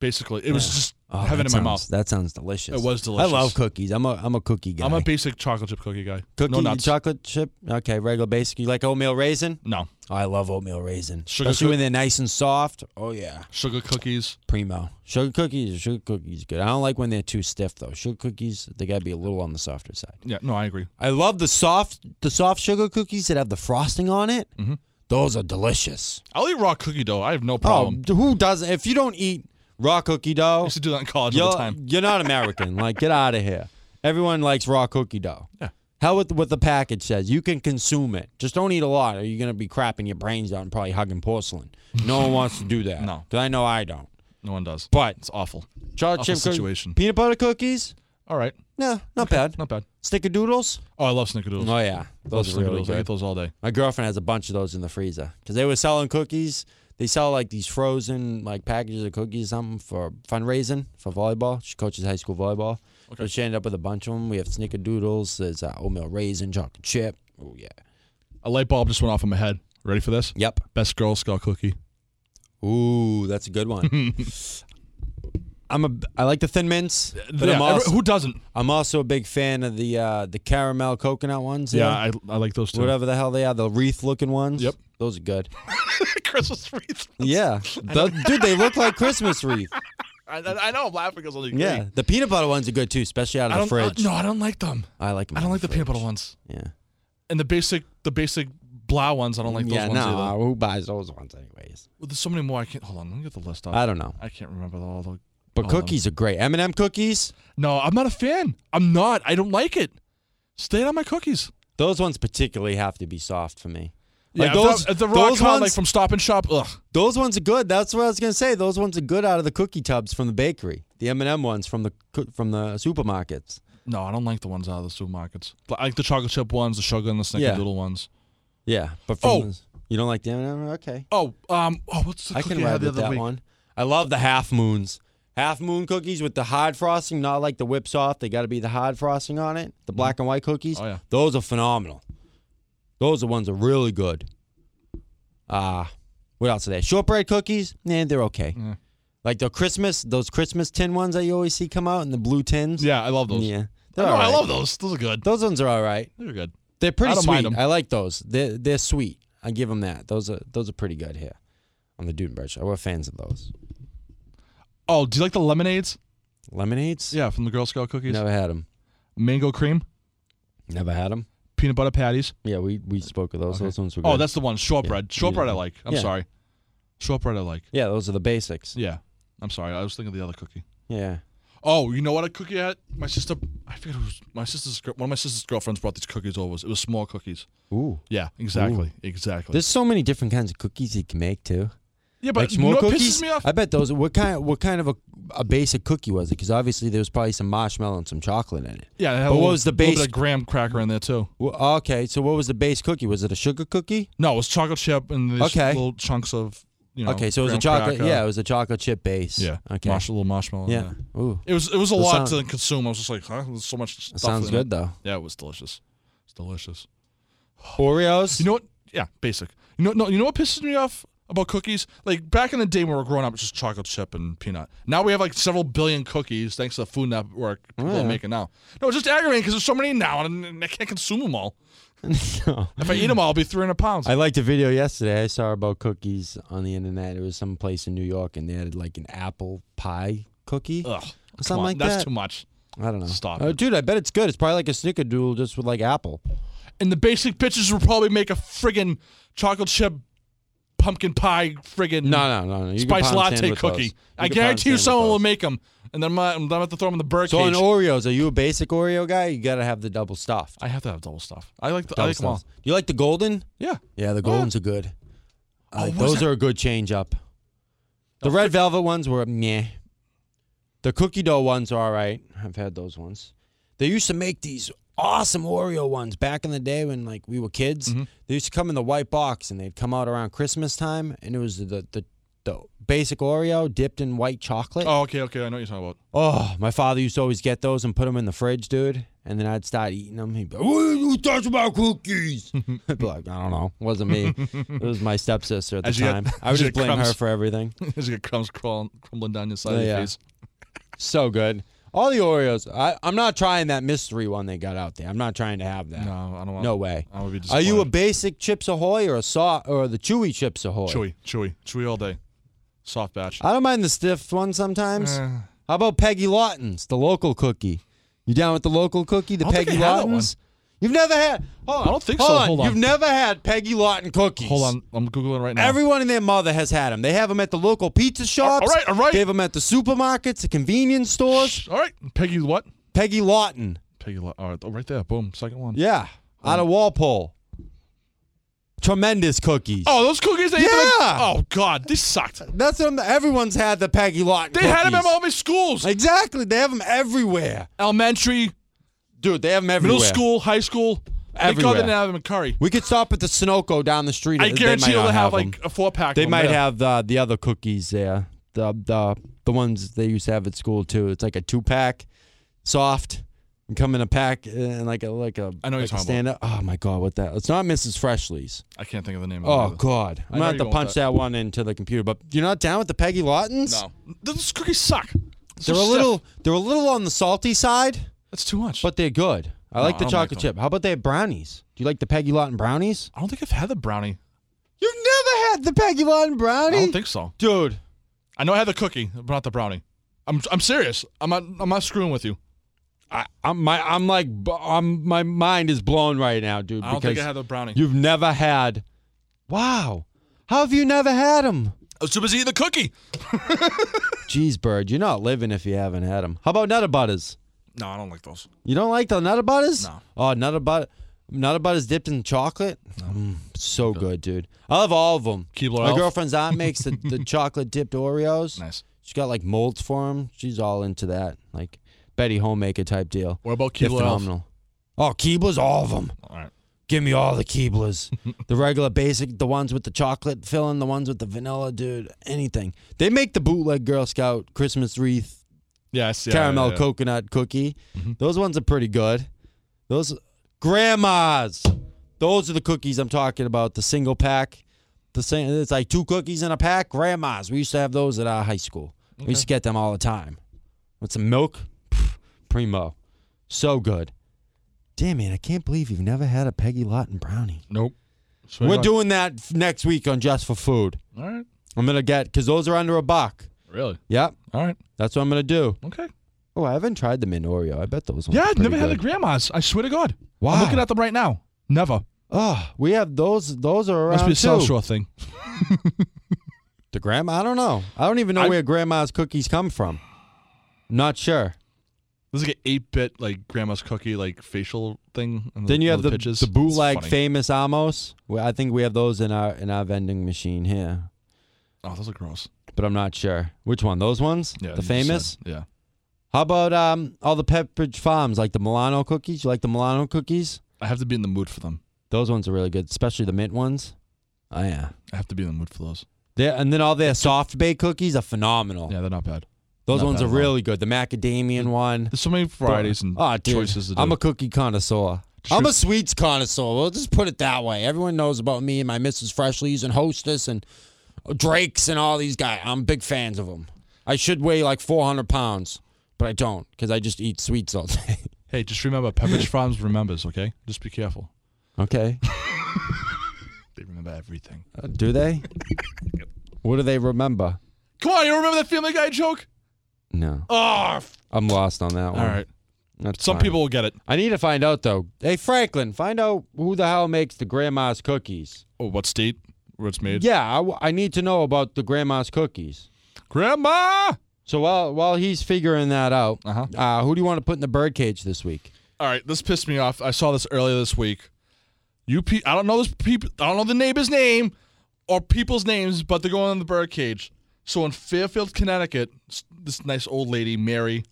Speaker 2: basically, it was just
Speaker 1: Oh,
Speaker 2: heaven
Speaker 1: that
Speaker 2: in my
Speaker 1: sounds-
Speaker 2: mouth.
Speaker 1: That sounds delicious.
Speaker 2: It was delicious.
Speaker 1: I love cookies. I'm a I'm a cookie guy.
Speaker 2: I'm a basic chocolate chip cookie guy.
Speaker 1: cookie
Speaker 2: no nuts.
Speaker 1: chocolate chip. Okay, regular basic. You like oatmeal raisin?
Speaker 2: no
Speaker 1: Oh, I love oatmeal raisin,
Speaker 2: Sugar
Speaker 1: especially
Speaker 2: cook-
Speaker 1: when they're nice and soft. Oh yeah,
Speaker 2: sugar cookies.
Speaker 1: primo. Sugar cookies, sugar cookies, good. I don't like when they're too stiff though. Sugar cookies, they gotta be a little on the softer side.
Speaker 2: Yeah, no, I agree.
Speaker 1: I love the soft the soft sugar cookies that have the frosting on it.
Speaker 2: Mm-hmm.
Speaker 1: Those are delicious.
Speaker 2: I'll eat raw cookie dough. I have no
Speaker 1: Oh,
Speaker 2: problem.
Speaker 1: d- who doesn't? If you don't eat raw cookie dough,
Speaker 2: I used to do that in college all
Speaker 1: you're,
Speaker 2: the time.
Speaker 1: you're not
Speaker 2: (laughs)
Speaker 1: American. like, get out of here. Everyone likes raw cookie dough.
Speaker 2: Yeah.
Speaker 1: How with what the package says, you can consume it. Just don't eat a lot, or you're gonna be crapping your brains out and probably hugging porcelain. No one wants to do that.
Speaker 2: (laughs) No.
Speaker 1: 'Cause I know I don't.
Speaker 2: No one does.
Speaker 1: But
Speaker 2: It's awful.
Speaker 1: chocolate
Speaker 2: Awful
Speaker 1: chip cookie-
Speaker 2: situation.
Speaker 1: peanut butter cookies,
Speaker 2: All right,
Speaker 1: no, not bad.
Speaker 2: not bad.
Speaker 1: Stick of doodles,
Speaker 2: Oh, I love snickerdoodles.
Speaker 1: oh yeah, those are
Speaker 2: love
Speaker 1: really
Speaker 2: snickerdoodles. I
Speaker 1: good.
Speaker 2: get those all day.
Speaker 1: My girlfriend has a bunch of those in the freezer because they were selling cookies. They sell like these frozen like packages of cookies, or something for fundraising for volleyball. She coaches high school volleyball, so
Speaker 2: Okay.
Speaker 1: she ended up with a bunch of them. We have snickerdoodles, there's uh, oatmeal raisin, chocolate chip. Oh yeah.
Speaker 2: A light bulb just went off in my head. Ready for this?
Speaker 1: Yep.
Speaker 2: Best Girl Scout cookie.
Speaker 1: Ooh, that's a good
Speaker 2: (laughs)
Speaker 1: one. I'm a I like the thin mints. But
Speaker 2: Yeah,
Speaker 1: I'm,
Speaker 2: every-
Speaker 1: also,
Speaker 2: who doesn't?
Speaker 1: I'm also a big fan of the uh, the caramel coconut ones.
Speaker 2: Yeah,
Speaker 1: there.
Speaker 2: I, I like those too.
Speaker 1: whatever the hell they are, the wreath looking ones.
Speaker 2: Yep.
Speaker 1: Those are good.
Speaker 2: (laughs) Christmas wreath. (laughs)
Speaker 1: Yeah. The- dude, they look like Christmas (laughs) wreath.
Speaker 2: I, I know I'm laughing because I'm
Speaker 1: Yeah, the peanut butter ones are good too, especially out
Speaker 2: I
Speaker 1: of the
Speaker 2: don't,
Speaker 1: fridge.
Speaker 2: I, no, I don't like them.
Speaker 1: I like. 'em
Speaker 2: I
Speaker 1: out
Speaker 2: don't
Speaker 1: of
Speaker 2: like the peanut butter
Speaker 1: fridge.
Speaker 2: ones and the basic the basic blah ones. I don't like those
Speaker 1: Mm, Yeah, yeah,
Speaker 2: ones
Speaker 1: no,
Speaker 2: either.
Speaker 1: who buys those ones anyways?
Speaker 2: Well, there's so many more. I can't hold on. Let me get the list off.
Speaker 1: I don't know,
Speaker 2: I can't remember all the.
Speaker 1: but
Speaker 2: Oh, no.
Speaker 1: cookies are great. M and M cookies,
Speaker 2: No, I'm not a fan. I'm not. I don't like it. Stay out of my cookies.
Speaker 1: those ones particularly have to be soft for me.
Speaker 2: Yeah,
Speaker 1: Like
Speaker 2: if
Speaker 1: those,
Speaker 2: that- if the raw
Speaker 1: those
Speaker 2: kind,
Speaker 1: ones,
Speaker 2: like from Stop and Shop. Ugh.
Speaker 1: those ones are good. That's what I was gonna say. Those ones are good out of the cookie tubs from the bakery. The M and M ones from the coo- from the supermarkets.
Speaker 2: No, I don't like the ones out of the supermarkets. But I like the chocolate chip ones, the sugar and the snickerdoodle
Speaker 1: Yeah.
Speaker 2: ones.
Speaker 1: Yeah, but from
Speaker 2: Oh.
Speaker 1: those- you don't like the M and M? Okay,
Speaker 2: Oh, um, oh, what's the
Speaker 1: I
Speaker 2: cookie
Speaker 1: can
Speaker 2: I
Speaker 1: ride
Speaker 2: had the
Speaker 1: with
Speaker 2: other
Speaker 1: that
Speaker 2: week?
Speaker 1: one. I love the half moons. Half moon cookies with the hard frosting, not like the whips off. They got to be the hard frosting on it. The black and white cookies.
Speaker 2: Oh, yeah.
Speaker 1: Those are phenomenal. Those are ones that are really good. Ah, what else are there? Shortbread cookies? Nah, they're okay.
Speaker 2: Yeah.
Speaker 1: Like the Christmas, those Christmas tin ones that you always see come out in the blue tins.
Speaker 2: Yeah, I love those.
Speaker 1: Yeah.
Speaker 2: No,
Speaker 1: They're all
Speaker 2: I
Speaker 1: right.
Speaker 2: love those. Those are good.
Speaker 1: Those ones are all right.
Speaker 2: They're good.
Speaker 1: They're pretty
Speaker 2: I don't
Speaker 1: sweet.
Speaker 2: mind 'em.
Speaker 1: I like those. They're they're sweet. I give them that. Those are those are pretty good here on the Dudenberg show. We're fans of those.
Speaker 2: Oh, do you like the lemonades?
Speaker 1: Lemonades?
Speaker 2: Yeah, from the Girl Scout cookies.
Speaker 1: Never had them.
Speaker 2: Mango cream,
Speaker 1: Never had them.
Speaker 2: peanut butter patties.
Speaker 1: Yeah, we we spoke of those. Those ones were. Good.
Speaker 2: Oh, that's the one. Shortbread. Shortbread I like. I'm
Speaker 1: Yeah.
Speaker 2: sorry. Shortbread I like.
Speaker 1: yeah. Those are the basics.
Speaker 2: Yeah. I'm sorry. I was thinking of the other cookie.
Speaker 1: Yeah.
Speaker 2: Oh, you know what a cookie I had? My sister, I forget who was, my sister's, gir- one of my sister's girlfriends brought these cookies over. It was small cookies.
Speaker 1: Ooh.
Speaker 2: Yeah, exactly. Exactly.
Speaker 1: There's so many different kinds of cookies you can make too.
Speaker 2: yeah, but
Speaker 1: like
Speaker 2: you know
Speaker 1: s'more
Speaker 2: what
Speaker 1: cookies.
Speaker 2: pisses me off?
Speaker 1: I bet those. What kind? What kind of a, a basic cookie was it? Because obviously there was probably some marshmallow and some chocolate in it.
Speaker 2: yeah, it had
Speaker 1: But
Speaker 2: a
Speaker 1: what
Speaker 2: little,
Speaker 1: was the
Speaker 2: little
Speaker 1: base-
Speaker 2: bit of graham cracker in there too.
Speaker 1: Well, okay, so what was the base cookie? Was it a sugar cookie?
Speaker 2: No, it was chocolate chip and these
Speaker 1: Okay.
Speaker 2: little chunks of, you know.
Speaker 1: okay, so it was a
Speaker 2: graham
Speaker 1: chocolate.
Speaker 2: cracker.
Speaker 1: Yeah, it was a chocolate chip base.
Speaker 2: Yeah.
Speaker 1: Okay.
Speaker 2: Marsh- little marshmallow. in
Speaker 1: yeah.
Speaker 2: there.
Speaker 1: Ooh,
Speaker 2: It was it was a
Speaker 1: That
Speaker 2: lot
Speaker 1: sound-
Speaker 2: to consume. I was just like, huh? There's so much
Speaker 1: that
Speaker 2: stuff.
Speaker 1: sounds
Speaker 2: in it.
Speaker 1: good though.
Speaker 2: Yeah, it was delicious. It's delicious.
Speaker 1: Oreos.
Speaker 2: You know what? Yeah, basic. You know, no, you know what pisses me off about cookies? Like back in the day when we were growing up, it's just chocolate chip and peanut. Now we have like several billion cookies thanks to the Food Network people
Speaker 1: Oh, Yeah.
Speaker 2: are making now. No, it's just aggravating because there's so many now and, and I can't consume them all.
Speaker 1: No.
Speaker 2: If I eat them all, I'll be 300
Speaker 1: (laughs)
Speaker 2: pounds.
Speaker 1: I liked a video yesterday I saw about cookies on the internet. It was some place in New York, and they had like an apple pie cookie.
Speaker 2: Ugh,
Speaker 1: Something
Speaker 2: come on,
Speaker 1: like
Speaker 2: that's
Speaker 1: that.
Speaker 2: too much.
Speaker 1: I don't know.
Speaker 2: Stop
Speaker 1: Uh,
Speaker 2: it. Mm.
Speaker 1: dude. I bet it's good. It's probably like a snickerdoodle just with like apple.
Speaker 2: And the basic bitches will probably make a friggin' chocolate chip pumpkin pie friggin'
Speaker 1: No, no, no, no. You can
Speaker 2: spice
Speaker 1: pound sand
Speaker 2: latte
Speaker 1: with
Speaker 2: cookie.
Speaker 1: those.
Speaker 2: I
Speaker 1: can
Speaker 2: guarantee you
Speaker 1: pound sand
Speaker 2: someone
Speaker 1: with
Speaker 2: will
Speaker 1: those.
Speaker 2: make them, and then I'm not- I'm gonna have to throw them in the bird
Speaker 1: So on
Speaker 2: cage.
Speaker 1: Oreos, are you a basic Oreo guy? You gotta have the double stuffed.
Speaker 2: I have to have double stuff. I like the, I
Speaker 1: Double
Speaker 2: like them all.
Speaker 1: stuffed. You like the golden?
Speaker 2: Yeah.
Speaker 1: Yeah, the goldens are good. I
Speaker 2: Oh,
Speaker 1: like-
Speaker 2: what was
Speaker 1: those
Speaker 2: that?
Speaker 1: are a good change up. The red velvet ones were meh. The cookie dough ones are all right. I've had those ones. They used to make these awesome Oreo ones back in the day when like
Speaker 2: Mm-hmm.
Speaker 1: we were kids. They used to come in the white box and they'd come out around Christmas time and it was the the the basic Oreo dipped in white chocolate.
Speaker 2: Oh, okay, okay. I know what you're talking about.
Speaker 1: Oh, my father used to always get those and put them in the fridge, dude. And then I'd start eating them. He'd be like, "What are you talking about
Speaker 2: (laughs)
Speaker 1: cookies?" I'd be like, "I don't know. It wasn't me. It was my stepsister at the
Speaker 2: As you get-
Speaker 1: time. I would
Speaker 2: as you
Speaker 1: just
Speaker 2: get
Speaker 1: blame her
Speaker 2: crumbs.
Speaker 1: for everything."
Speaker 2: (laughs) There's like crumbs crawling, crumbling down your side
Speaker 1: Yeah,
Speaker 2: of your
Speaker 1: Oh, yeah.
Speaker 2: face.
Speaker 1: So good. All the Oreos. I, I'm not trying that mystery one they got out there. I'm not trying to have that.
Speaker 2: No, I don't want.
Speaker 1: No way.
Speaker 2: I would be
Speaker 1: Are
Speaker 2: disappointed.
Speaker 1: you a basic Chips Ahoy or a saw or the chewy Chips Ahoy?
Speaker 2: chewy, chewy, chewy all day? Soft batch.
Speaker 1: I don't mind the stiff one sometimes.
Speaker 2: Eh.
Speaker 1: How about Peggy Lawton's, the local cookie? You down with the local cookie, the
Speaker 2: I don't think
Speaker 1: Peggy
Speaker 2: I had that one.
Speaker 1: Lawton's? You've never had. Hold on,
Speaker 2: I don't think so.
Speaker 1: On.
Speaker 2: Hold on.
Speaker 1: You've never had Peggy Lawton cookies.
Speaker 2: Hold on, I'm googling right now.
Speaker 1: Everyone and their mother has had them. They have them at the local pizza shops.
Speaker 2: all right, all right.
Speaker 1: They have them at the supermarkets, the convenience stores.
Speaker 2: Shh, all right, Peggy. What?
Speaker 1: Peggy Lawton.
Speaker 2: Peggy. Lo- All right, oh, right there. Boom. Second one.
Speaker 1: Yeah. Out of Walpole. Tremendous cookies.
Speaker 2: Oh, those cookies. They ate for the-
Speaker 1: Yeah.
Speaker 2: oh God, this sucked.
Speaker 1: That's what I'm, everyone's had the Peggy Lawton
Speaker 2: They
Speaker 1: cookies.
Speaker 2: had them at all my schools.
Speaker 1: Exactly. They have them everywhere.
Speaker 2: Elementary,
Speaker 1: Dude, they have them everywhere.
Speaker 2: middle school, high school. Thank God
Speaker 1: Everywhere.
Speaker 2: they didn't have them in curry.
Speaker 1: We could stop at the Sunoco down the street.
Speaker 2: I
Speaker 1: They
Speaker 2: guarantee
Speaker 1: might
Speaker 2: you'll
Speaker 1: not
Speaker 2: have,
Speaker 1: them.
Speaker 2: like Oh, a four pack.
Speaker 1: They might have the the other cookies there. The the the ones they used to have at school too. It's like a two pack, soft, and come in a pack and like a like a
Speaker 2: I know what you're
Speaker 1: like a
Speaker 2: talking
Speaker 1: stand up. Oh my god, what that? It's not Mrs. Freshly's.
Speaker 2: I can't think of the name.
Speaker 1: Oh
Speaker 2: of it.
Speaker 1: god,
Speaker 2: I
Speaker 1: I'm gonna have
Speaker 2: know you're
Speaker 1: to
Speaker 2: going with
Speaker 1: punch that. one into the computer. But you're not down with the Peggy Lawtons?
Speaker 2: no, those cookies suck.
Speaker 1: they're a little they're a little on the salty side,
Speaker 2: That's too much.
Speaker 1: but they're good. I
Speaker 2: No,
Speaker 1: like the
Speaker 2: I don't like
Speaker 1: chocolate
Speaker 2: them.
Speaker 1: chip. How about they have brownies? Do you like the Peggy Lawton brownies?
Speaker 2: I don't think I've had the brownie.
Speaker 1: You've never had the Peggy Lawton brownie,
Speaker 2: I don't think so.
Speaker 1: dude.
Speaker 2: I know I had the cookie, but not the brownie. I'm I'm serious. I'm not I'm not screwing with you.
Speaker 1: I, I'm my I'm like b- I'm my mind is blown right now, dude.
Speaker 2: I don't
Speaker 1: because
Speaker 2: think I had the brownie.
Speaker 1: you've never had. Wow, how have you never had them?
Speaker 2: I was too busy eating the cookie.
Speaker 1: Jeez, bird, you're not living if you haven't had them. How about Nutter Butters?
Speaker 2: No, I don't like those.
Speaker 1: You don't like the Nutter Butters?
Speaker 2: No.
Speaker 1: Oh, Nutter Butter, Nutter Butters dipped in chocolate. Mm, so good, dude. I love all of them.
Speaker 2: Keebler
Speaker 1: My
Speaker 2: Elf.
Speaker 1: girlfriend's
Speaker 2: (laughs)
Speaker 1: aunt makes the, the chocolate dipped Oreos.
Speaker 2: Nice.
Speaker 1: She's got like molds for them. She's all into that, like Betty homemaker type deal.
Speaker 2: What about
Speaker 1: They're
Speaker 2: Keebler Elf?
Speaker 1: phenomenal. Oh, Keeblers, all of them.
Speaker 2: All right.
Speaker 1: Give me all the (laughs) Keeblers. the regular basic, the ones with the chocolate filling, the ones with the vanilla, dude. Anything. They make the bootleg Girl Scout Christmas wreath
Speaker 2: Yes. Yeah,
Speaker 1: caramel
Speaker 2: yeah, Mm-hmm. yeah.
Speaker 1: coconut cookie. Those ones are pretty good. Those grandmas. Those are the cookies I'm talking about. The single pack. The same. It's like two cookies in a pack. Grandmas. We used to have those at our high school. We used to get them all the time. With some milk. Pff, primo. So good. Damn man, I can't believe you've never had a Peggy Lawton brownie.
Speaker 2: Nope. So
Speaker 1: We're
Speaker 2: you're
Speaker 1: doing that f- next week on Just for Food.
Speaker 2: like- All right.
Speaker 1: I'm gonna get because those are under a buck.
Speaker 2: Really.
Speaker 1: Yep,
Speaker 2: All right.
Speaker 1: that's what I'm gonna do.
Speaker 2: Okay.
Speaker 1: Oh, I haven't tried them in Oreo. I bet those ones.
Speaker 2: Yeah,
Speaker 1: are
Speaker 2: I've
Speaker 1: pretty
Speaker 2: never had
Speaker 1: good.
Speaker 2: the grandmas. I swear to God.
Speaker 1: Wow.
Speaker 2: I'm looking at them right now. Never.
Speaker 1: Oh, we have those. Those are around
Speaker 2: Must be a South
Speaker 1: too.
Speaker 2: Shore thing.
Speaker 1: The grandma. I don't know. I don't even know
Speaker 2: I-
Speaker 1: where grandma's cookies come from. Not sure.
Speaker 2: This is like an eight-bit like grandma's cookie like facial thing. and
Speaker 1: Then you
Speaker 2: all
Speaker 1: have the,
Speaker 2: pictures.
Speaker 1: the
Speaker 2: It's
Speaker 1: bootleg
Speaker 2: funny.
Speaker 1: famous Amos. Well, I think we have those in our in our vending machine here,
Speaker 2: Oh, those are gross.
Speaker 1: but I'm not sure which one. Those ones.
Speaker 2: Yeah.
Speaker 1: the
Speaker 2: you just
Speaker 1: famous.
Speaker 2: said- Yeah.
Speaker 1: How about um all the Pepperidge Farms like the Milano cookies? You like the Milano cookies?
Speaker 2: I have to be in the mood for them.
Speaker 1: Those ones are really good, especially the mint ones. Oh yeah.
Speaker 2: I have to be in the mood for those.
Speaker 1: They're, and then all their soft bake cookies are phenomenal.
Speaker 2: Yeah, they're not bad.
Speaker 1: Those
Speaker 2: not
Speaker 1: ones
Speaker 2: bad
Speaker 1: are
Speaker 2: at all.
Speaker 1: really good. The macadamian one.
Speaker 2: There's so many varieties and
Speaker 1: Aw, Ah, dude,
Speaker 2: choices. To do.
Speaker 1: I'm a cookie connoisseur. I'm
Speaker 2: True.
Speaker 1: a sweets connoisseur. We'll just put it that way. Everyone knows about me and my Mrs. Freshleys and Hostess and Drakes and all these guys. I'm big fans of them. I should weigh like 400 pounds, but I don't because I just eat sweets all (laughs) day.
Speaker 2: Hey, just remember, Pepperidge Farms remembers, okay? Just be careful.
Speaker 1: okay.
Speaker 2: They remember everything.
Speaker 1: Uh, do they? what do they remember?
Speaker 2: Come on, you remember that Family Guy joke?
Speaker 1: No.
Speaker 2: Oh, f-
Speaker 1: I'm lost on that one.
Speaker 2: all right.
Speaker 1: That's
Speaker 2: Some
Speaker 1: fine.
Speaker 2: people will get it.
Speaker 1: I need to find out though. Hey Franklin, find out who the hell makes the grandma's cookies.
Speaker 2: Oh, what state? Where it's made?
Speaker 1: Yeah, I, w- I need to know about the grandma's cookies.
Speaker 2: Grandma!
Speaker 1: So while while he's figuring that out,
Speaker 2: Uh-huh.
Speaker 1: uh, who do you want to put in the birdcage this week?
Speaker 2: All right, this pissed me off. I saw this earlier this week. You pe- I don't know this people. I don't know the neighbor's name or people's names, but they're going in the birdcage. So in Fairfield, Connecticut, s- this nice old lady, Mary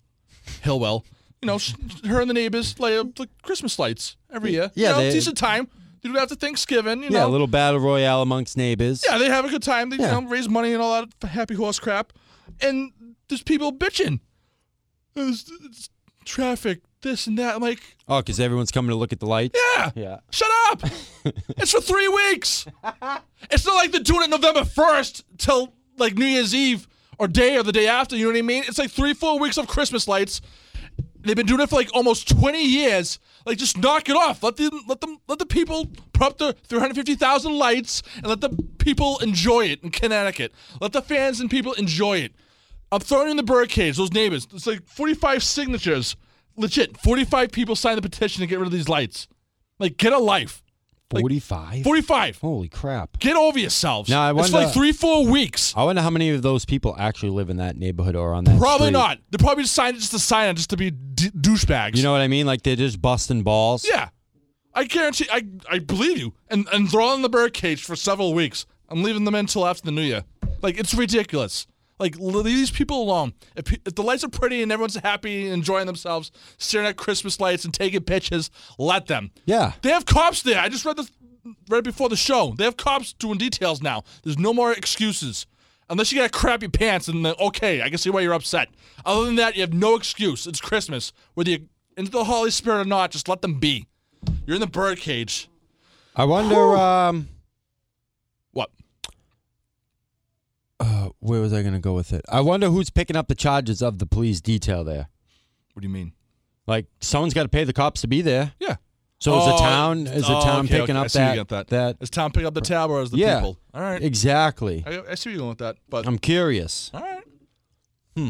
Speaker 2: Hillwell, you know, sh- her and the neighbors light up the Christmas lights every year.
Speaker 1: Yeah,
Speaker 2: you know,
Speaker 1: they-
Speaker 2: decent time. You don't have to Thanksgiving, you
Speaker 1: yeah,
Speaker 2: know.
Speaker 1: a little battle royale amongst neighbors.
Speaker 2: yeah, they have a good time. They
Speaker 1: Yeah.
Speaker 2: you know, raise money and all that happy horse crap. And there's people bitching. There's, there's traffic, this and that. I'm like,
Speaker 1: Oh, because everyone's coming to look at the lights.
Speaker 2: yeah,
Speaker 1: Yeah.
Speaker 2: shut up. it's for three weeks. It's not like they're doing it November 1st till like New Year's Eve or day or the day after. You know what I mean? It's like three, four weeks of Christmas lights. They've been doing it for like almost 20 years. Like, just knock it off. Let them, let them, let the people put up their 350,000 lights and let the people enjoy it in Connecticut. Let the fans and people enjoy it. I'm throwing in the birdcage, those neighbors. It's like 45 signatures. Legit, 45 people signed the petition to get rid of these lights. Like, get a life.
Speaker 1: 45?
Speaker 2: 45.
Speaker 1: Holy crap.
Speaker 2: Get over yourselves.
Speaker 1: Now, I
Speaker 2: it's
Speaker 1: wonder-
Speaker 2: like three, four weeks.
Speaker 1: I wonder how many of those people actually live in that neighborhood or on that
Speaker 2: Probably
Speaker 1: street.
Speaker 2: not. They probably just signed it just to sign it, just to be d- douchebags.
Speaker 1: You know what I mean? Like they're just busting balls.
Speaker 2: Yeah, I guarantee. I I believe you. And and throw them in the birdcage for several weeks. I'm leaving them in till after the new year. Like it's ridiculous. Like leave these people alone. If, pe- if the lights are pretty and everyone's happy, and enjoying themselves, staring at Christmas lights and taking pictures, let them.
Speaker 1: Yeah.
Speaker 2: They have cops there. I just read this right before the show. They have cops doing details now. There's no more excuses. Unless you got crappy pants and then, okay, I can see why you're upset. Other than that, you have no excuse. It's Christmas. Whether you're into the Holy Spirit or not, just let them be. You're in the birdcage.
Speaker 1: I wonder um
Speaker 2: What?
Speaker 1: uh, where was I going to go with it? I wonder who's picking up the charges of the police detail there.
Speaker 2: What do you mean?
Speaker 1: Like someone's got to pay the cops to be there.
Speaker 2: Yeah.
Speaker 1: So is the
Speaker 2: Oh,
Speaker 1: town is the
Speaker 2: oh,
Speaker 1: town
Speaker 2: okay,
Speaker 1: picking
Speaker 2: okay. I
Speaker 1: up
Speaker 2: see you
Speaker 1: that,
Speaker 2: got that.
Speaker 1: that
Speaker 2: Is Tom picking up the tab or is the
Speaker 1: Yeah. Um,
Speaker 2: people? All right.
Speaker 1: exactly.
Speaker 2: I, I see where you're going with that. But
Speaker 1: I'm curious.
Speaker 2: all right. Hmm.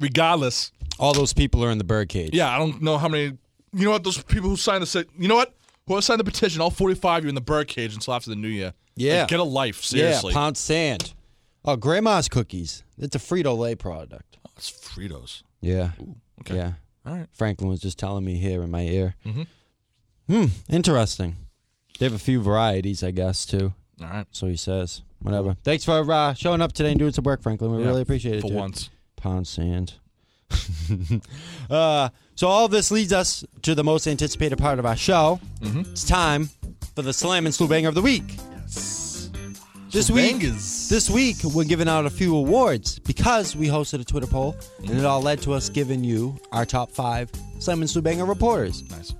Speaker 2: Regardless,
Speaker 1: All those people are in the birdcage.
Speaker 2: Yeah, I don't know how many. You know what? Those people who signed the si- you know what? Who signed the petition? All forty-five. You're in the birdcage until after the new year.
Speaker 1: Yeah.
Speaker 2: Like, get a life.
Speaker 1: Yeah,
Speaker 2: Seriously.
Speaker 1: pound sand. Oh, grandma's cookies. It's a Frito Lay product.
Speaker 2: it's Fritos.
Speaker 1: Yeah.
Speaker 2: okay.
Speaker 1: Yeah.
Speaker 2: All right.
Speaker 1: Franklin was just telling me here in my ear.
Speaker 2: Mm-hmm.
Speaker 1: Hmm. Interesting. They have a few varieties, I guess, too.
Speaker 2: All right.
Speaker 1: So he says. Whatever. Thanks for uh, showing up today and doing some work, Franklin. We
Speaker 2: Yeah,
Speaker 1: really appreciate it.
Speaker 2: for
Speaker 1: dude.
Speaker 2: once.
Speaker 1: Pound sand. (laughs) uh, so all this leads us to the most anticipated part of our show. It's time for the Slam and Slew Banger of the Week. This week,
Speaker 2: Bangers.
Speaker 1: this week we're giving out a few awards because we hosted a Twitter poll and it all led to us giving you our top five Slam and Slew Banger reporters.
Speaker 2: Nice.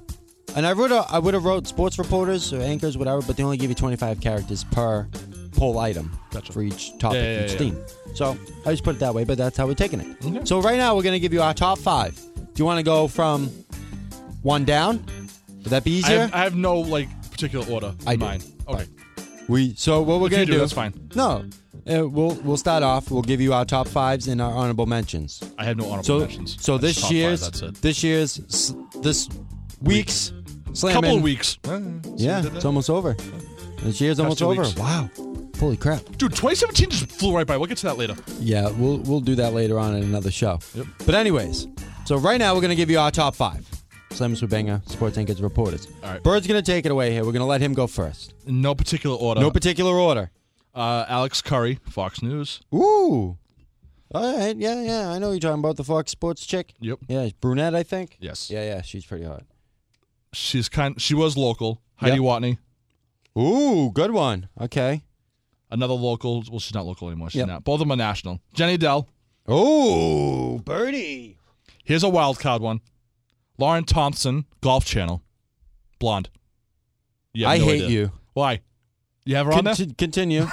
Speaker 1: And I would have I would have wrote sports reporters or anchors, whatever, but they only give you 25 characters per poll item
Speaker 2: Gotcha.
Speaker 1: for each topic,
Speaker 2: Yeah, yeah,
Speaker 1: each
Speaker 2: yeah.
Speaker 1: theme. So I just put it that way, but that's how we're taking it. So right now we're gonna give you our top five. Do you want to go from one down? Would that be
Speaker 2: I
Speaker 1: easier?
Speaker 2: have, I have no like particular order.
Speaker 1: I
Speaker 2: in
Speaker 1: do.
Speaker 2: mine. Okay.
Speaker 1: we so what we're
Speaker 2: If you
Speaker 1: gonna
Speaker 2: do, that's fine.
Speaker 1: No, uh, we'll we'll start off. We'll give you our top fives and our honorable mentions.
Speaker 2: I have no honorable
Speaker 1: So
Speaker 2: mentions.
Speaker 1: so
Speaker 2: I just
Speaker 1: this
Speaker 2: top five,
Speaker 1: year's
Speaker 2: that's it.
Speaker 1: this year's s- this week's slam
Speaker 2: Couple
Speaker 1: in-
Speaker 2: of weeks.
Speaker 1: Yeah, it's almost over. This year's almost
Speaker 2: two
Speaker 1: over.
Speaker 2: weeks.
Speaker 1: Wow. Holy crap.
Speaker 2: Dude, 2017 just flew right by. We'll get to that later.
Speaker 1: Yeah, we'll we'll do that later on in another show.
Speaker 2: Yep.
Speaker 1: But anyways, so right now we're gonna give you our top five. Slims with banger, sports anchors, reporters.
Speaker 2: All right.
Speaker 1: Bird's gonna take it away here. We're gonna let him go first.
Speaker 2: In No particular order.
Speaker 1: No particular order.
Speaker 2: Uh, Alex Curry, Fox News.
Speaker 1: Ooh. All right. Yeah, yeah. I know you're talking about the Fox Sports chick.
Speaker 2: Yep.
Speaker 1: Yeah, brunette, I think.
Speaker 2: Yes.
Speaker 1: Yeah, yeah. She's pretty hot.
Speaker 2: She's kind. She was local. Heidi
Speaker 1: Yep.
Speaker 2: Watney.
Speaker 1: Ooh, good one. Okay.
Speaker 2: another local. Well, she's not local anymore. She's
Speaker 1: Yep.
Speaker 2: not. Both of them are national. Jenny Dell.
Speaker 1: Ooh, birdie.
Speaker 2: Here's a wild card one. Lauren Thompson, Golf Channel, blonde. Yeah,
Speaker 1: I hate you.
Speaker 2: Why? You have her on there?
Speaker 1: Conti-
Speaker 2: (laughs)
Speaker 1: continue.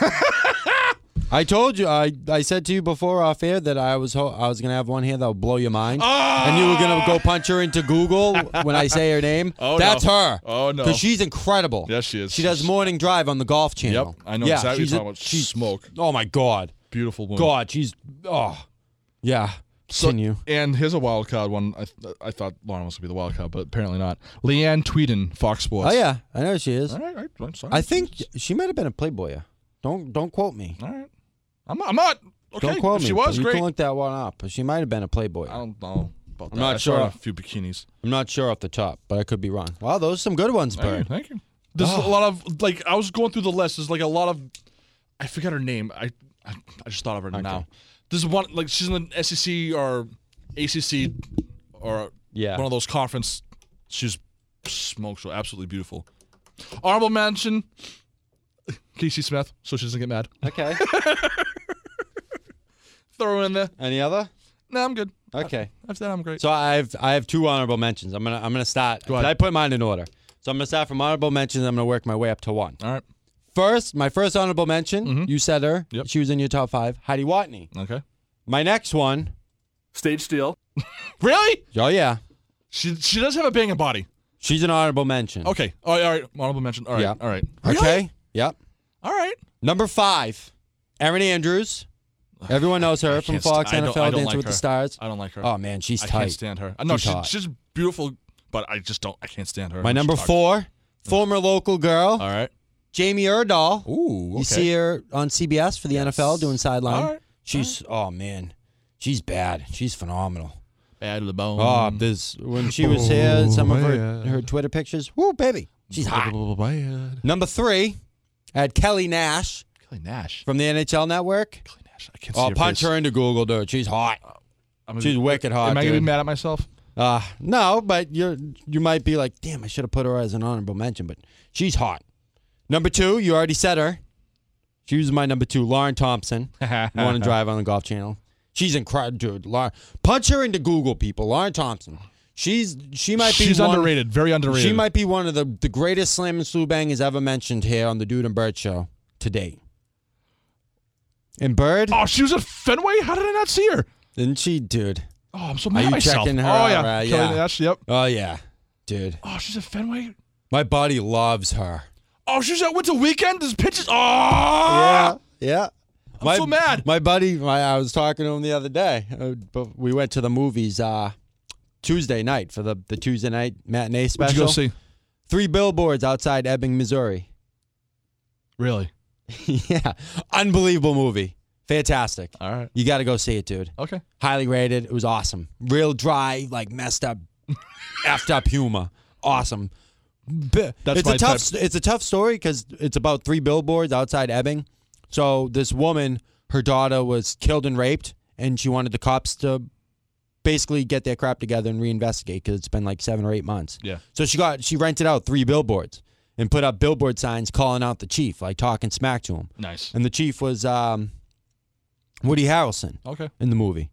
Speaker 1: I told you. I, I said to you before off air that I was ho- I was gonna have one here that would blow your mind, and you were gonna go punch her into Google when I say her name.
Speaker 2: Oh,
Speaker 1: that's
Speaker 2: no.
Speaker 1: her.
Speaker 2: Oh, no.
Speaker 1: because she's incredible.
Speaker 2: Yes, she is.
Speaker 1: She does morning drive on the Golf Channel.
Speaker 2: I know
Speaker 1: yeah,
Speaker 2: exactly what you're
Speaker 1: she's a-
Speaker 2: talking about.
Speaker 1: She's
Speaker 2: Smoke.
Speaker 1: Oh my god,
Speaker 2: Beautiful woman.
Speaker 1: god, she's oh yeah.
Speaker 2: So-
Speaker 1: Continue.
Speaker 2: And here's a wild card one. I, th- I thought Lauren was gonna be the wild card, but apparently not. Leanne Tweeden, Fox Sports.
Speaker 1: oh yeah, I know she is.
Speaker 2: All right, all right, I'm sorry.
Speaker 1: I think she might have been a Playboy. Don't don't quote me.
Speaker 2: All right. I'm not. I'm not okay.
Speaker 1: don't quote
Speaker 2: if
Speaker 1: me.
Speaker 2: she
Speaker 1: but
Speaker 2: was
Speaker 1: you
Speaker 2: great.
Speaker 1: can look that one up. She might have been a Playboy.
Speaker 2: I don't know about that.
Speaker 1: not
Speaker 2: I saw her in
Speaker 1: sure.
Speaker 2: A few bikinis.
Speaker 1: I'm not sure off the top, but I could be wrong. Wow, those are some good ones,
Speaker 2: Thank you,
Speaker 1: Bird.
Speaker 2: Thank you. There's
Speaker 1: Ah.
Speaker 2: a lot of like I was going through the list. There's like a lot of I forgot her name. I I, I just thought of her now. There's one like she's in the SEC or ACC or
Speaker 1: Yeah.
Speaker 2: one of those conference. She's smokes so absolutely beautiful. Honorable mention, Casey Smith, so she doesn't get mad.
Speaker 1: Okay.
Speaker 2: Throw in there.
Speaker 1: (laughs) Any other?
Speaker 2: No, I'm good. (laughs)
Speaker 1: Okay.
Speaker 2: After that, I'm great.
Speaker 1: So I've I have two honorable mentions. I'm gonna I'm gonna start.
Speaker 2: Go ahead.
Speaker 1: I put mine in order. So I'm gonna start from honorable mentions. I'm gonna work my way up to one.
Speaker 2: All right.
Speaker 1: First, my first honorable mention. You said her.
Speaker 2: Mm-hmm. Yep.
Speaker 1: She was in your top five. Heidi Watney.
Speaker 2: Okay.
Speaker 1: My next one.
Speaker 4: Stage steal.
Speaker 2: (laughs) Really?
Speaker 1: Oh yeah.
Speaker 2: She she does have a banging body.
Speaker 1: She's an honorable mention.
Speaker 2: Okay. All right. All right. Honorable mention. All right.
Speaker 1: Yeah.
Speaker 2: All right.
Speaker 1: Okay. Yep.
Speaker 2: All right.
Speaker 1: Number five, Erin Andrews. Everyone knows her
Speaker 2: I
Speaker 1: from
Speaker 2: can't
Speaker 1: Fox
Speaker 2: st- I
Speaker 1: NFL,
Speaker 2: don't- I don't
Speaker 1: Dancing
Speaker 2: like
Speaker 1: with
Speaker 2: her.
Speaker 1: the Stars.
Speaker 2: I don't like her.
Speaker 1: Oh man, she's
Speaker 2: I
Speaker 1: tight.
Speaker 2: can't stand her. I know
Speaker 1: She's
Speaker 2: she,
Speaker 1: hot.
Speaker 2: she's beautiful, but I just don't. I can't stand her.
Speaker 1: My
Speaker 2: when she
Speaker 1: number
Speaker 2: talks.
Speaker 1: four, former local girl,
Speaker 2: All right.
Speaker 1: Jamie Erdahl.
Speaker 2: Ooh.
Speaker 1: You see her on CBS for the NFL doing sideline.
Speaker 2: All right. Mm.
Speaker 1: She's oh man, she's bad. She's phenomenal.
Speaker 2: Bad to the bone.
Speaker 1: Oh, this when she was here,
Speaker 2: Oh,
Speaker 1: some of her her Twitter pictures. Woo, baby, she's hot.
Speaker 2: Bad.
Speaker 1: Number three, at Kelly Nash
Speaker 2: Kelly Nash.
Speaker 1: from the NHL Network.
Speaker 2: Kelly Nash. I can't see
Speaker 1: Oh,
Speaker 2: her
Speaker 1: punch
Speaker 2: face.
Speaker 1: her into Google, dude. She's hot.
Speaker 2: I'm gonna
Speaker 1: She's
Speaker 2: be-
Speaker 1: wicked hot.
Speaker 2: Am I gonna
Speaker 1: dude.
Speaker 2: be mad
Speaker 1: (laughs)
Speaker 2: at myself?
Speaker 1: Uh, no, but you are you might be like, damn, I should have put her as an honorable mention, but she's hot. Number two, you already said her. She was my number two, Lauren Thompson. One
Speaker 2: (laughs)
Speaker 1: and drive on the Golf Channel. She's incredible, dude. Lauren, punch her into Google, people. Lauren Thompson. She's she might be
Speaker 2: She's
Speaker 1: one-
Speaker 2: underrated. Very underrated.
Speaker 1: She might be one of the, the greatest slam and slew bangers ever mentioned here on the Dude and Bird Show to date. And Bird,
Speaker 2: Oh, she was at Fenway. How did I not see her?
Speaker 1: didn't she, dude?
Speaker 2: Oh, I'm so mad
Speaker 1: you
Speaker 2: at myself.
Speaker 1: checking her
Speaker 2: oh
Speaker 1: out,
Speaker 2: yeah.
Speaker 1: right? Yeah.
Speaker 2: Kelly Nash. Yep.
Speaker 1: Oh yeah, dude.
Speaker 2: Oh, she's at Fenway.
Speaker 1: My body loves her.
Speaker 2: Oh, she's at Winter Weekend. There's pictures. Oh. Ah!
Speaker 1: Yeah, (laughs) yeah. I'm
Speaker 2: so mad.
Speaker 1: My buddy, my, I was talking to him the other day. Uh, but we went to the movies uh, Tuesday night for the, the Tuesday night matinee
Speaker 2: What'd
Speaker 1: special.
Speaker 2: you go see?
Speaker 1: Three billboards outside Ebbing, Missouri. (laughs)
Speaker 2: Really?
Speaker 1: yeah, unbelievable movie. Fantastic.
Speaker 2: All right.
Speaker 1: You got to go see it, dude.
Speaker 2: Okay.
Speaker 1: Highly rated. It was awesome. Real dry, like messed
Speaker 2: (laughs)
Speaker 1: up, effed up humor. Awesome. B-
Speaker 2: That's
Speaker 1: it's a
Speaker 2: my
Speaker 1: tough.
Speaker 2: type.
Speaker 1: s- It's a tough story because it's about three billboards outside Ebbing. So this woman, her daughter was killed and raped, and she wanted the cops to basically get their crap together and reinvestigate because it's been like seven or eight months.
Speaker 2: Yeah.
Speaker 1: So she got she rented out three billboards and put up billboard signs calling out the chief, like talking smack to him.
Speaker 2: Nice.
Speaker 1: And the chief was um, Woody Harrelson
Speaker 2: Okay.
Speaker 1: in the movie.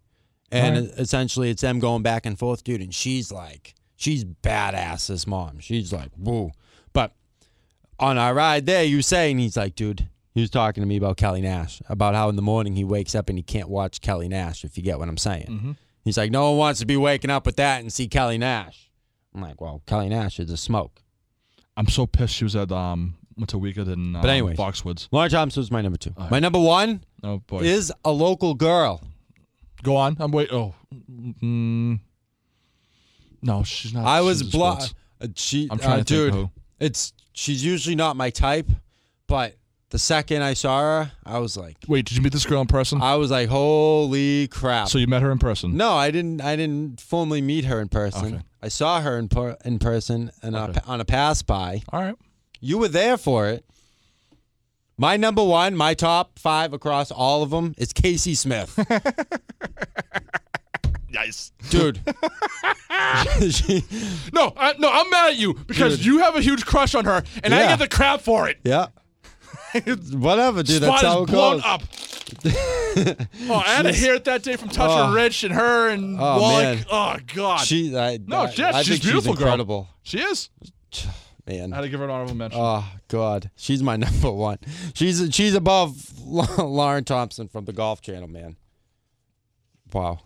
Speaker 1: And essentially, it's them going back and forth, dude. And she's like, she's badass, this mom. She's like, whoa. But on our ride there, you say, and he's like, dude, he was talking to me about Kelly Nash, about how in the morning he wakes up and he can't watch Kelly Nash, if you get what I'm saying.
Speaker 2: Mm-hmm.
Speaker 1: He's like, no one wants to be waking up with that and see Kelly Nash. I'm like, well, Kelly Nash is a smoke.
Speaker 2: I'm so pissed she was at um Winter Weekend in um,
Speaker 1: But anyways.
Speaker 2: Foxwoods.
Speaker 1: Lauren Thompson was my number two.
Speaker 2: right.
Speaker 1: My number one
Speaker 2: Oh boy.
Speaker 1: is a local girl.
Speaker 2: Go on. I'm wait. Oh. Mm. No, she's not.
Speaker 1: I
Speaker 2: Oh, she's
Speaker 1: was
Speaker 2: in
Speaker 1: blocked.
Speaker 2: sports.
Speaker 1: She,
Speaker 2: I'm trying
Speaker 1: uh,
Speaker 2: to think
Speaker 1: dude.
Speaker 2: who.
Speaker 1: It's she's usually not my type, but the second I saw her, I was like,
Speaker 2: Wait, did you meet this girl in person?
Speaker 1: I was like, holy crap!
Speaker 2: so you met her in person.
Speaker 1: no, I didn't. I didn't formally meet her in person.
Speaker 2: Okay.
Speaker 1: I saw her in per, in person and on a
Speaker 2: Okay.
Speaker 1: pa- on a pass by.
Speaker 2: All right.
Speaker 1: You were there for it. My number one, my top five across all of them is Casey
Speaker 2: (laughs)
Speaker 1: Smith,
Speaker 2: Nice.
Speaker 1: dude. (laughs) she,
Speaker 2: No, I, no, I'm mad at you because
Speaker 1: Dude.
Speaker 2: you have a huge crush on her, and I
Speaker 1: Yeah.
Speaker 2: get the crap for it. (laughs)
Speaker 1: yeah. Whatever, dude.
Speaker 2: Spot
Speaker 1: that's how
Speaker 2: is
Speaker 1: it
Speaker 2: blown
Speaker 1: goes. (laughs)
Speaker 2: up. oh, I had to hear it that day from Toucher
Speaker 1: Oh.
Speaker 2: Rich and her and
Speaker 1: Oh,
Speaker 2: Wallach.
Speaker 1: man.
Speaker 2: Oh God.
Speaker 1: She, I,
Speaker 2: no,
Speaker 1: I,
Speaker 2: yes,
Speaker 1: I
Speaker 2: she's
Speaker 1: think
Speaker 2: beautiful,
Speaker 1: she's incredible.
Speaker 2: girl. She is.
Speaker 1: Man,
Speaker 2: I had to give her an honorable mention.
Speaker 1: Oh God, she's my (laughs) number one. She's she's above (laughs) Lauren Thompson from the Golf Channel, man. Wow.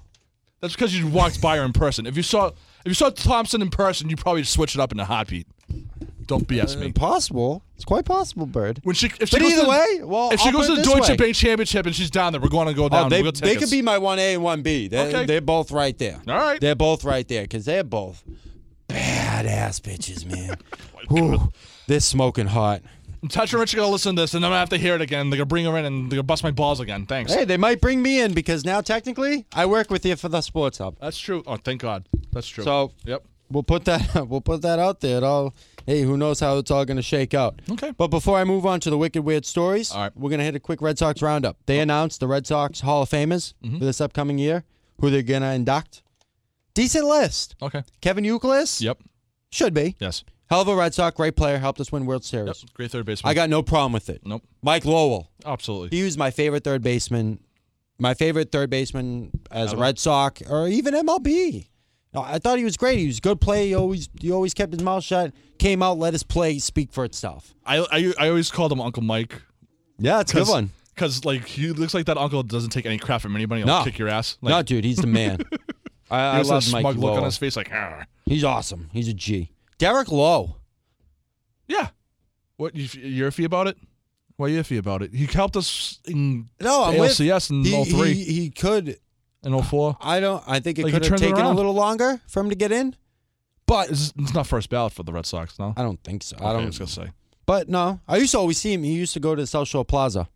Speaker 2: That's because you walked by her in person. If you saw if you saw Thompson in person, you probably switch it up in a heartbeat. Don't BS me.
Speaker 1: Possible. It's quite possible, Bird.
Speaker 2: When she, if she
Speaker 1: But
Speaker 2: goes
Speaker 1: either
Speaker 2: to,
Speaker 1: way, well,
Speaker 2: if she
Speaker 1: I'll put
Speaker 2: goes to
Speaker 1: it
Speaker 2: the
Speaker 1: this
Speaker 2: Deutsche
Speaker 1: way.
Speaker 2: Bank Championship and she's down there, we're going to go down.
Speaker 1: Oh, they,
Speaker 2: we'll get
Speaker 1: they could
Speaker 2: tickets.
Speaker 1: be my one A and one B. They
Speaker 2: Okay.
Speaker 1: they're both right there.
Speaker 2: All right.
Speaker 1: They're both right there because they're both badass bitches,
Speaker 2: (laughs)
Speaker 1: man.
Speaker 2: Oh,
Speaker 1: Whew, they're smoking hot.
Speaker 2: Touch and Rich are gonna listen to this, and I'm gonna have to hear it again. They're gonna bring her in and they're gonna bust my balls again. Thanks.
Speaker 1: Hey, they might bring me in because now technically I work with you for the sports hub.
Speaker 2: That's true. Oh, thank God. That's true.
Speaker 1: So
Speaker 2: yep.
Speaker 1: we'll put that (laughs) we'll put that out there. It all hey, who knows how it's all going to shake out.
Speaker 2: Okay.
Speaker 1: But before I move on to the wicked weird stories,
Speaker 2: All right.
Speaker 1: we're going to hit a quick Red Sox roundup. They announced the Red Sox Hall of Famers for this upcoming year, who they're going to induct. Decent list.
Speaker 2: Okay.
Speaker 1: Kevin Youkilis
Speaker 2: Yep.
Speaker 1: should be.
Speaker 2: Yes.
Speaker 1: Hell of a Red Sox, great player, helped us win World Series.
Speaker 2: Yep. Great third baseman.
Speaker 1: I got no problem with it.
Speaker 2: Nope.
Speaker 1: Mike Lowell,
Speaker 2: Absolutely.
Speaker 1: he was my favorite third baseman, my favorite third baseman as a
Speaker 2: Ever.
Speaker 1: Red Sox or even MLB. No, I thought he was great. He was a good play. He always he always kept his mouth shut. Came out, let his play speak for itself.
Speaker 2: I, I I always called him Uncle Mike.
Speaker 1: Yeah, it's a good one.
Speaker 2: Because like he looks like that uncle doesn't take any crap from anybody. He'll
Speaker 1: No.
Speaker 2: kick your ass. Like,
Speaker 1: no, dude, he's the
Speaker 2: (laughs)
Speaker 1: man. I, I
Speaker 2: There's that
Speaker 1: love
Speaker 2: smug
Speaker 1: Mike
Speaker 2: look on
Speaker 1: Lowell.
Speaker 2: his face, like, "Arr."
Speaker 1: He's awesome. He's a G. Derek Lowe.
Speaker 2: yeah. What you, you're iffy about it? Why are you iffy about it? He helped us in
Speaker 1: No, I'm with.
Speaker 2: ALCS in
Speaker 1: He,
Speaker 2: 03
Speaker 1: he, he could.
Speaker 2: and 04.
Speaker 1: I don't. I think it
Speaker 2: Like, he
Speaker 1: could have
Speaker 2: turned it
Speaker 1: taken a
Speaker 2: around.
Speaker 1: little longer for him to get in, but
Speaker 2: It's, it's not first ballot for the Red Sox, no.
Speaker 1: I don't think so.
Speaker 2: Okay,
Speaker 1: I don't.
Speaker 2: was gonna say.
Speaker 1: But no, I used to always see him. He used to go to the South Shore Plaza.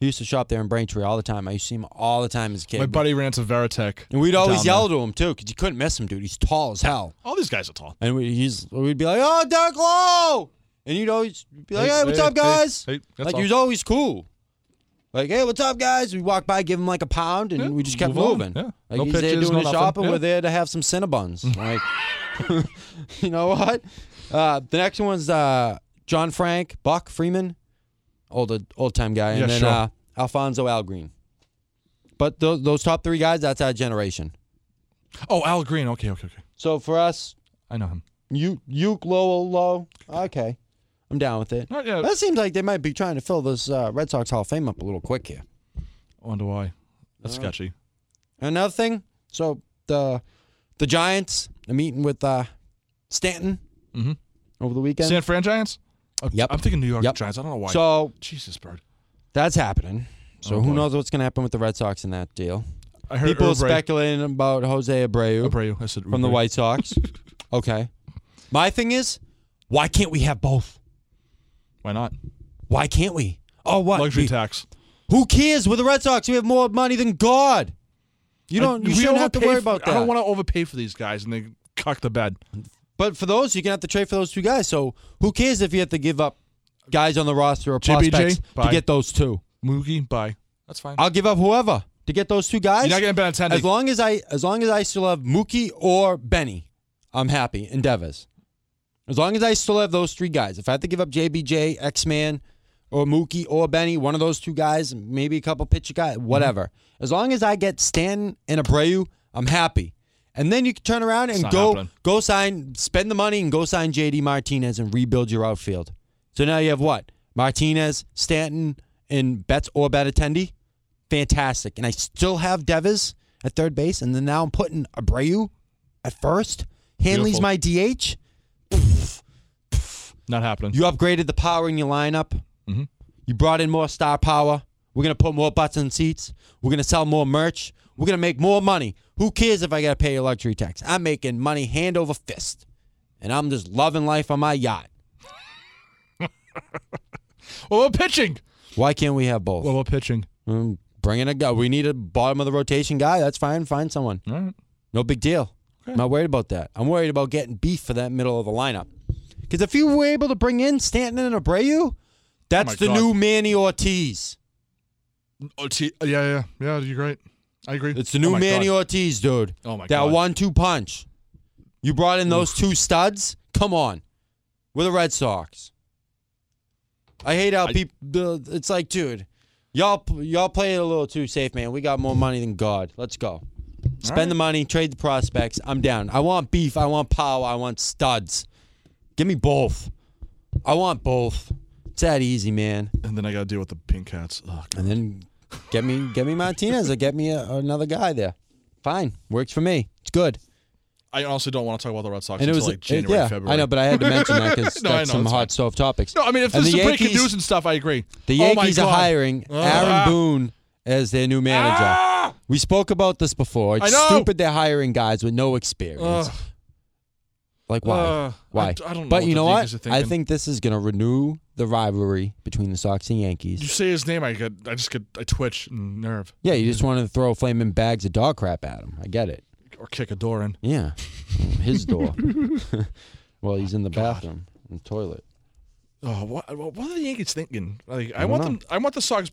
Speaker 1: He used to shop there in Braintree all the time. I used to see him all the time as a kid.
Speaker 2: My buddy ran to Veritech.
Speaker 1: and we'd always
Speaker 2: down
Speaker 1: yell to him too, because you couldn't miss him, dude. He's tall as hell.
Speaker 2: All Oh, these guys are tall.
Speaker 1: And we, he's we'd be like, "Oh, Derek Lowe," and you'd always be like, "Hey, what's up, guys?"
Speaker 2: Hey, hey, that's
Speaker 1: like
Speaker 2: all.
Speaker 1: he was always cool. Like, hey, what's up, guys? We walked by, give him like a pound, and
Speaker 2: Yeah,
Speaker 1: we just kept
Speaker 2: move on.
Speaker 1: moving.
Speaker 2: Yeah.
Speaker 1: Like
Speaker 2: No
Speaker 1: he's there
Speaker 2: pitches,
Speaker 1: doing
Speaker 2: no
Speaker 1: his
Speaker 2: nothing.
Speaker 1: shopping. We're
Speaker 2: Yeah.
Speaker 1: there to have some
Speaker 2: (laughs)
Speaker 1: Cinnabons. Like, (laughs) you know what? Uh, the next one's uh, John Frank, Buck Freeman, old old time guy, and
Speaker 2: Yeah,
Speaker 1: then
Speaker 2: sure.
Speaker 1: uh, Alfonso Algreen. But those, those top three guys, that's our generation.
Speaker 2: Oh, Al Green. Okay, okay, okay.
Speaker 1: So for us,
Speaker 2: I know him.
Speaker 1: you Uke Lowell Low. Okay, I'm down with it.
Speaker 2: Not yet.
Speaker 1: That seems like they might be trying to fill this uh, Red Sox Hall of Fame up a little quick here.
Speaker 2: Wonder why. That's
Speaker 1: Uh,
Speaker 2: sketchy.
Speaker 1: Another thing, so the the Giants, a meeting with uh, Stanton
Speaker 2: Mhm.
Speaker 1: over the weekend.
Speaker 2: San Fran Giants? Oh,
Speaker 1: Yep.
Speaker 2: I'm thinking New York
Speaker 1: Yep.
Speaker 2: Giants. I don't know why.
Speaker 1: So
Speaker 2: Jesus, bird.
Speaker 1: that's happening. So
Speaker 2: Oh,
Speaker 1: who
Speaker 2: boy.
Speaker 1: knows what's going to happen with the Red Sox in that deal?
Speaker 2: I heard
Speaker 1: People are
Speaker 2: Oubre.
Speaker 1: speculating about Jose Abreu
Speaker 2: Abreu. I said
Speaker 1: from the
Speaker 2: Oubre.
Speaker 1: White
Speaker 2: (laughs)
Speaker 1: Sox. okay. My thing is, why can't we have both?
Speaker 2: Why not?
Speaker 1: Why can't we? Oh, what?
Speaker 2: Luxury
Speaker 1: We-
Speaker 2: tax.
Speaker 1: who cares? We're the Red Sox. We have more money than God. You
Speaker 2: I-
Speaker 1: don't.
Speaker 2: we
Speaker 1: you shouldn't have to
Speaker 2: overpay
Speaker 1: worry
Speaker 2: for-
Speaker 1: about that.
Speaker 2: I don't want to overpay for these guys, and they cock the bed.
Speaker 1: But for those, you're gonna have to trade for those two guys. So who cares if you have to give up guys on the roster or
Speaker 2: JBJ?
Speaker 1: prospects to
Speaker 2: Bye.
Speaker 1: get those two?
Speaker 2: Moogie, bye. That's fine.
Speaker 1: I'll give up whoever to get those two guys.
Speaker 2: You're not getting bad
Speaker 1: as
Speaker 2: attendance.
Speaker 1: long as I, as long as I still have Mookie or Benny, I'm happy. And Devers, as long as I still have those three guys. If I have to give up JBJ, X Man, or Mookie or Benny, one of those two guys, maybe a couple pitcher guys, whatever.
Speaker 2: Mm-hmm.
Speaker 1: As long as I get Stanton and Abreu, I'm happy. And then you can turn around and
Speaker 2: not
Speaker 1: go
Speaker 2: happening.
Speaker 1: go sign, spend the money and go sign JD Martinez and rebuild your outfield. So now you have what? Martinez, Stanton, and Betts or Bet attendee. Fantastic. And I still have Devers at third base. And then now I'm putting Abreu at first. Hanley's
Speaker 2: Beautiful.
Speaker 1: my DH.
Speaker 2: Not happening.
Speaker 1: You upgraded the power in your lineup.
Speaker 2: Mhm.
Speaker 1: You brought in more star power. We're gonna put more butts in seats. We're gonna sell more merch. We're gonna make more money. Who cares if I gotta pay a luxury tax? I'm making money hand over fist, and I'm just loving life on my yacht.
Speaker 2: Well, we're pitching.
Speaker 1: Why can't we have both?
Speaker 2: Well, we're pitching.
Speaker 1: Mm, bring in a guy. We need a bottom of the rotation guy. That's fine. Find someone.
Speaker 2: All right.
Speaker 1: No big deal. I'm not worried about that. I'm worried about getting beef for that middle of the lineup. Because if you were able to bring in Stanton and Abreu, that's
Speaker 2: Oh my
Speaker 1: the
Speaker 2: God.
Speaker 1: new Manny Ortiz.
Speaker 2: Oh, t- yeah, yeah, yeah. You're right. I agree.
Speaker 1: It's the new
Speaker 2: oh
Speaker 1: Manny
Speaker 2: Or-
Speaker 1: Ortiz, dude.
Speaker 2: Oh my
Speaker 1: that
Speaker 2: God.
Speaker 1: one-two punch. You brought in those two studs. Come on, we're the Red Sox. I hate how
Speaker 2: I-
Speaker 1: people. It's like, dude, y'all y'all play it a little too safe, man. We got more money than God. Let's go. Spend
Speaker 2: right.
Speaker 1: the money, trade the prospects. I'm down. I want beef. I want power. I want studs. Give me both. I want both. It's that easy, man.
Speaker 2: and then I got to deal with the pink cats. Ugh.
Speaker 1: And then get me get me Martinez or get me a, another guy there. Fine, works for me. It's good.
Speaker 2: I honestly don't want to talk about the Red Sox
Speaker 1: And it
Speaker 2: until
Speaker 1: was
Speaker 2: like January,
Speaker 1: it- yeah,
Speaker 2: February.
Speaker 1: I know, but I had to mention that because
Speaker 2: (laughs) No, I
Speaker 1: that's
Speaker 2: know,
Speaker 1: some
Speaker 2: it's fine.
Speaker 1: hot stove topics.
Speaker 2: No, I mean, if
Speaker 1: And
Speaker 2: this is
Speaker 1: the
Speaker 2: breaking
Speaker 1: Yankees-
Speaker 2: news and stuff, I agree.
Speaker 1: The
Speaker 2: Oh my
Speaker 1: Yankees are
Speaker 2: God.
Speaker 1: hiring
Speaker 2: Ah.
Speaker 1: Aaron Boone as their new manager.
Speaker 2: Ah!
Speaker 1: We spoke about this before. It's
Speaker 2: I know.
Speaker 1: stupid they're hiring guys with no experience.
Speaker 2: Ugh.
Speaker 1: like why?
Speaker 2: Ugh.
Speaker 1: why?
Speaker 2: I d- I don't know
Speaker 1: but
Speaker 2: what
Speaker 1: you
Speaker 2: the
Speaker 1: know what?
Speaker 2: Yankees are
Speaker 1: I
Speaker 2: thinking.
Speaker 1: think this is going to renew the rivalry between the Sox and Yankees.
Speaker 2: You say his name, I get, I just get, I twitch and nerve
Speaker 1: yeah, you just wanted to throw flaming bags of dog crap at him. I get it.
Speaker 2: or kick a door in.
Speaker 1: Yeah. (laughs) His door. (laughs) well, he's in the bathroom, in the toilet.
Speaker 2: Oh, what, what are the Yankees thinking? Like, I,
Speaker 1: don't
Speaker 2: want
Speaker 1: know.
Speaker 2: them. I want the Sox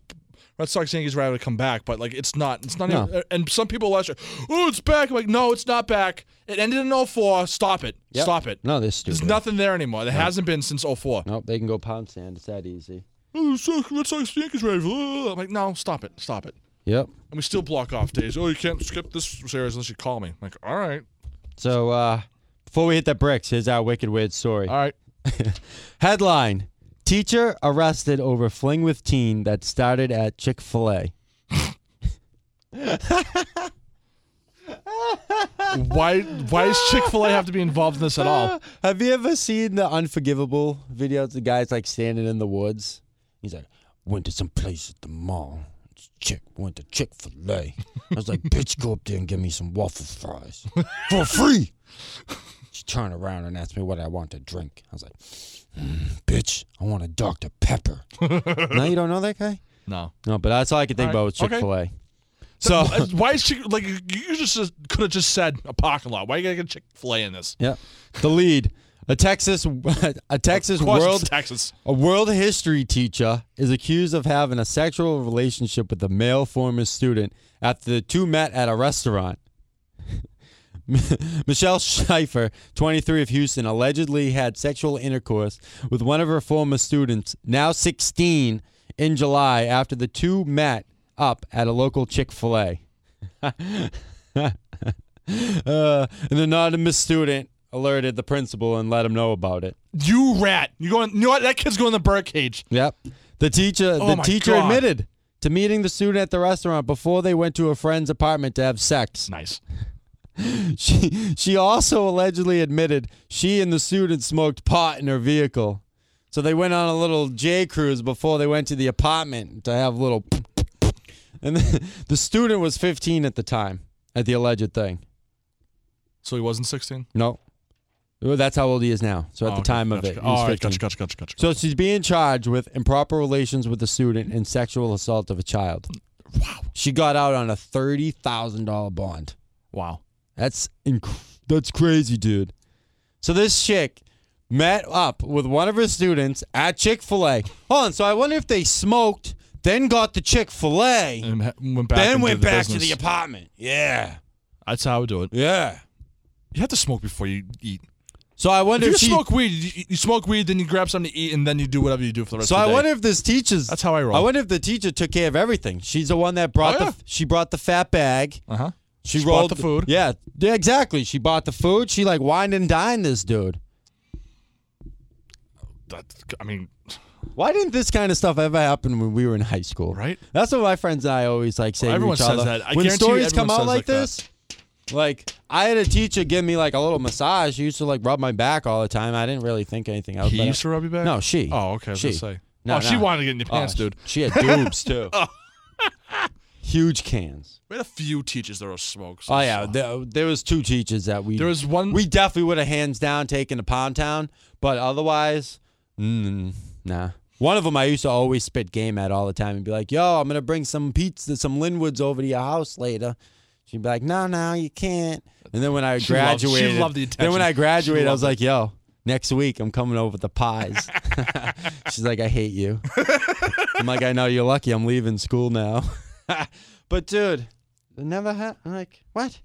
Speaker 2: Red Sox Yankees rivalry come back, but like it's not. It's not.
Speaker 1: No.
Speaker 2: Even, and some people last year, oh, it's back. I'm like, no, it's not back. It ended in 04. Stop it.
Speaker 1: Yep.
Speaker 2: Stop it.
Speaker 1: No, they're stupid.
Speaker 2: There's nothing there anymore. There hasn't been since 04.
Speaker 1: Nope, they can go pound sand. It's that easy.
Speaker 2: Oh, so- Red Sox Yankees rivalry. Ugh. I'm like, no, stop it. Stop it.
Speaker 1: Yep.
Speaker 2: And we still block off days. Oh, you can't skip this series unless you call me. I'm like, all right,
Speaker 1: So uh, before we hit the bricks, here's our wicked weird story.
Speaker 2: all right.
Speaker 1: Headline: Teacher arrested over fling with teen that started at Chick Fil A.
Speaker 2: Why? Why does Chick Fil A have to be involved in this at all?
Speaker 1: (laughs) Have you ever seen the unforgivable videos? The guy's like standing in the woods. He's like, went to some place at the mall. It's Chick went to Chick Fil A. I was like, bitch, go up there and give me some waffle fries for free. She turned around and asked me what I want to drink. I was like, "Mm, bitch, I want a Dr Pepper. now you don't know that guy?
Speaker 2: No.
Speaker 1: No, but that's all I could think
Speaker 2: All
Speaker 1: about was Chick
Speaker 2: right,
Speaker 1: Fil A.
Speaker 2: So uh,
Speaker 1: So (laughs)
Speaker 2: why is Chick like you you just could have just said a parking lot? Why you gotta get Chick Fil A in this?
Speaker 1: yeah, the lead. A Texas, (laughs) a Texas
Speaker 2: Of course it's
Speaker 1: world
Speaker 2: Texas.
Speaker 1: A world history teacher is accused of having a sexual relationship with a male former student after the two met at a restaurant. (laughs) Michelle Scheifer, 23 of Houston, allegedly had sexual intercourse with one of her former students, now 16, in July after the two met up at a local Chick fil (laughs) A. uh, an anonymous student alerted the principal and let him know about it.
Speaker 2: You rat. You going? You know what? That kid's going in the bird cage.
Speaker 1: Yep. The teacher
Speaker 2: Oh
Speaker 1: the
Speaker 2: my
Speaker 1: teacher
Speaker 2: God.
Speaker 1: admitted to meeting the student at the restaurant before they went to a friend's apartment to have sex.
Speaker 2: Nice.
Speaker 1: She she also allegedly admitted she and the student smoked pot in her vehicle. So they went on a little J cruise before they went to the apartment to have a little (laughs) and then, (laughs) the student was 15 at the time at the alleged thing.
Speaker 2: So he wasn't sixteen.
Speaker 1: No. Well, That's how old he is now. So at
Speaker 2: Oh,
Speaker 1: the
Speaker 2: okay.
Speaker 1: time of
Speaker 2: Gotcha.
Speaker 1: it, he
Speaker 2: Oh, all
Speaker 1: was
Speaker 2: right.
Speaker 1: 15.
Speaker 2: Gotcha. Gotcha. Gotcha. Gotcha.
Speaker 1: So she's being charged with improper relations with a student and sexual assault of a child. Wow. She got out on a thirty thousand dollar bond.
Speaker 2: wow.
Speaker 1: That's inc- that's crazy, dude. So this chick met up with one of her students at Chick Fil A. Hold on. So I wonder if they smoked, then got to Chick Fil A,
Speaker 2: And ha- went back.
Speaker 1: then
Speaker 2: and
Speaker 1: went
Speaker 2: did
Speaker 1: back
Speaker 2: business.
Speaker 1: to the apartment. Yeah,
Speaker 2: That's how I would do it.
Speaker 1: yeah.
Speaker 2: You have to smoke before you eat.
Speaker 1: So I
Speaker 2: If
Speaker 1: wonder
Speaker 2: you
Speaker 1: if she.
Speaker 2: smoke weed, you, you smoke weed, then you grab something to eat, and then you do whatever you do for the rest
Speaker 1: so
Speaker 2: of the
Speaker 1: I
Speaker 2: day.
Speaker 1: wonder if this teacher's.
Speaker 2: That's how I roll.
Speaker 1: I wonder if the teacher took care of everything. She's the one that brought
Speaker 2: Oh, yeah.
Speaker 1: the. She brought the fat bag.
Speaker 2: Uh huh.
Speaker 1: She,
Speaker 2: She bought
Speaker 1: rolled
Speaker 2: the food.
Speaker 1: Yeah, yeah, exactly. She bought the food. She like wined and dined this dude.
Speaker 2: That. I mean,
Speaker 1: Why didn't this kind of stuff ever happen when we were in high school?
Speaker 2: Right?
Speaker 1: That's what my friends and I always like say.
Speaker 2: Well,
Speaker 1: to
Speaker 2: everyone
Speaker 1: each
Speaker 2: says
Speaker 1: other.
Speaker 2: that. I
Speaker 1: when
Speaker 2: guarantee you
Speaker 1: stories come
Speaker 2: everyone
Speaker 1: out
Speaker 2: says
Speaker 1: like,
Speaker 2: like that.
Speaker 1: this, like I had a teacher give me like a little massage. She used to like rub my back all the time. I didn't really think anything of it.
Speaker 2: he
Speaker 1: but I-
Speaker 2: used to rub you back.
Speaker 1: No, she.
Speaker 2: Oh, okay. I was
Speaker 1: She.
Speaker 2: gonna say.
Speaker 1: No,
Speaker 2: oh, she
Speaker 1: no.
Speaker 2: wanted to get in your
Speaker 1: Oh,
Speaker 2: pants, dude.
Speaker 1: She had
Speaker 2: (laughs)
Speaker 1: dubes too. Huge cans.
Speaker 2: We had a few teachers that were smokes.
Speaker 1: Oh yeah, there, there was two teachers that we
Speaker 2: There was one.
Speaker 1: we definitely would have hands down taken to Pound Town, but otherwise, mm, nah. One of them I used to always spit game at all the time and be like, "Yo, I'm gonna bring some pizza, some Linwoods over to your house later." She'd be like, "No, no, you can't." And then when I
Speaker 2: (laughs) She loved- she
Speaker 1: graduated,
Speaker 2: loved the
Speaker 1: then when
Speaker 2: attention.
Speaker 1: I graduated,
Speaker 2: She
Speaker 1: I was
Speaker 2: loved
Speaker 1: like, "Yo, next week I'm coming over with the
Speaker 2: (laughs)
Speaker 1: pies." She's like, "I hate you." I'm like, "I know you're lucky. I'm leaving school now." (laughs) but dude, it never had like what?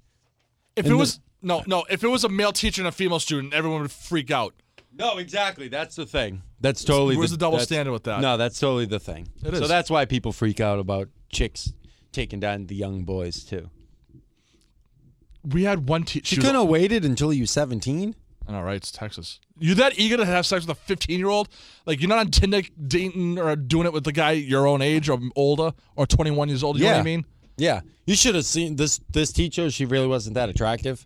Speaker 2: If
Speaker 1: And
Speaker 2: it
Speaker 1: the-
Speaker 2: was no, no. If it was a male teacher and a female student, everyone would freak out.
Speaker 1: No, exactly. That's the thing. That's totally.
Speaker 2: Where's the double
Speaker 1: that's-
Speaker 2: standard with that?
Speaker 1: No, that's totally the thing.
Speaker 2: It
Speaker 1: So
Speaker 2: is.
Speaker 1: that's why people freak out about chicks taking down the young boys too.
Speaker 2: We had one teacher.
Speaker 1: She couldn't have waited until you seventeen.
Speaker 2: All right, it's Texas. You're that eager to have sex with a 15 year old? Like you're not on Tinder dating or doing it with a guy your own age or older or 21 years old. You know what
Speaker 1: Yeah.
Speaker 2: I mean?
Speaker 1: Yeah, you should have seen this. This teacher, she really wasn't that attractive.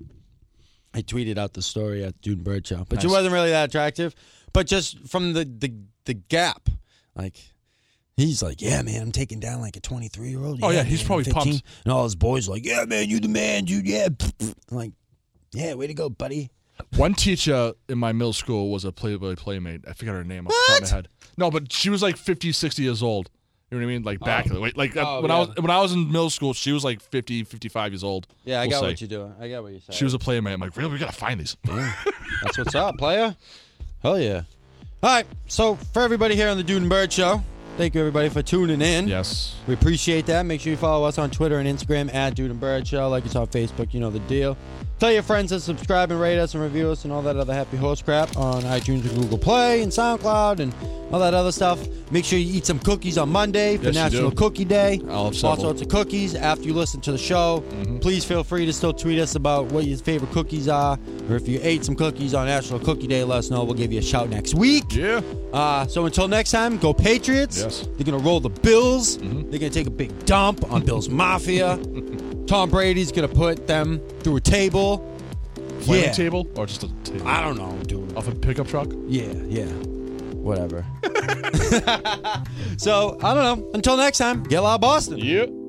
Speaker 1: I tweeted out the story at Dude Bird Show, but she
Speaker 2: Nice.
Speaker 1: wasn't really that attractive. But just from the the the gap, like. He's like, yeah, man, I'm taking down like a 23 year old.
Speaker 2: Oh, yeah, he's probably pumped.
Speaker 1: And all his boys are like, yeah, man, you the man, dude. Yeah, (laughs) I'm like, yeah, way to go, buddy.
Speaker 2: One teacher in my middle school was a Playboy Playmate. I forgot her name off the top of my head. No, but she was like 50, 60 years old. You know what I mean? Like back like, like uh,
Speaker 1: Oh,
Speaker 2: when I
Speaker 1: yeah.
Speaker 2: was when I was in middle school, she was like 50, 55 years old.
Speaker 1: Yeah, I
Speaker 2: we'll
Speaker 1: got
Speaker 2: say.
Speaker 1: what you're doing. I got what you're saying.
Speaker 2: She was a playmate. I'm like, really? We gotta find these.
Speaker 1: That's what's up, player. Hell yeah. All right. So for everybody here on the Dude and Bird Show, Thank you, everybody, for tuning in.
Speaker 2: Yes.
Speaker 1: We appreciate that. Make sure you follow us on Twitter and Instagram at Dude and Bird Show. Like us on Facebook, you know the deal. Tell your friends to subscribe and rate us and review us and all that other happy horse crap on iTunes and Google Play and SoundCloud and all that other stuff. Make sure you eat some cookies on Monday for
Speaker 2: Yes, you
Speaker 1: National
Speaker 2: do.
Speaker 1: Cookie Day.
Speaker 2: I'll have
Speaker 1: all
Speaker 2: several. Mm-hmm.
Speaker 1: sorts of cookies after you listen to the show. Please feel free to still tweet us about what your favorite cookies are. Or if you ate some cookies on National Cookie Day, let us know. We'll give you a shout next week.
Speaker 2: Yeah.
Speaker 1: Uh, so until next time, go Patriots.
Speaker 2: Yes.
Speaker 1: They're going to roll the Bills. They're going to take a big dump on Bills Mafia. Tom Brady's going to put them through a table.
Speaker 2: Flaming
Speaker 1: yeah.
Speaker 2: table or just a table
Speaker 1: I don't know, dude.
Speaker 2: off a pickup truck.
Speaker 1: Yeah, yeah. (laughs) Whatever. so, I don't know. Until next time, get loud, Boston.
Speaker 2: Yep.